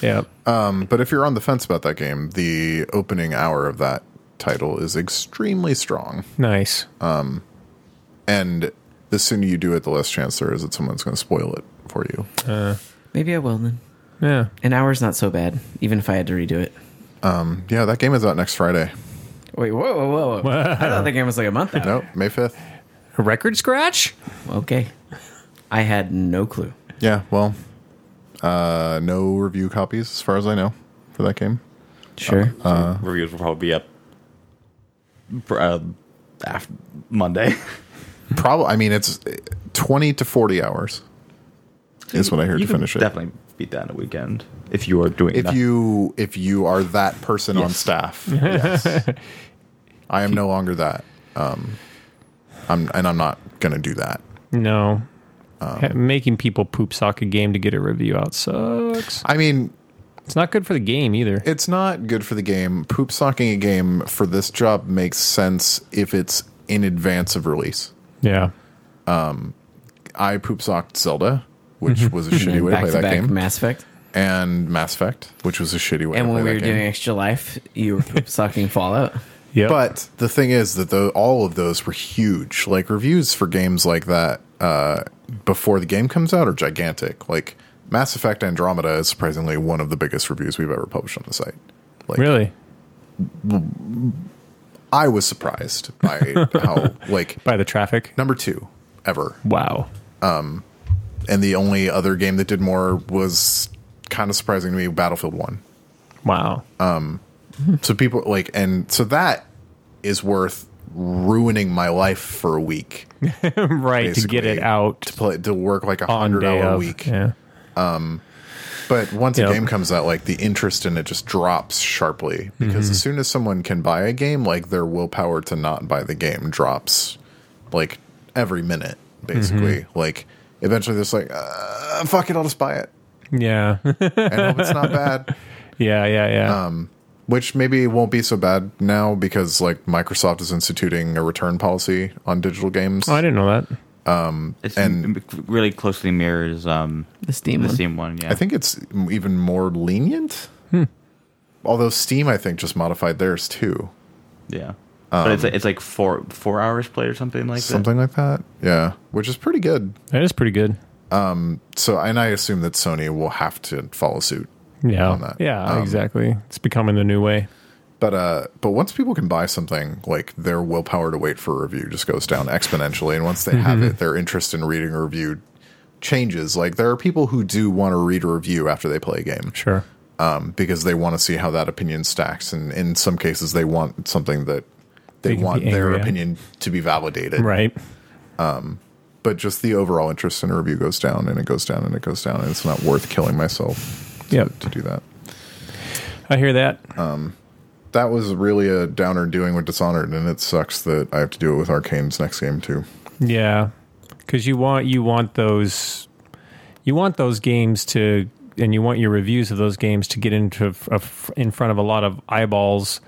Speaker 4: yeah.
Speaker 3: Um, but if you're on the fence about that game, the opening hour of that title is extremely strong.
Speaker 4: Nice.
Speaker 3: And the sooner you do it, the less chance there is that someone's going to spoil it for you.
Speaker 2: maybe I will then.
Speaker 4: yeah.
Speaker 2: An hour's not so bad, even if I had to redo it.
Speaker 3: Yeah, that game is out next Friday.
Speaker 2: Wait, whoa, whoa, whoa! whoa. I thought the game was like a month out.
Speaker 3: Nope, May 5th.
Speaker 4: Record scratch?
Speaker 2: Okay, I had no clue.
Speaker 3: Yeah, well, uh, no review copies as far as I know for that game.
Speaker 2: Sure.
Speaker 5: Uh, Reviews will probably be up pr- uh, after Monday.
Speaker 3: Probably, I mean, it's 20 to 40 hours is what I heard
Speaker 5: you
Speaker 3: to
Speaker 5: can
Speaker 3: finish it.
Speaker 5: Definitely beat that in a weekend if you are doing.
Speaker 3: If
Speaker 5: nothing.
Speaker 3: you if you are that person on
Speaker 5: Yes.
Speaker 3: staff, yes. I am no longer that. Um, I'm and I'm not going to do that.
Speaker 4: No.
Speaker 3: Oh.
Speaker 4: Ha- Making people poop sock a game to get a review out sucks.
Speaker 3: I mean,
Speaker 4: It's not good for the game either.
Speaker 3: it's not good for the game. Poop socking a game for this job makes sense if it's in advance of release.
Speaker 4: Yeah.
Speaker 3: I poop socked Zelda, which was a shitty way to
Speaker 2: back
Speaker 3: play
Speaker 2: to
Speaker 3: that
Speaker 2: back
Speaker 3: game,
Speaker 2: Mass Effect.
Speaker 3: and Mass Effect, which was a shitty way. to
Speaker 2: And
Speaker 3: play
Speaker 2: when we
Speaker 3: that
Speaker 2: were
Speaker 3: game.
Speaker 2: doing Extra Life, you were sucking Fallout.
Speaker 4: Yeah.
Speaker 3: But the thing is that the, all of those were huge. Like reviews for games like that uh, before the game comes out are gigantic. Like Mass Effect Andromeda is surprisingly one of the biggest reviews we've ever published on the site. Like
Speaker 4: really?
Speaker 3: I was surprised by how like
Speaker 4: By the traffic?
Speaker 3: number two ever,
Speaker 4: Wow.
Speaker 3: and the only other game that did more was kind of surprising to me, Battlefield One.
Speaker 4: Wow.
Speaker 3: So people like, and so that is worth ruining my life for a week
Speaker 4: right. To get it
Speaker 3: basically,
Speaker 4: out
Speaker 3: to play to work like a
Speaker 4: on
Speaker 3: hundred
Speaker 4: day
Speaker 3: hour
Speaker 4: of.
Speaker 3: week.
Speaker 4: Yeah.
Speaker 3: But once
Speaker 4: Yep.
Speaker 3: a game comes out, like the interest in it just drops sharply because
Speaker 4: Mm-hmm.
Speaker 3: as soon as someone can buy a game, like their willpower to not buy the game drops like every minute, basically.
Speaker 4: Mm-hmm.
Speaker 3: Like eventually, they're just like, uh, fuck it, I'll just buy it
Speaker 4: Yeah.
Speaker 3: and hope it's not bad.
Speaker 4: yeah. Yeah. Yeah.
Speaker 3: Um, Which maybe won't be so bad now because like Microsoft is instituting a return policy on digital games.
Speaker 4: oh, I didn't know that.
Speaker 6: It's
Speaker 3: And- Mm-hmm.
Speaker 6: m- really closely mirrors um,
Speaker 2: The Steam
Speaker 6: the
Speaker 2: one.
Speaker 6: Steam one. Yeah,
Speaker 3: I think it's even more lenient.
Speaker 4: Hmm.
Speaker 3: Although Steam, I think, just modified theirs too.
Speaker 6: yeah. but it's like, it's like four four hours played or something like
Speaker 3: um, something like that. Yeah, which is pretty good.
Speaker 4: That is pretty good.
Speaker 3: So, and I assume that Sony will have to follow suit.
Speaker 4: Yeah.
Speaker 3: on that. Um,
Speaker 4: Yeah. exactly. It's becoming the new way.
Speaker 3: But uh, but once people can buy something, like their willpower to wait for a review just goes down exponentially, and once they
Speaker 4: Mm-hmm.
Speaker 3: have it, their interest in reading a review changes. Like there are people who do want to read a review after they play a game
Speaker 4: Sure.
Speaker 3: um, because they want to see how that opinion stacks, and in some cases, they want something that they,
Speaker 4: They can
Speaker 3: want
Speaker 4: be
Speaker 3: their
Speaker 4: angry at.
Speaker 3: opinion to be validated.
Speaker 4: Right.
Speaker 3: But just the overall interest in a review goes down, and it goes down, and it goes down, and it's not worth killing myself
Speaker 4: Yep.
Speaker 3: to do that.
Speaker 4: I hear that.
Speaker 3: that was really a downer doing with Dishonored, and it sucks that I have to do it with Arcane's next game too.
Speaker 4: Yeah, because you want you want those you want those games to, and you want your reviews of those games to get into f- a f- in front of a lot of eyeballs,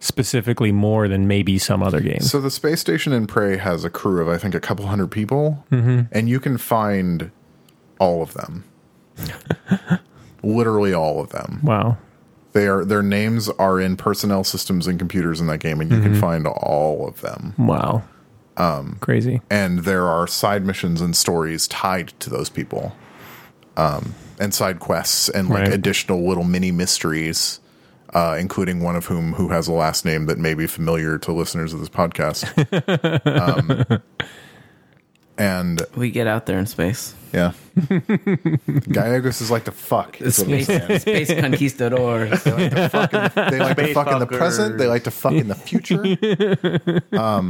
Speaker 4: specifically more than maybe some other games.
Speaker 3: So the space station in Prey has a crew of I think a couple hundred people, and you can find all of them, literally all of them.
Speaker 4: wow.
Speaker 3: They are their names are in personnel systems and computers in that game, and you can find all of them.
Speaker 4: Wow. Um, Crazy.
Speaker 3: and there are side missions and stories tied to those people um, and side quests and like
Speaker 4: Right.
Speaker 3: additional little mini mysteries uh, including one of whom who has a last name that may be familiar to listeners of this podcast um, and
Speaker 2: We get out there in space.
Speaker 3: yeah gallegos is like the fuck is what I'm
Speaker 2: Space, space conquistadors.
Speaker 3: they like to fuck in the present. They like to fuck in the future. um,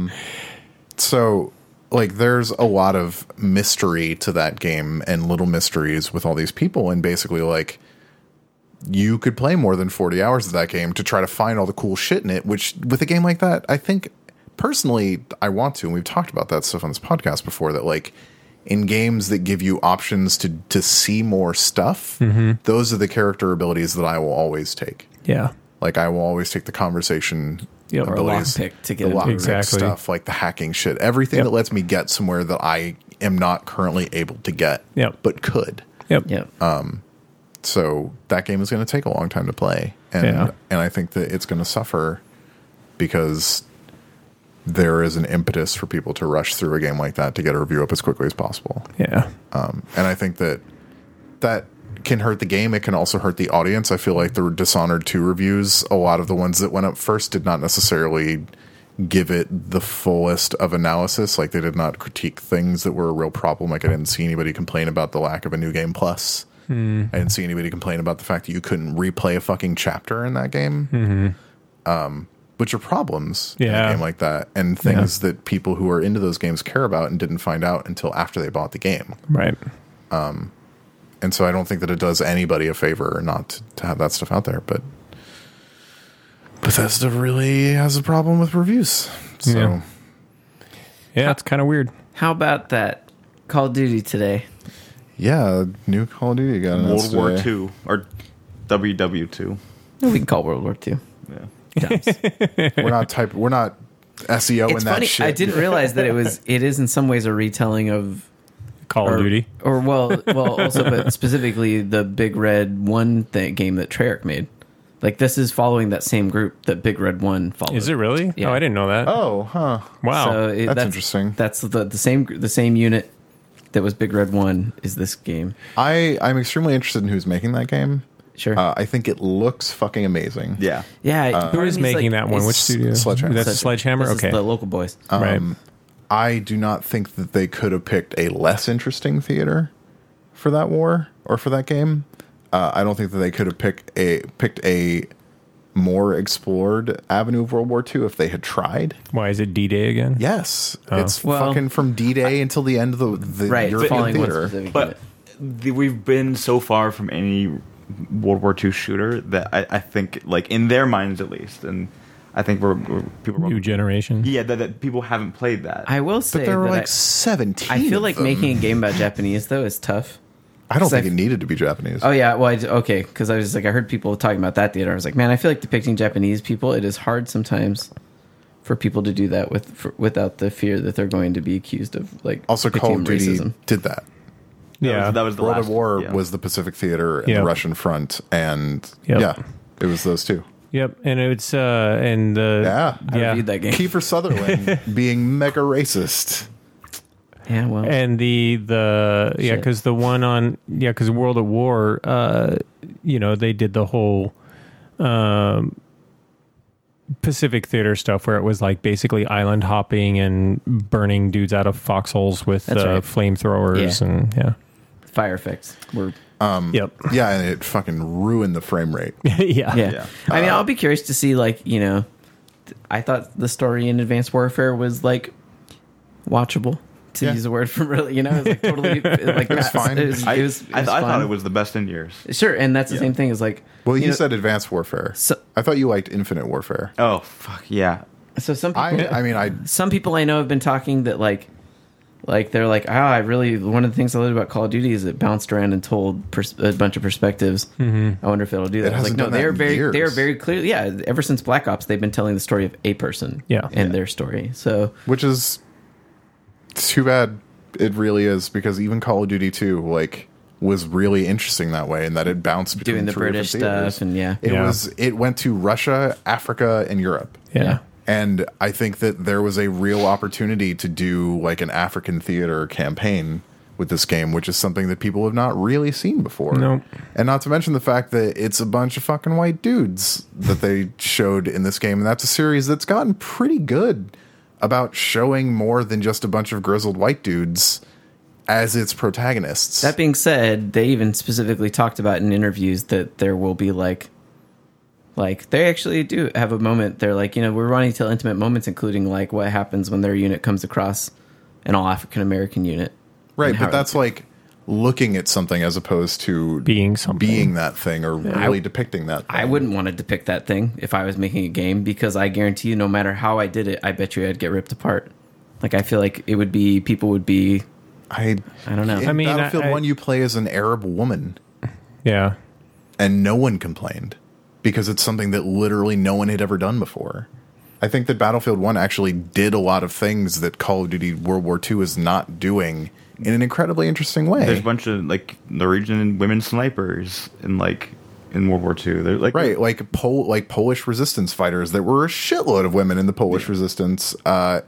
Speaker 3: so like there's a lot of mystery to that game and little mysteries with all these people and basically like you could play more than 40 hours of that game to try to find all the cool shit in it which with a game like that i think personally i want to and we've talked about that stuff on this podcast before that like in games that give you options to to see more stuff, those are the character abilities that I will always take.
Speaker 4: Yeah.
Speaker 3: Like I will always take the conversation
Speaker 4: Yeah, or a
Speaker 3: abilities,
Speaker 2: lockpick to get
Speaker 3: the
Speaker 2: into-
Speaker 3: lockpick
Speaker 4: Exactly.
Speaker 3: stuff, like the hacking shit, everything that lets me get somewhere that I am not currently able to get,
Speaker 4: Yep.
Speaker 3: but could.
Speaker 4: Yep.
Speaker 2: Yep.
Speaker 3: Uh, So that game is going to take a long time to play, and
Speaker 4: Yeah.
Speaker 3: and I think that it's going to suffer because there is an impetus for people to rush through a game like that to get a review up as quickly as possible.
Speaker 4: Yeah.
Speaker 3: Um, and I think that that can hurt the game. It can also hurt the audience. I feel like the Dishonored 2 reviews, a lot of the ones that went up first did not necessarily give it the fullest of analysis. Like they did not critique things that were a real problem. Like I didn't see anybody complain about the lack of a new game plus. I didn't see anybody complain about the fact that you couldn't replay a fucking chapter in that game. Um, which are problems in
Speaker 4: Yeah.
Speaker 3: a game like that, and things that people who are into those games care about and didn't find out until after they bought the game
Speaker 4: Right.
Speaker 3: and so I don't think that it does anybody a favor not to, to have that stuff out there. But Bethesda really has a problem with reviews. So
Speaker 4: Yeah. Yeah. It's kind of weird.
Speaker 2: How about that Call of Duty today?
Speaker 3: yeah, new Call of Duty got announced
Speaker 5: World War
Speaker 3: today.
Speaker 5: Two or WW Two.
Speaker 2: We can call World War II.
Speaker 5: Yeah.
Speaker 2: Times.
Speaker 3: We're not type. We're not SEO in
Speaker 2: it's
Speaker 3: that
Speaker 2: funny.
Speaker 3: shit.
Speaker 2: I didn't realize that it was. It is in some ways a retelling of
Speaker 4: Call
Speaker 2: or,
Speaker 4: of Duty.
Speaker 2: or well, well, also, but specifically the Big Red One thing, game that Treyarch made. Like this is following that same group that Big Red One followed.
Speaker 4: Is it really?
Speaker 2: Yeah.
Speaker 4: Oh, I didn't know that.
Speaker 3: Oh, huh.
Speaker 4: wow.
Speaker 2: So it-
Speaker 3: that's interesting.
Speaker 2: That's the, the same gr- the same unit that was Big Red One is this game.
Speaker 3: I I'm extremely interested in who's making that game.
Speaker 2: Sure.
Speaker 3: Uh, I think it looks fucking amazing.
Speaker 5: Yeah.
Speaker 2: yeah.
Speaker 3: Uh,
Speaker 4: Who is making that one? Which studio?
Speaker 3: Sledgehammer.
Speaker 4: That's Sledgehammer. Okay.
Speaker 2: the local boys.
Speaker 3: Uh,
Speaker 4: right.
Speaker 3: I do not think that they could have picked a less interesting theater for that war or for that game. Uh, I don't think that they could have picked a picked a more explored avenue of World War II if they had tried.
Speaker 4: Why is it D Day again?
Speaker 3: Yes,
Speaker 4: Oh.
Speaker 3: it's
Speaker 2: Well-
Speaker 3: fucking from D Day until the end of the, the
Speaker 2: right.
Speaker 3: European
Speaker 2: following one
Speaker 3: theater.
Speaker 2: specific
Speaker 5: But
Speaker 2: unit.
Speaker 5: the, we've been so far from any World War II shooter that I, I think, like in their minds at least, and I think we're, we're people.
Speaker 4: New
Speaker 5: Are,
Speaker 4: generation.
Speaker 5: yeah, that, that people haven't played that.
Speaker 2: I will say
Speaker 3: But there were
Speaker 2: that
Speaker 3: like
Speaker 2: I-
Speaker 3: seventeen.
Speaker 2: I feel
Speaker 3: of
Speaker 2: like
Speaker 3: them.
Speaker 2: making a game about Japanese though is tough.
Speaker 3: I don't think
Speaker 2: I've-
Speaker 3: it needed to be Japanese.
Speaker 2: Oh yeah, well, I, okay, because I was just like, I heard people talking about that theater. I was like, man, I feel like depicting Japanese people. It is hard sometimes for people to do that with for, without the fear that they're going to be accused of like
Speaker 3: also, Call of
Speaker 2: victim
Speaker 3: Duty
Speaker 2: racism.
Speaker 3: did that.
Speaker 5: That
Speaker 4: Yeah.
Speaker 5: was, that was the
Speaker 3: World
Speaker 5: last
Speaker 3: of War
Speaker 5: yeah.
Speaker 3: was the Pacific Theater and
Speaker 4: Yeah.
Speaker 3: the Russian Front, and
Speaker 4: Yep.
Speaker 3: yeah, it was those two.
Speaker 4: Yep. And it's uh and the
Speaker 3: Yeah,
Speaker 2: I
Speaker 4: yeah.
Speaker 2: reviewed that game.
Speaker 3: Kiefer Sutherland being mega racist.
Speaker 2: yeah, well,
Speaker 4: and the the yeah
Speaker 2: Shit.
Speaker 4: because the one on yeah because world at war uh you know they did the whole um pacific theater stuff where it was like basically island hopping and burning dudes out of foxholes with uh,
Speaker 2: That's right.
Speaker 4: flamethrowers
Speaker 2: Yeah.
Speaker 4: and yeah
Speaker 2: fire effects were
Speaker 3: Hmm.
Speaker 4: yep
Speaker 3: Yeah, and it fucking ruined the frame rate.
Speaker 4: yeah
Speaker 2: yeah.
Speaker 5: Yeah.
Speaker 2: I
Speaker 3: Uh,
Speaker 2: mean, I'll be curious to see like you know, th- I thought the story in Advanced Warfare was like watchable. To
Speaker 3: Yeah.
Speaker 2: use a word from really, you know, it was like totally like it
Speaker 3: was fine.
Speaker 2: It was,
Speaker 5: I,
Speaker 2: it was,
Speaker 5: I, I
Speaker 2: fun.
Speaker 5: thought it was the best in years.
Speaker 2: sure, and that's the same thing as like
Speaker 3: Well, you,
Speaker 2: know,
Speaker 3: said Advanced Warfare.
Speaker 2: So-
Speaker 3: I thought you liked Infinite Warfare.
Speaker 5: Oh fuck yeah!
Speaker 2: so. Some people,
Speaker 3: I, I mean, I
Speaker 2: some people I know have been talking that like like they're like, oh, I really one of the things I loved about Call of Duty is it bounced around and told pers- a bunch of perspectives.
Speaker 4: Mm-hmm.
Speaker 2: I wonder if it'll do that.
Speaker 3: It
Speaker 2: I was
Speaker 3: hasn't
Speaker 2: like, no,
Speaker 3: done that
Speaker 2: they're
Speaker 3: in
Speaker 2: very
Speaker 3: years.
Speaker 2: they're very clear. Yeah, ever since Black Ops, they've been telling the story of a person.
Speaker 4: Yeah.
Speaker 2: and their story. So
Speaker 3: which is too bad. It really is because even Call of Duty Two, like, was really interesting that way, and that it bounced between
Speaker 2: doing the
Speaker 3: three
Speaker 2: British
Speaker 3: different theaters.
Speaker 2: stuff and yeah,
Speaker 3: It
Speaker 4: Yeah.
Speaker 3: was. It went to Russia, Africa, and Europe.
Speaker 4: yeah
Speaker 3: And I think that there was a real opportunity to do like an African theater campaign with this game, which is something that people have not really seen before.
Speaker 4: Nope.
Speaker 3: And not to mention the fact that it's a bunch of fucking white dudes that they showed in this game. And that's a series that's gotten pretty good about showing more than just a bunch of grizzled white dudes as its protagonists.
Speaker 2: That being said, they even specifically talked about in interviews that there will be like, like they actually do have a moment. They're like, you know, we're wanting to tell intimate moments, including like what happens when their unit comes across an all African American unit.
Speaker 3: right.
Speaker 2: and how-
Speaker 3: But that's like looking at something as opposed to
Speaker 4: being something
Speaker 3: being that thing or really depicting that.
Speaker 2: I
Speaker 3: thing.
Speaker 2: wouldn't want to depict that thing if I was making a game because I guarantee you, no matter how I did it, I bet you I'd get ripped apart. Like I feel like it would be people would be
Speaker 3: I
Speaker 2: I don't know.
Speaker 3: in
Speaker 4: I mean, I-
Speaker 3: Battlefield
Speaker 4: I-
Speaker 3: One, you play as an Arab woman,
Speaker 4: Yeah.
Speaker 3: and no one complained because it's something that literally no one had ever done before. I think that Battlefield One actually did a lot of things that Call of Duty World War Two is not doing in an incredibly interesting way.
Speaker 5: There's a bunch of like Norwegian women snipers in like in World War II. They're like
Speaker 3: right like Pol- like polish resistance fighters there were a shitload of women in the polish resistance uh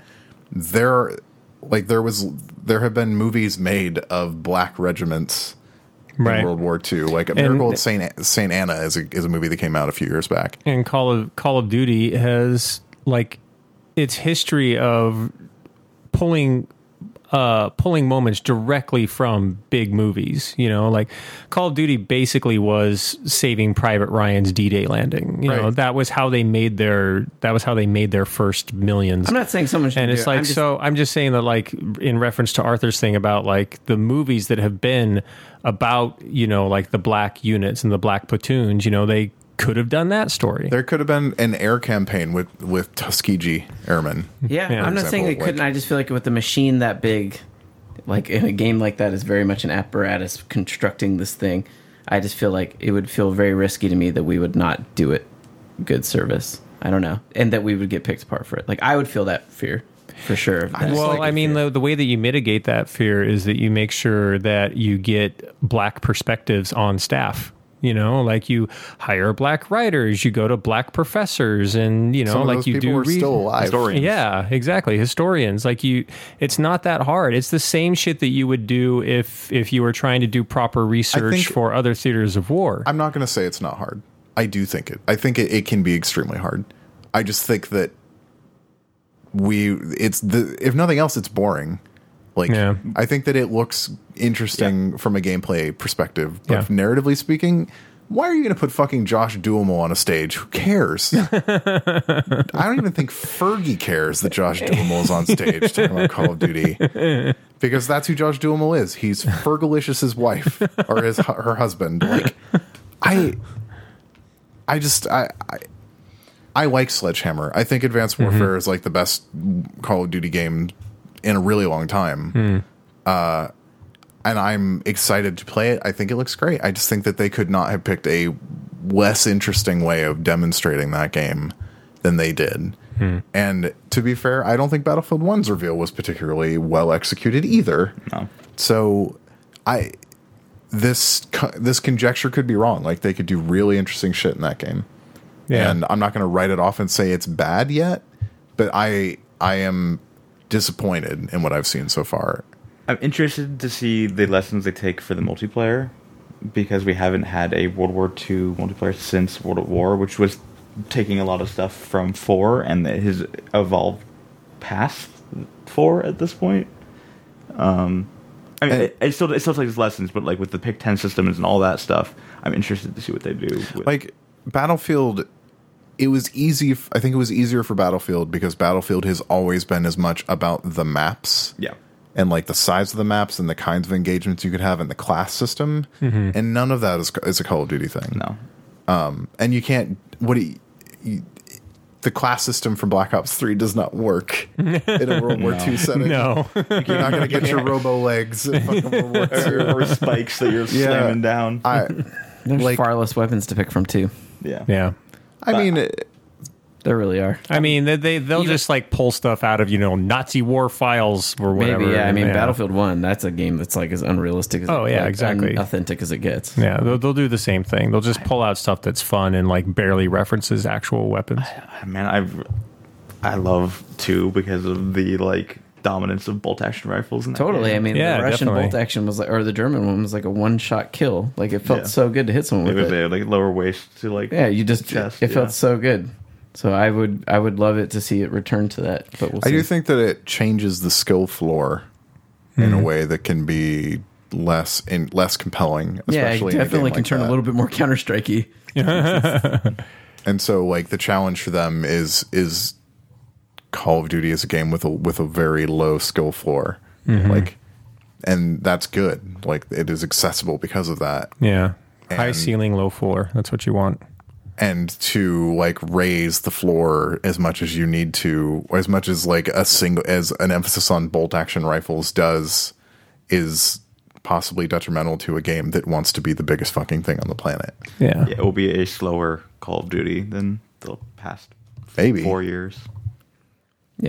Speaker 3: there like there was there have been movies made of black regiments
Speaker 4: Right.
Speaker 3: in world war ii like a miracle at saint, saint anna is a, is a movie that came out a few years back
Speaker 4: and Call of Call of Duty has like its history of pulling uh pulling moments directly from big movies, you know, like Call of Duty basically was saving Private Ryan's D-Day landing. You know,
Speaker 3: Right.
Speaker 4: that was how they made their that was how they made their first millions.
Speaker 2: I'm not saying someone should.
Speaker 4: and
Speaker 2: do
Speaker 4: it's
Speaker 2: it.
Speaker 4: like
Speaker 2: I'm just-
Speaker 4: so i'm just saying that like in reference to arthur's thing about like the movies that have been about you know like the black units and the black platoons you know they could have done that story
Speaker 3: there could have been an air campaign with with tuskegee airmen
Speaker 2: Yeah,
Speaker 4: Yeah.
Speaker 2: I'm not saying they
Speaker 3: Example,
Speaker 2: couldn't.
Speaker 3: like-
Speaker 2: I just feel like with a machine that big, like in a game like that, is very much an apparatus constructing this thing. I just feel like it would feel very risky to me that we would not do it good service. I don't know, and that we would get picked apart for it. Like I would feel that fear for sure. of that.
Speaker 4: well i mean the, the way that you mitigate that fear is that you make sure that you get black perspectives on staff you know like you hire black writers you go to black professors and you know
Speaker 3: some of
Speaker 4: like
Speaker 3: those
Speaker 4: you
Speaker 3: people
Speaker 4: do
Speaker 3: were
Speaker 4: re-
Speaker 3: still alive
Speaker 5: historians.
Speaker 4: Yeah, exactly. Historians like you it's not that hard. It's the same shit that you would do if if you were trying to do proper research
Speaker 3: think-
Speaker 4: for other theaters of war.
Speaker 3: I'm not going to say it's not hard. I do think it. I think it, it can be extremely hard. I just think that we it's the if nothing else it's boring. Like
Speaker 4: Yeah.
Speaker 3: I think that it looks interesting from a gameplay perspective, but
Speaker 4: Yeah.
Speaker 3: if narratively speaking, why are you going to put fucking Josh Duhamel on a stage? Who cares? I don't even think Fergie cares that Josh Duhamel is on stage talking about Call of Duty because that's who Josh Duhamel is. He's Fergalicious's wife or his her husband. Like I, I just I. I I like Sledgehammer. I think Advanced Warfare is like the best Call of Duty game in a really long time. Uh, and I'm excited to play it. I think it looks great. I just think that they could not have picked a less interesting way of demonstrating that game than they did. And to be fair, I don't think Battlefield 1's reveal was particularly well executed either.
Speaker 5: No.
Speaker 3: So I this co- this conjecture could be wrong. Like they could do really interesting shit in that game
Speaker 4: yeah.
Speaker 3: and I'm not going to write it off and say it's bad yet, but I I am disappointed in what I've seen so far.
Speaker 5: I'm interested to see the lessons they take for the multiplayer because we haven't had a World War II multiplayer since World at War, which was taking a lot of stuff from four and his evolved past four at this point. Um, I mean,
Speaker 3: And-
Speaker 5: it, it still it still takes lessons, but like with the pick ten systems and all that stuff, I'm interested to see what they do. With,
Speaker 3: Like Battlefield, it was easy. f- I think it was easier for Battlefield because Battlefield has always been as much about the maps.
Speaker 5: yeah,
Speaker 3: and like the size of the maps and the kinds of engagements you could have in the class system. And none of that is, is a Call of Duty thing.
Speaker 5: no,
Speaker 3: And you can't, what do you, you- the class system from Black Ops 3 does not work in a World War II setting.
Speaker 4: no.
Speaker 3: You're not going to get your robo legs in fucking World War II.
Speaker 5: or spikes that you're
Speaker 3: Yeah.
Speaker 5: slamming down.
Speaker 3: I,
Speaker 2: there's
Speaker 3: like-
Speaker 2: far less weapons to pick from too.
Speaker 5: yeah,
Speaker 4: yeah.
Speaker 3: I mean, it-
Speaker 2: There really are.
Speaker 4: I mean, they, they they'll
Speaker 2: Even-
Speaker 4: just like pull stuff out of you know Nazi war files or whatever.
Speaker 2: Maybe yeah. I mean,
Speaker 4: yeah.
Speaker 2: Battlefield One. That's a game that's like as unrealistic. as
Speaker 4: Oh, yeah,
Speaker 2: like,
Speaker 4: exactly.
Speaker 2: Authentic as it gets.
Speaker 4: Yeah, they'll, they'll do the same thing. They'll just pull out stuff that's fun and like barely references actual weapons.
Speaker 5: man, I I love two because of the like dominance of bolt action rifles. In that
Speaker 2: Totally.
Speaker 5: game.
Speaker 2: I mean,
Speaker 4: Yeah,
Speaker 2: the Russian
Speaker 4: definitely.
Speaker 2: bolt action was like, or the German one was like a one shot kill. Like it felt
Speaker 5: Yeah.
Speaker 2: so good to hit someone
Speaker 5: it
Speaker 2: with
Speaker 5: was
Speaker 2: it.
Speaker 5: a like lower waist to like
Speaker 2: Yeah, you just
Speaker 5: chest,
Speaker 2: it felt
Speaker 5: yeah.
Speaker 2: so good. So I would I would love it to see it return to that. But we'll see.
Speaker 3: I do think that it changes the skill floor in a
Speaker 2: Mm-hmm.
Speaker 3: way that can be less in less compelling.
Speaker 2: yeah, it
Speaker 3: Especially in a game
Speaker 2: definitely can
Speaker 3: like
Speaker 2: turn
Speaker 3: that.
Speaker 2: a little bit more counter strikey.
Speaker 3: And so, like the challenge for them is is Call of Duty is a game with a with a very low skill floor,
Speaker 2: Mm-hmm.
Speaker 3: like, and that's good. Like it is accessible because of that.
Speaker 4: Yeah. High
Speaker 3: And-
Speaker 4: ceiling, low floor. That's what you want.
Speaker 3: and to like raise the floor as much as you need to, or as much as like a single as an emphasis on bolt action rifles does is possibly detrimental to a game that wants to be the biggest fucking thing on the planet.
Speaker 4: Yeah.
Speaker 5: Yeah, it will be a slower Call of Duty than the past
Speaker 3: Maybe.
Speaker 5: four years.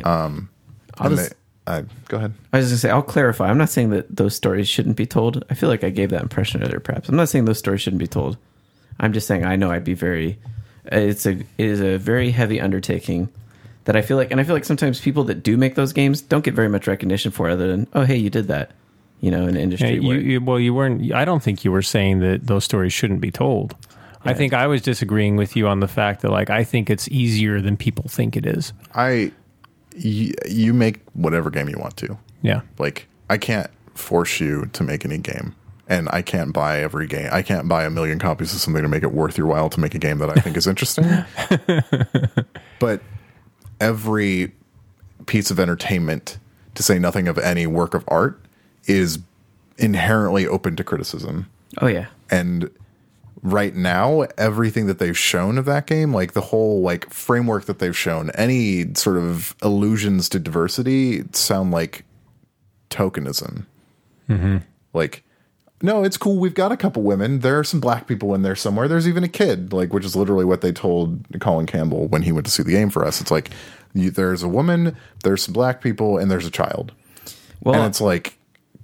Speaker 2: I'll
Speaker 3: And
Speaker 2: just-
Speaker 3: they- I, go ahead.
Speaker 2: I was going to say, I'll clarify. I'm not saying that those stories shouldn't be told. I feel like I gave that impression earlier, perhaps. I'm not saying those stories shouldn't be told. I'm just saying I know I'd be very. uh, It's a it is a very heavy undertaking that I feel like, and I feel like sometimes people that do make those games don't get very much recognition for, it other than oh hey you did that, you know, in
Speaker 4: Yeah,
Speaker 2: industry.
Speaker 4: you,
Speaker 2: where,
Speaker 4: you, well, you weren't. I don't think you were saying that those stories shouldn't be told. I think I was disagreeing with you on the fact that, like, I think it's easier than people think it is.
Speaker 3: I y- you make whatever game you want to.
Speaker 4: Yeah,
Speaker 3: Like I can't force you to make any game. And I can't buy every game. I can't buy a million copies of something to make it worth your while to make a game that I think is interesting. but every piece of entertainment, to say nothing of any work of art, is inherently open to criticism
Speaker 2: oh yeah,
Speaker 3: and right now everything that they've shown of that game like the whole like framework that they've shown any sort of allusions to diversity sound like tokenism like no it's cool we've got a couple women there are some black people in there somewhere there's even a kid like which is literally what they told colin campbell when he went to see the game for us it's like you, there's a woman there's some black people and there's a child
Speaker 2: well
Speaker 3: and it's like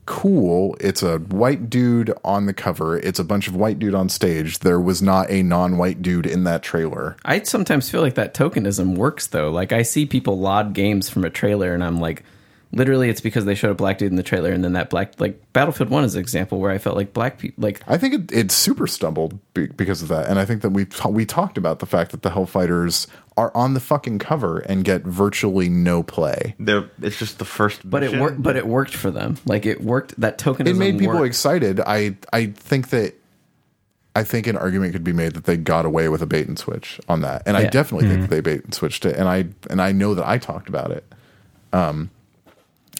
Speaker 3: cool it's a white dude on the cover it's a bunch of white dude on stage there was not a non-white dude in that trailer
Speaker 2: I sometimes feel like that tokenism works though. Like I see people laud games from a trailer, and I'm like, literally, it's because they showed a black dude in the trailer, and then that black like Battlefield One is an example where I felt like black people like
Speaker 3: i think it, it super stumbled be, because of that and i think that we ta- we talked about the fact that the hellfighters are on the fucking cover and get virtually no play
Speaker 5: They're, it's just the first.
Speaker 2: But it
Speaker 5: mission.
Speaker 2: worked. But it worked for them. Like it worked. That tokenism.
Speaker 3: it made people
Speaker 2: worked.
Speaker 3: excited i i think that i think an argument could be made that they got away with a bait and switch on that and i
Speaker 2: Yeah. Mm-hmm.
Speaker 3: definitely think that they bait and switched it and i and i know that i talked about it um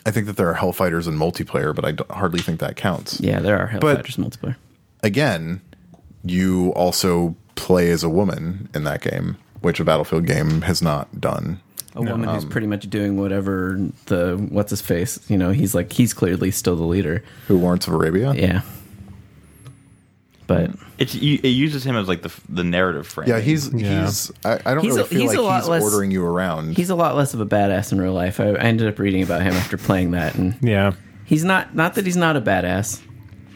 Speaker 3: i think that there are hellfighters in multiplayer but i don't- hardly think that counts
Speaker 2: yeah, there are
Speaker 3: But-
Speaker 2: Hellfighters multiplayer.
Speaker 3: again you also play as a woman in that game which a battlefield game has not done
Speaker 2: A woman who's
Speaker 3: um,
Speaker 2: pretty much doing whatever the what's his face. You know, he's like he's clearly still the leader.
Speaker 3: who warrants of arabia
Speaker 2: Yeah. But
Speaker 6: It's you- it uses him as like the f- the narrative frame.
Speaker 3: Yeah, he's
Speaker 4: Yeah.
Speaker 3: he's. I, I don't
Speaker 2: He's
Speaker 3: really
Speaker 2: a-
Speaker 3: feel
Speaker 2: he's a
Speaker 3: like
Speaker 2: lot
Speaker 3: he's
Speaker 2: less-
Speaker 3: ordering you around.
Speaker 2: he's a lot less of a badass in real life. I, I ended up reading about him after playing that, and
Speaker 4: yeah.
Speaker 2: he's not not that he's not a badass.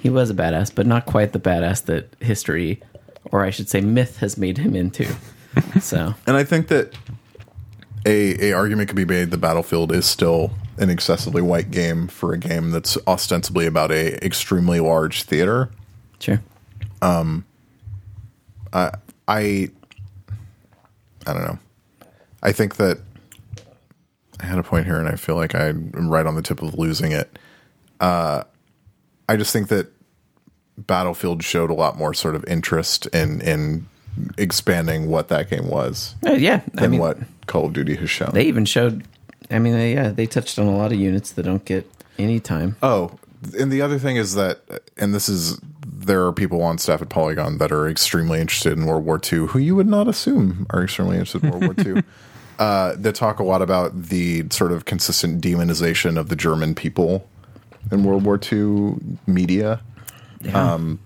Speaker 2: He was a badass, but not quite the badass that history, or I should say, myth has made him into. So
Speaker 3: and I think that a a argument could be made that Battlefield is still an excessively white game for a game that's ostensibly about a extremely large theater.
Speaker 2: sure.
Speaker 3: I I don't know. I think that I had a point here, and I feel like I'm right on the tip of losing it. Uh, I just think that Battlefield showed a lot more sort of interest in in expanding what that game was
Speaker 2: Uh, yeah, I
Speaker 3: than
Speaker 2: mean,
Speaker 3: what Call of Duty has shown.
Speaker 2: They even showed. I mean, they, yeah, they touched on a lot of units that don't get any time.
Speaker 3: Oh, and the other thing is that, and this is, there are people on staff at Polygon that are extremely interested in World War II, who you would not assume are extremely interested in World War II. Uh, they talk a lot about the sort of consistent demonization of the German people in World War II media. Um,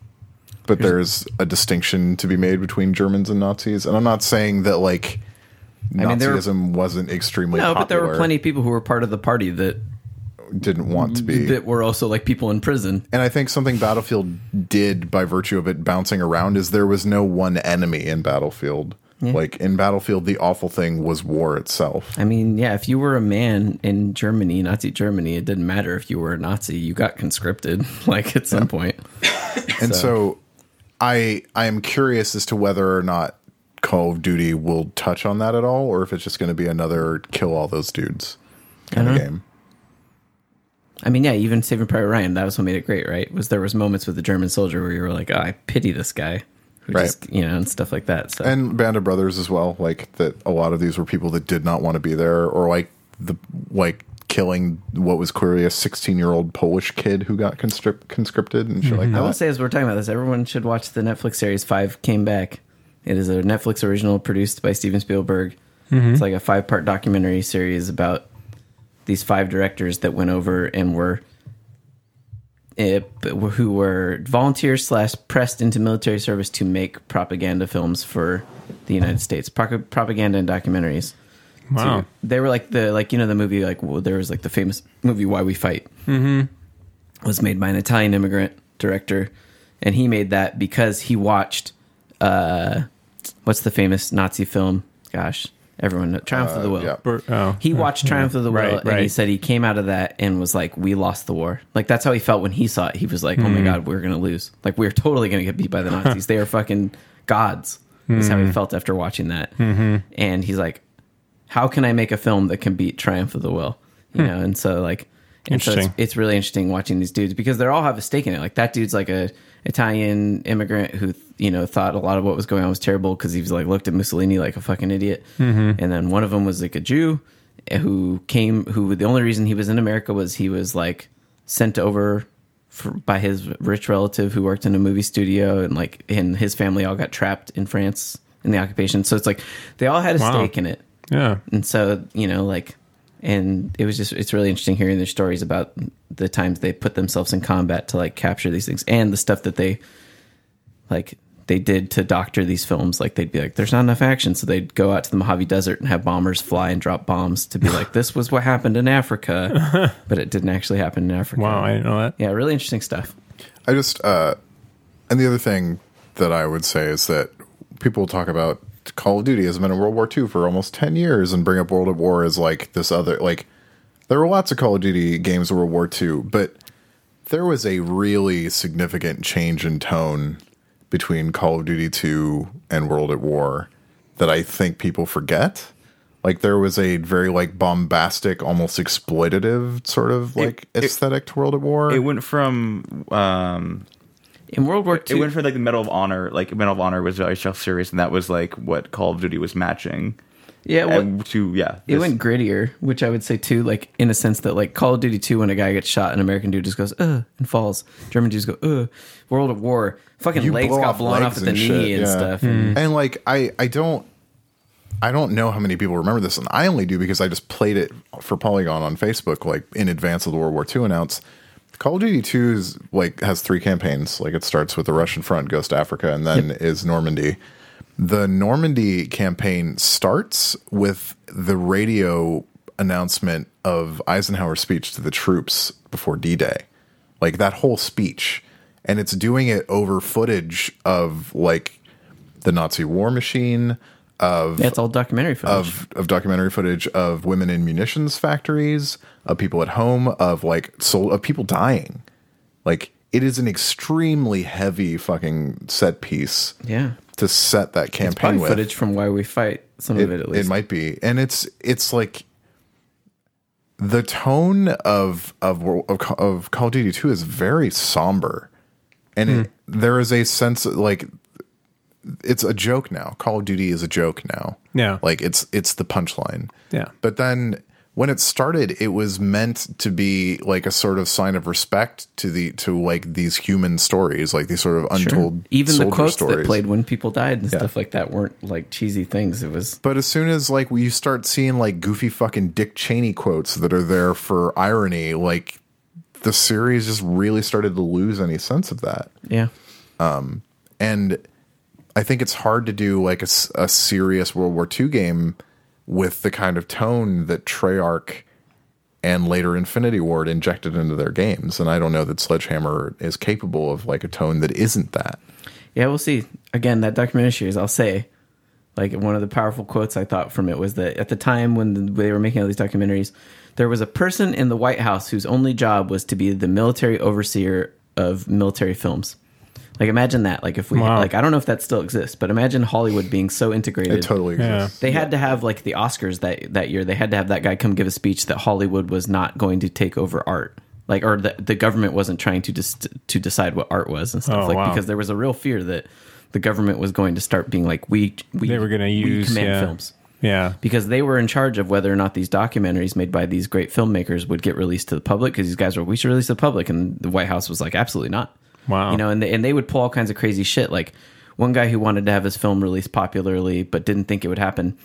Speaker 3: but there's a distinction to be made between Germans and Nazis, and I'm not saying that like
Speaker 2: mean, there were-
Speaker 3: Nazism wasn't extremely
Speaker 2: No,
Speaker 3: popular.
Speaker 2: but there were plenty of people who were part of the party that
Speaker 3: didn't want to be
Speaker 2: that were also like people in prison.
Speaker 3: and I think something Battlefield did by virtue of it bouncing around is there was no one enemy in Battlefield. Like in Battlefield, the awful thing was war itself.
Speaker 2: I mean, yeah, if you were a man in Germany, Nazi Germany, it didn't matter if you were a Nazi, you got conscripted. Like at some point,
Speaker 3: And so I I am curious as to whether or not Call of Duty will touch on that at all, or if it's just gonna be another kill all those dudes kind of game.
Speaker 2: I mean, yeah, even Saving Private Ryan, that was what made it great, right? Was there was moments with the German soldier where you were like, oh, I pity this guy, who
Speaker 3: Right.
Speaker 2: just you know, and stuff like that. So
Speaker 3: and Band of Brothers as well. Like that, a lot of these were people that did not want to be there, or like the like killing what was clearly a sixteen-year-old Polish kid who got conscript, conscripted and shit like
Speaker 2: I will
Speaker 3: that.
Speaker 2: say, as we're talking about this, everyone should watch the Netflix series Five Came Back. It is a Netflix original produced by Steven Spielberg. It's like a five part documentary series about these five directors that went over and were eh, b- who were volunteers slash pressed into military service to make propaganda films for the United States, Pro- propaganda and documentaries.
Speaker 4: Wow.
Speaker 2: So they were like the like you know the movie like well, there was like the famous movie Why We Fight
Speaker 4: Mm-hmm.
Speaker 2: was made by an Italian immigrant director, and he made that because he watched uh, what's the famous Nazi film? Gosh, everyone knows, Triumph of the Will.
Speaker 3: yeah.
Speaker 4: Bur- oh.
Speaker 2: He watched Triumph of the Will,
Speaker 4: Right,
Speaker 2: and he
Speaker 4: right.
Speaker 2: said he came out of that and was like, "We lost the war." Like that's how he felt when he saw it. He was like, "Oh
Speaker 4: Hmm.
Speaker 2: my god, we're gonna lose! Like we're totally gonna get beat by the Nazis. they are fucking gods." Is
Speaker 4: Hmm.
Speaker 2: how he felt after watching that, and he's like, "How can I make a film that can beat Triumph of the Will?" You know, and so like, and so it's,
Speaker 4: Interesting.
Speaker 2: it's really interesting watching these dudes because they all have a stake in it. Like that dude's like a Italian immigrant who you know thought a lot of what was going on was terrible because he was like looked at Mussolini like a fucking idiot. And then one of them was like a Jew who came who the only reason he was in America was he was like sent over for, by his rich relative who worked in a movie studio and like and his family all got trapped in France in the occupation. So it's like they all had a
Speaker 4: Wow.
Speaker 2: stake in it
Speaker 4: Yeah.
Speaker 2: and so you know like and it was just it's really interesting hearing their stories about the times they put themselves in combat to like capture these things and the stuff that they like they did to doctor these films like they'd be like there's not enough action so they'd go out to the mojave desert and have bombers fly and drop bombs to be like this was what happened in africa but it didn't actually happen in africa
Speaker 4: Wow. I didn't know that.
Speaker 2: yeah really interesting stuff
Speaker 3: I just uh, and the other thing that I would say is that people talk about Call of Duty has been in World War II for almost ten years and bring up World at War as like this other like there were lots of Call of Duty games in World War II, but there was a really significant change in tone between Call of Duty 2 and World at War that I think people forget. Like there was a very like bombastic, almost exploitative sort of like
Speaker 5: it-
Speaker 3: aesthetic to World at War.
Speaker 5: It went from um,
Speaker 2: in world war
Speaker 5: it
Speaker 2: ii
Speaker 5: went from like the Medal of Honor, like Medal of Honor was very serious, and that was like what Call of Duty was matching.
Speaker 2: yeah well,
Speaker 5: And to yeah,
Speaker 2: it
Speaker 5: this-
Speaker 2: went grittier, which I would say too, like in a sense that like Call of Duty 2, when a guy gets shot, an American dude just goes, uh, and falls. German dudes go, uh. World of War, fucking
Speaker 3: You
Speaker 2: legs
Speaker 3: blow
Speaker 2: got
Speaker 3: off
Speaker 2: blown off
Speaker 3: legs
Speaker 2: at the knee
Speaker 3: shit,
Speaker 2: and
Speaker 3: yeah. Hmm.
Speaker 2: stuff.
Speaker 3: And like I, I don't I don't know how many people remember this, and I only do because I just played it for Polygon on Facebook, like in advance of the World War II announce. Call of Duty 2 is like has three campaigns. Like it starts with the Russian front, goes to Africa, and then is Normandy. The Normandy campaign starts with the radio announcement of Eisenhower's speech to the troops before D Day. Like that whole speech. And it's doing it over footage of like the Nazi war machine, of
Speaker 2: That's all documentary footage.
Speaker 3: of of documentary footage of women in munitions factories, of people at home, of like soul of people dying. Like it is an extremely heavy fucking set piece
Speaker 2: yeah.
Speaker 3: to set that campaign
Speaker 2: Probably
Speaker 3: with.
Speaker 2: footage from Why We Fight, some of it at least.
Speaker 3: might be, and it's it's like the tone of of Wor- of, Ca- of Call of Duty Two is very somber, and it,
Speaker 2: Hmm.
Speaker 3: there is a sense of, like it's a joke now. Call of Duty is a joke now.
Speaker 4: Yeah.
Speaker 3: like it's it's the punchline.
Speaker 4: Yeah.
Speaker 3: but then when it started, it was meant to be like a sort of sign of respect to the to like these human stories, like these sort of untold
Speaker 2: Even the
Speaker 3: soldier
Speaker 2: quotes that
Speaker 3: stories.
Speaker 2: played when people died and stuff like that weren't like cheesy things. It was
Speaker 3: But as soon as like you start seeing like goofy fucking Dick Cheney quotes that are there for irony, like the series just really started to lose any sense of that.
Speaker 2: yeah.
Speaker 3: And I think it's hard to do like a, s- a serious World War II game with the kind of tone that Treyarch and later Infinity Ward injected into their games. And I don't know that Sledgehammer is capable of like a tone that isn't that.
Speaker 2: Yeah, we'll see. Again, that documentary series, I'll say, like one of the powerful quotes I thought from it was that at the time when they were making all these documentaries, there was a person in the White House whose only job was to be the military overseer of military films. Like imagine that. Like if we
Speaker 4: Wow.
Speaker 2: like I don't know if that still exists, but imagine Hollywood being so integrated.
Speaker 3: It totally
Speaker 4: Yeah.
Speaker 3: exists.
Speaker 2: They had to have like the Oscars that that year. They had to have that guy come give a speech that Hollywood was not going to take over art, like or the the government wasn't trying to dis- to decide what art was and stuff
Speaker 4: Oh,
Speaker 2: like
Speaker 4: wow.
Speaker 2: because there was a real fear that the government was going to start being like we we
Speaker 4: They were going to
Speaker 2: we
Speaker 4: use
Speaker 2: command
Speaker 4: yeah.
Speaker 2: films
Speaker 4: Yeah.
Speaker 2: because they were in charge of whether or not these documentaries made by these great filmmakers would get released to the public because these guys were we should release to the public and the White House was like absolutely not
Speaker 4: Wow.
Speaker 2: you know and they, and they would pull all kinds of crazy shit like one guy who wanted to have his film released popularly but didn't think it would happen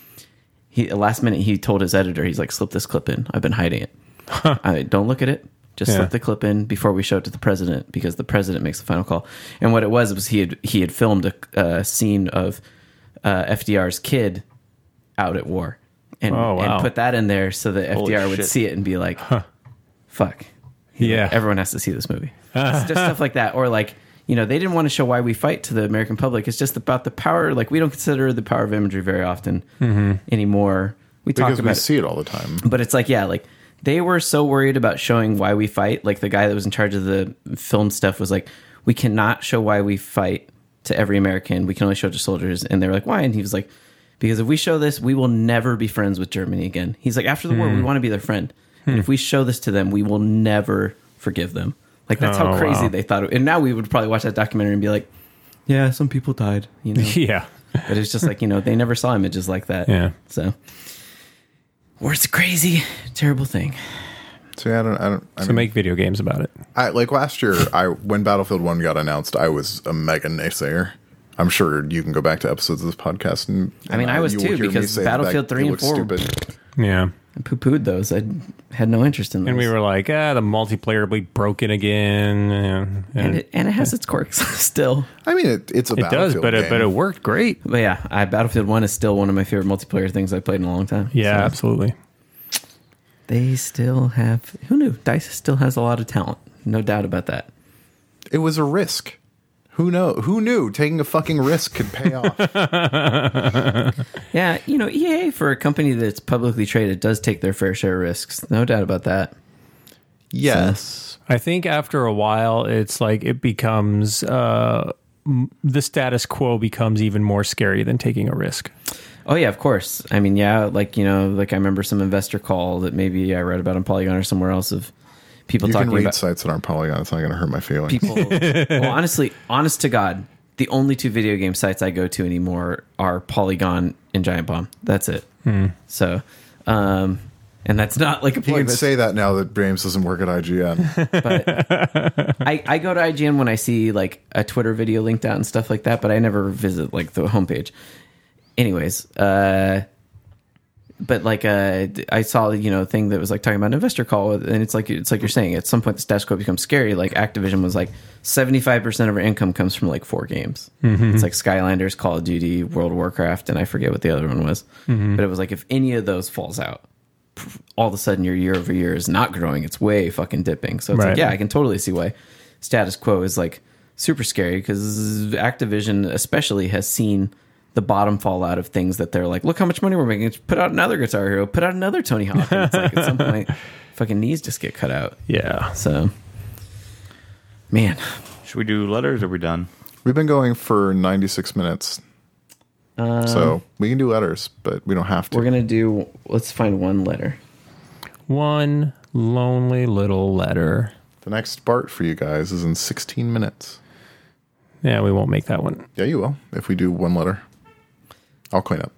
Speaker 2: he last minute he told his editor he's like slip this clip in I've been hiding it I, don't look at it Just
Speaker 4: Yeah.
Speaker 2: slip the clip in before we show it to the president because the president makes the final call. And what it was was he had he had filmed a uh, scene of uh, FDR's kid out at war and,
Speaker 4: Oh, wow.
Speaker 2: and put that in there so that
Speaker 6: Holy
Speaker 2: FDR would
Speaker 6: shit.
Speaker 2: see it and be like, "Fuck,
Speaker 4: Yeah.
Speaker 2: everyone has to see this movie." It's just stuff like that, or like you know, they didn't want to show why we fight to the American public. It's just about the power. Like we don't consider the power of imagery very often anymore. We talk
Speaker 3: because
Speaker 2: about
Speaker 3: we
Speaker 2: it
Speaker 3: see it all the time.
Speaker 2: but it's like yeah like they were so worried about showing why we fight like the guy that was in charge of the film stuff was like we cannot show why we fight to every american we can only show it to soldiers and they were like why and he was like because if we show this we will never be friends with germany again he's like after the war we
Speaker 4: Hmm.
Speaker 2: want to be their friend and if we show this to them we will never forgive them like that's
Speaker 4: Oh,
Speaker 2: how crazy
Speaker 4: wow.
Speaker 2: they thought it and now we would probably watch that documentary and be like yeah some people died you know
Speaker 4: Yeah.
Speaker 2: but it's just like you know they never saw images like that
Speaker 4: Yeah.
Speaker 2: so war's a crazy terrible thing
Speaker 3: So yeah, I don't. I don't. I
Speaker 4: So
Speaker 3: mean,
Speaker 4: make video games about it.
Speaker 3: I, like last year, I when Battlefield One got announced, I was a mega naysayer. I'm sure you can go back to episodes of this podcast, and
Speaker 2: I mean, I was
Speaker 3: you will
Speaker 2: too,
Speaker 3: hear me
Speaker 2: because
Speaker 3: say
Speaker 2: Battlefield
Speaker 3: it
Speaker 2: 3 and
Speaker 3: looks
Speaker 2: 4
Speaker 4: Yeah.
Speaker 2: i poo-pooed those i had no interest in those
Speaker 4: And we were like, ah, the multiplayer will be broken again. And,
Speaker 2: and
Speaker 4: and
Speaker 2: it, and it has its quirks still
Speaker 3: I mean, it, it's a
Speaker 4: it does,
Speaker 3: Battlefield
Speaker 4: but it,
Speaker 3: game.
Speaker 4: but it worked great.
Speaker 2: but yeah I, battlefield 1 is still one of my favorite multiplayer things i played in a long time
Speaker 4: Yeah,
Speaker 2: So
Speaker 4: absolutely.
Speaker 2: they still have who knew dice still has a lot of talent no doubt about that
Speaker 3: it was a risk. Who know? Who knew taking a fucking risk could pay off?
Speaker 2: yeah you know ea for a company that's publicly traded does take their fair share of risks no doubt about that
Speaker 3: yes,
Speaker 4: I think after a while, it's like it becomes uh, m- the status quo becomes even more scary than taking a risk.
Speaker 2: Oh yeah, of course. I mean, yeah, like you know, like I remember some investor call that maybe I read about on Polygon or somewhere else of people
Speaker 3: you can
Speaker 2: talking
Speaker 3: read
Speaker 2: about
Speaker 3: sites that aren't Polygon. It's not going to hurt my feelings.
Speaker 2: people. well, honestly, honest to God, the only two video game sites I go to anymore are Polygon and Giant Bomb. That's it. So, um, and that's not like a
Speaker 3: you
Speaker 2: plug.
Speaker 3: can
Speaker 2: that's-
Speaker 3: say that now that James doesn't work at IGN.
Speaker 2: I, I go to IGN when I see like a Twitter video linked out and stuff like that, but I never visit like the homepage. Anyways, uh, but like uh, d- I saw you know a thing that was like talking about an investor call, and it's like it's like you're saying at some point the status quo becomes scary. Like Activision was like 75 percent of our income comes from like four games. It's like Skylanders, Call of Duty, World of Warcraft, and I forget what the other one was. But it was like if any of those falls out, all of a sudden your year over year is not growing. It's way fucking dipping. So it's
Speaker 4: Right.
Speaker 2: like, yeah, I can totally see why status quo is like super scary because Activision, especially, has seen the bottom fallout of things that they're like, look how much money we're making. Put out another Guitar Hero, put out another Tony Hawk. And it's like at some point, fucking knees just get cut out.
Speaker 4: Yeah.
Speaker 2: So, man,
Speaker 6: Should we do letters? Or are we done?
Speaker 3: We've been going for 96 minutes,
Speaker 2: Uh,
Speaker 3: so we can do letters, but we don't have to.
Speaker 2: we're going to do, let's find one letter.
Speaker 4: One lonely little letter.
Speaker 3: the next BART for you guys is in 16 minutes.
Speaker 4: Yeah, we won't make that one.
Speaker 3: Yeah, you will if we do one letter. I'll clean up.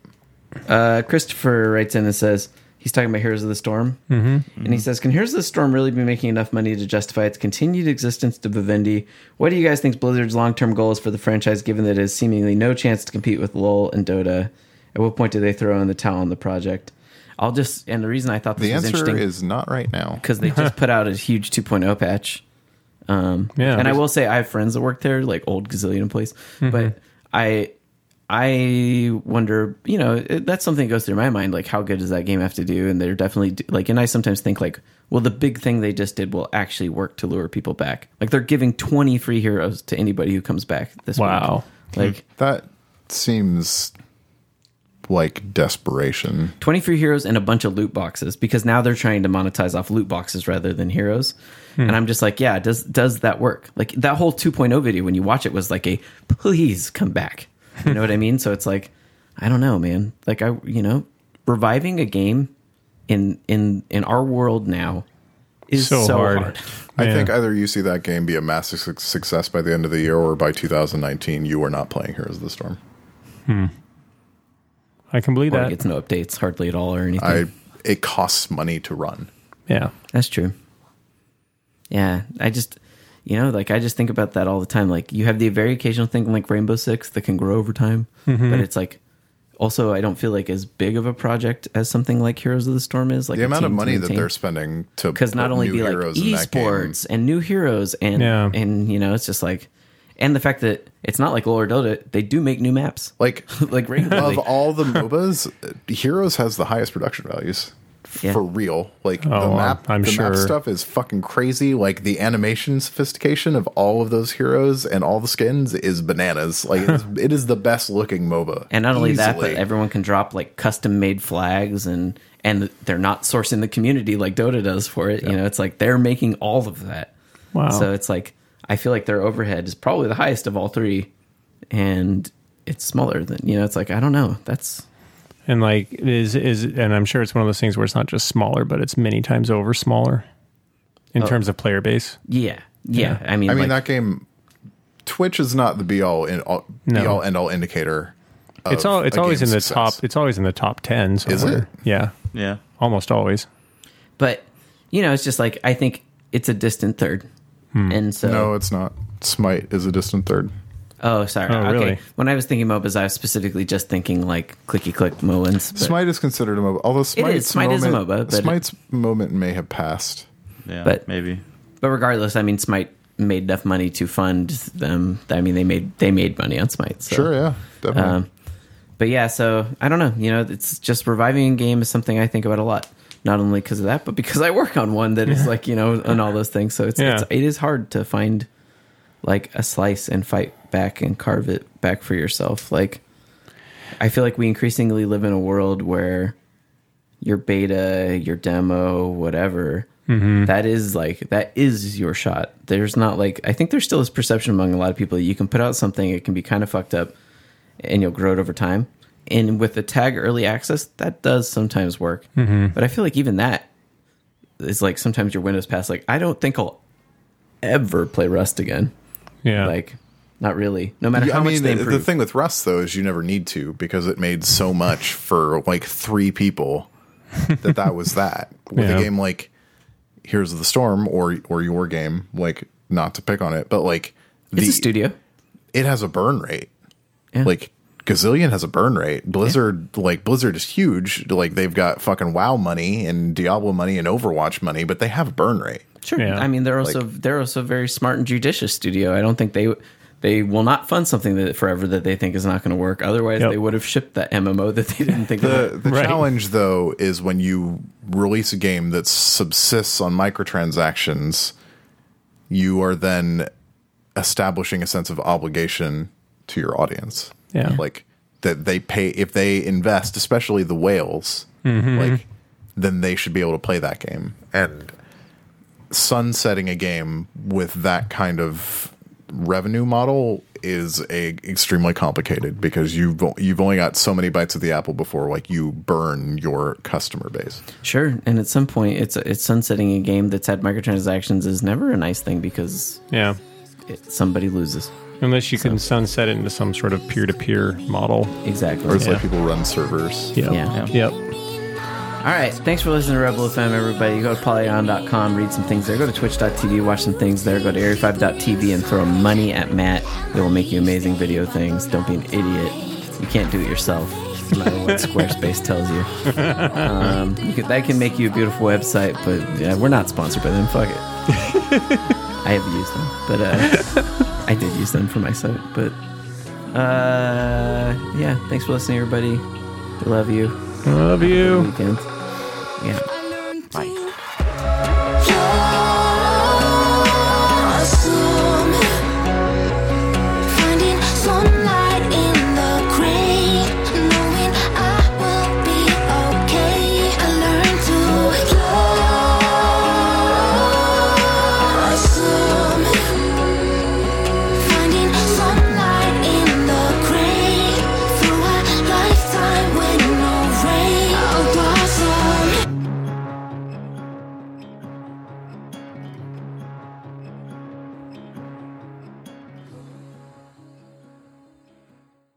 Speaker 2: uh, Christopher writes in and says he's talking about Heroes of the Storm, mm-hmm. and he says, "Can Heroes of the Storm really be making enough money to justify its continued existence to Vivendi? What do you guys think Blizzard's long-term goal is for the franchise, given that it has seemingly no chance to compete with LoL and Dota? At what point do they throw in the towel on the project?" I'll just and the reason I thought this
Speaker 3: The
Speaker 2: was
Speaker 3: answer
Speaker 2: interesting
Speaker 3: is not right now.
Speaker 2: because they just put out a huge 2.0 patch. Um,
Speaker 4: Yeah. Mm-hmm.
Speaker 2: and I will say I have friends that work there, like old gazillion employees. But I, I wonder, you know, it, that's something that goes through my mind, like how good does that game have to do? And they're definitely d- like, and I sometimes think like, well, the big thing they just did will actually work to lure people back. Like they're giving 20 free heroes to anybody who comes back this
Speaker 4: Wow.
Speaker 2: week. Like
Speaker 3: That seems like desperation.
Speaker 2: 20 free heroes and a bunch of loot boxes because now they're trying to monetize off loot boxes rather than heroes.
Speaker 4: Hmm.
Speaker 2: And I'm just like, yeah, does does that work? Like that whole 2.0 video when you watch it was like a please come back. You know what I mean? So it's like I don't know, man. Like I, you know, reviving a game in in in our world now is so,
Speaker 4: So
Speaker 2: hard.
Speaker 4: hard.
Speaker 3: I
Speaker 4: Yeah.
Speaker 3: think either you see that game be a massive suc success by the end of the year, or by 2019, you are not playing Heroes of the Storm.
Speaker 4: I can believe
Speaker 2: Or it
Speaker 4: that.
Speaker 2: gets no updates hardly at all or anything.
Speaker 3: I it costs money to run.
Speaker 4: Yeah.
Speaker 2: That's true. Yeah, I just you know, like I just think about that all the time. Like you have the very occasional thing like Rainbow Six that can grow over time, but it's like also I don't feel like as big of a project as something like Heroes of the Storm is. Like
Speaker 3: The
Speaker 2: a
Speaker 3: amount of
Speaker 2: team to
Speaker 3: money that
Speaker 2: maintain.
Speaker 3: they're spending to
Speaker 2: because not
Speaker 3: put
Speaker 2: only
Speaker 3: new
Speaker 2: be like
Speaker 3: heroes in that game-
Speaker 2: esports and new heroes and
Speaker 4: Yeah.
Speaker 2: and you know it's just like and the fact that it's not like Lord Dota they do make new maps
Speaker 3: like
Speaker 2: like regularly
Speaker 3: of all the MOBAs, Heroes has the highest production values f-
Speaker 2: Yeah.
Speaker 3: for real. Like
Speaker 4: Oh,
Speaker 3: the map,
Speaker 4: I'm
Speaker 3: the
Speaker 4: sure.
Speaker 3: map stuff is fucking crazy. Like the animation sophistication of all of those heroes and all the skins is bananas. Like it is, it is the best looking MOBA.
Speaker 2: and not only that but
Speaker 3: Easily.
Speaker 2: everyone can drop like custom made flags and and they're not sourcing the community like Dota does for it you know it's like they're making all of that
Speaker 4: Wow.
Speaker 2: so it's like I feel like their overhead is probably the highest of all three and it's smaller than you know it's like I don't know that's
Speaker 4: and like it is is and I'm sure it's one of those things where it's not just smaller, but it's many times over smaller in terms of player base.
Speaker 2: yeah yeah, I mean
Speaker 3: I mean
Speaker 2: like,
Speaker 3: that game. Twitch is not the be all in all,
Speaker 4: No.
Speaker 3: be all end all indicator. of
Speaker 4: It's all it's
Speaker 3: a
Speaker 4: always in
Speaker 3: game's
Speaker 4: the
Speaker 3: success.
Speaker 4: top. It's always in the top ten. somewhere.
Speaker 3: it?
Speaker 4: Yeah,
Speaker 5: Yeah.
Speaker 4: almost always.
Speaker 2: but you know it's just like i think it's a distant third and so
Speaker 3: No, it's not. Smite is a distant third.
Speaker 2: oh sorry
Speaker 4: Oh, really?
Speaker 2: okay when i was thinking mobas i was specifically just thinking like clicky click moans but,
Speaker 3: Smite is considered a MOBA. Although Smite's
Speaker 2: is. Smite is a
Speaker 3: moment-
Speaker 2: MOBA, but it-
Speaker 3: Smite's moment may have passed.
Speaker 5: Yeah.
Speaker 2: But-
Speaker 5: maybe.
Speaker 2: but regardless i mean smite made enough money to fund them i mean they made they made money on smite so.
Speaker 3: Sure, yeah, definitely.
Speaker 2: Um, but yeah so i don't know you know it's just reviving a game is something i think about a lot not only because of that but because i work on one that is like you know and all those things so it's,
Speaker 4: Yeah.
Speaker 2: it's it is hard to find like a slice and fight back and carve it back for yourself like i feel like we increasingly live in a world where your beta your demo whatever that is like that is your shot there's not like i think there still is perception among a lot of people that you can put out something it can be kind of fucked up and you'll grow it over time. And with the tag early access, that does sometimes work.
Speaker 4: Mm-hmm.
Speaker 2: But I feel like even that is like sometimes your Windows Pass. Like I don't think I'll ever play Rust again.
Speaker 4: Yeah,
Speaker 2: Like not really. No matter
Speaker 3: Yeah,
Speaker 2: how
Speaker 3: I
Speaker 2: much
Speaker 3: mean,
Speaker 2: they
Speaker 3: the-
Speaker 2: improve.
Speaker 3: the thing with Rust though is you never need to because it made so much for like three people that that was that. With
Speaker 4: Yeah.
Speaker 3: a game like Heroes of the Storm or or your game, like not to pick on it, but like the,
Speaker 2: it's a studio.
Speaker 3: it has a burn rate.
Speaker 2: Yeah.
Speaker 3: Like Gazillion has a burn rate. Blizzard, like Blizzard, is huge. Like they've got fucking WoW money and Diablo money and Overwatch money, but they have a burn rate.
Speaker 2: Sure.
Speaker 4: Yeah.
Speaker 2: I mean, they're also they're also a very smart and judicious studio. I don't think they they will not fund something that forever that they think is not going to work. Otherwise,
Speaker 4: Yep.
Speaker 2: they would have shipped that MMO that they didn't think. would
Speaker 3: The, the
Speaker 4: Right.
Speaker 3: challenge, though, is when you release a game that subsists on microtransactions, you are then establishing a sense of obligation to your audience.
Speaker 4: Yeah.
Speaker 3: Like that they pay, if they invest, especially the whales,
Speaker 4: Mm-hmm.
Speaker 3: like, then they should be able to play that game. And sunsetting a game with that kind of revenue model is a extremely complicated because you've o- you've only got so many bites of the apple before like you burn your customer base.
Speaker 2: Sure, and at some point, it's it's sunsetting a game that's had microtransactions is never a nice thing because
Speaker 4: yeah.
Speaker 2: it, somebody loses.
Speaker 4: Unless you can sunset it into some sort of peer-to-peer model.
Speaker 2: Exactly.
Speaker 3: Or it's
Speaker 4: Yeah.
Speaker 3: like people run servers.
Speaker 4: Yep.
Speaker 2: Yeah.
Speaker 4: Yep.
Speaker 2: All right. Thanks for listening to Rebel FM, everybody. Go to polygon.com, read some things there. Go to twitch.tv, watch some things there. Go to area5.tv and throw money at Matt. It will make you amazing video things. Don't be an idiot. You can't do it yourself. No matter what Squarespace tells you. Um, you could, that can make you a beautiful website, but yeah, we're not sponsored by them. Fuck it. I have used them, but uh, I did use them for my site. But uh, yeah, thanks for listening, everybody. We love you.
Speaker 4: Love you.
Speaker 2: Weekend. Yeah.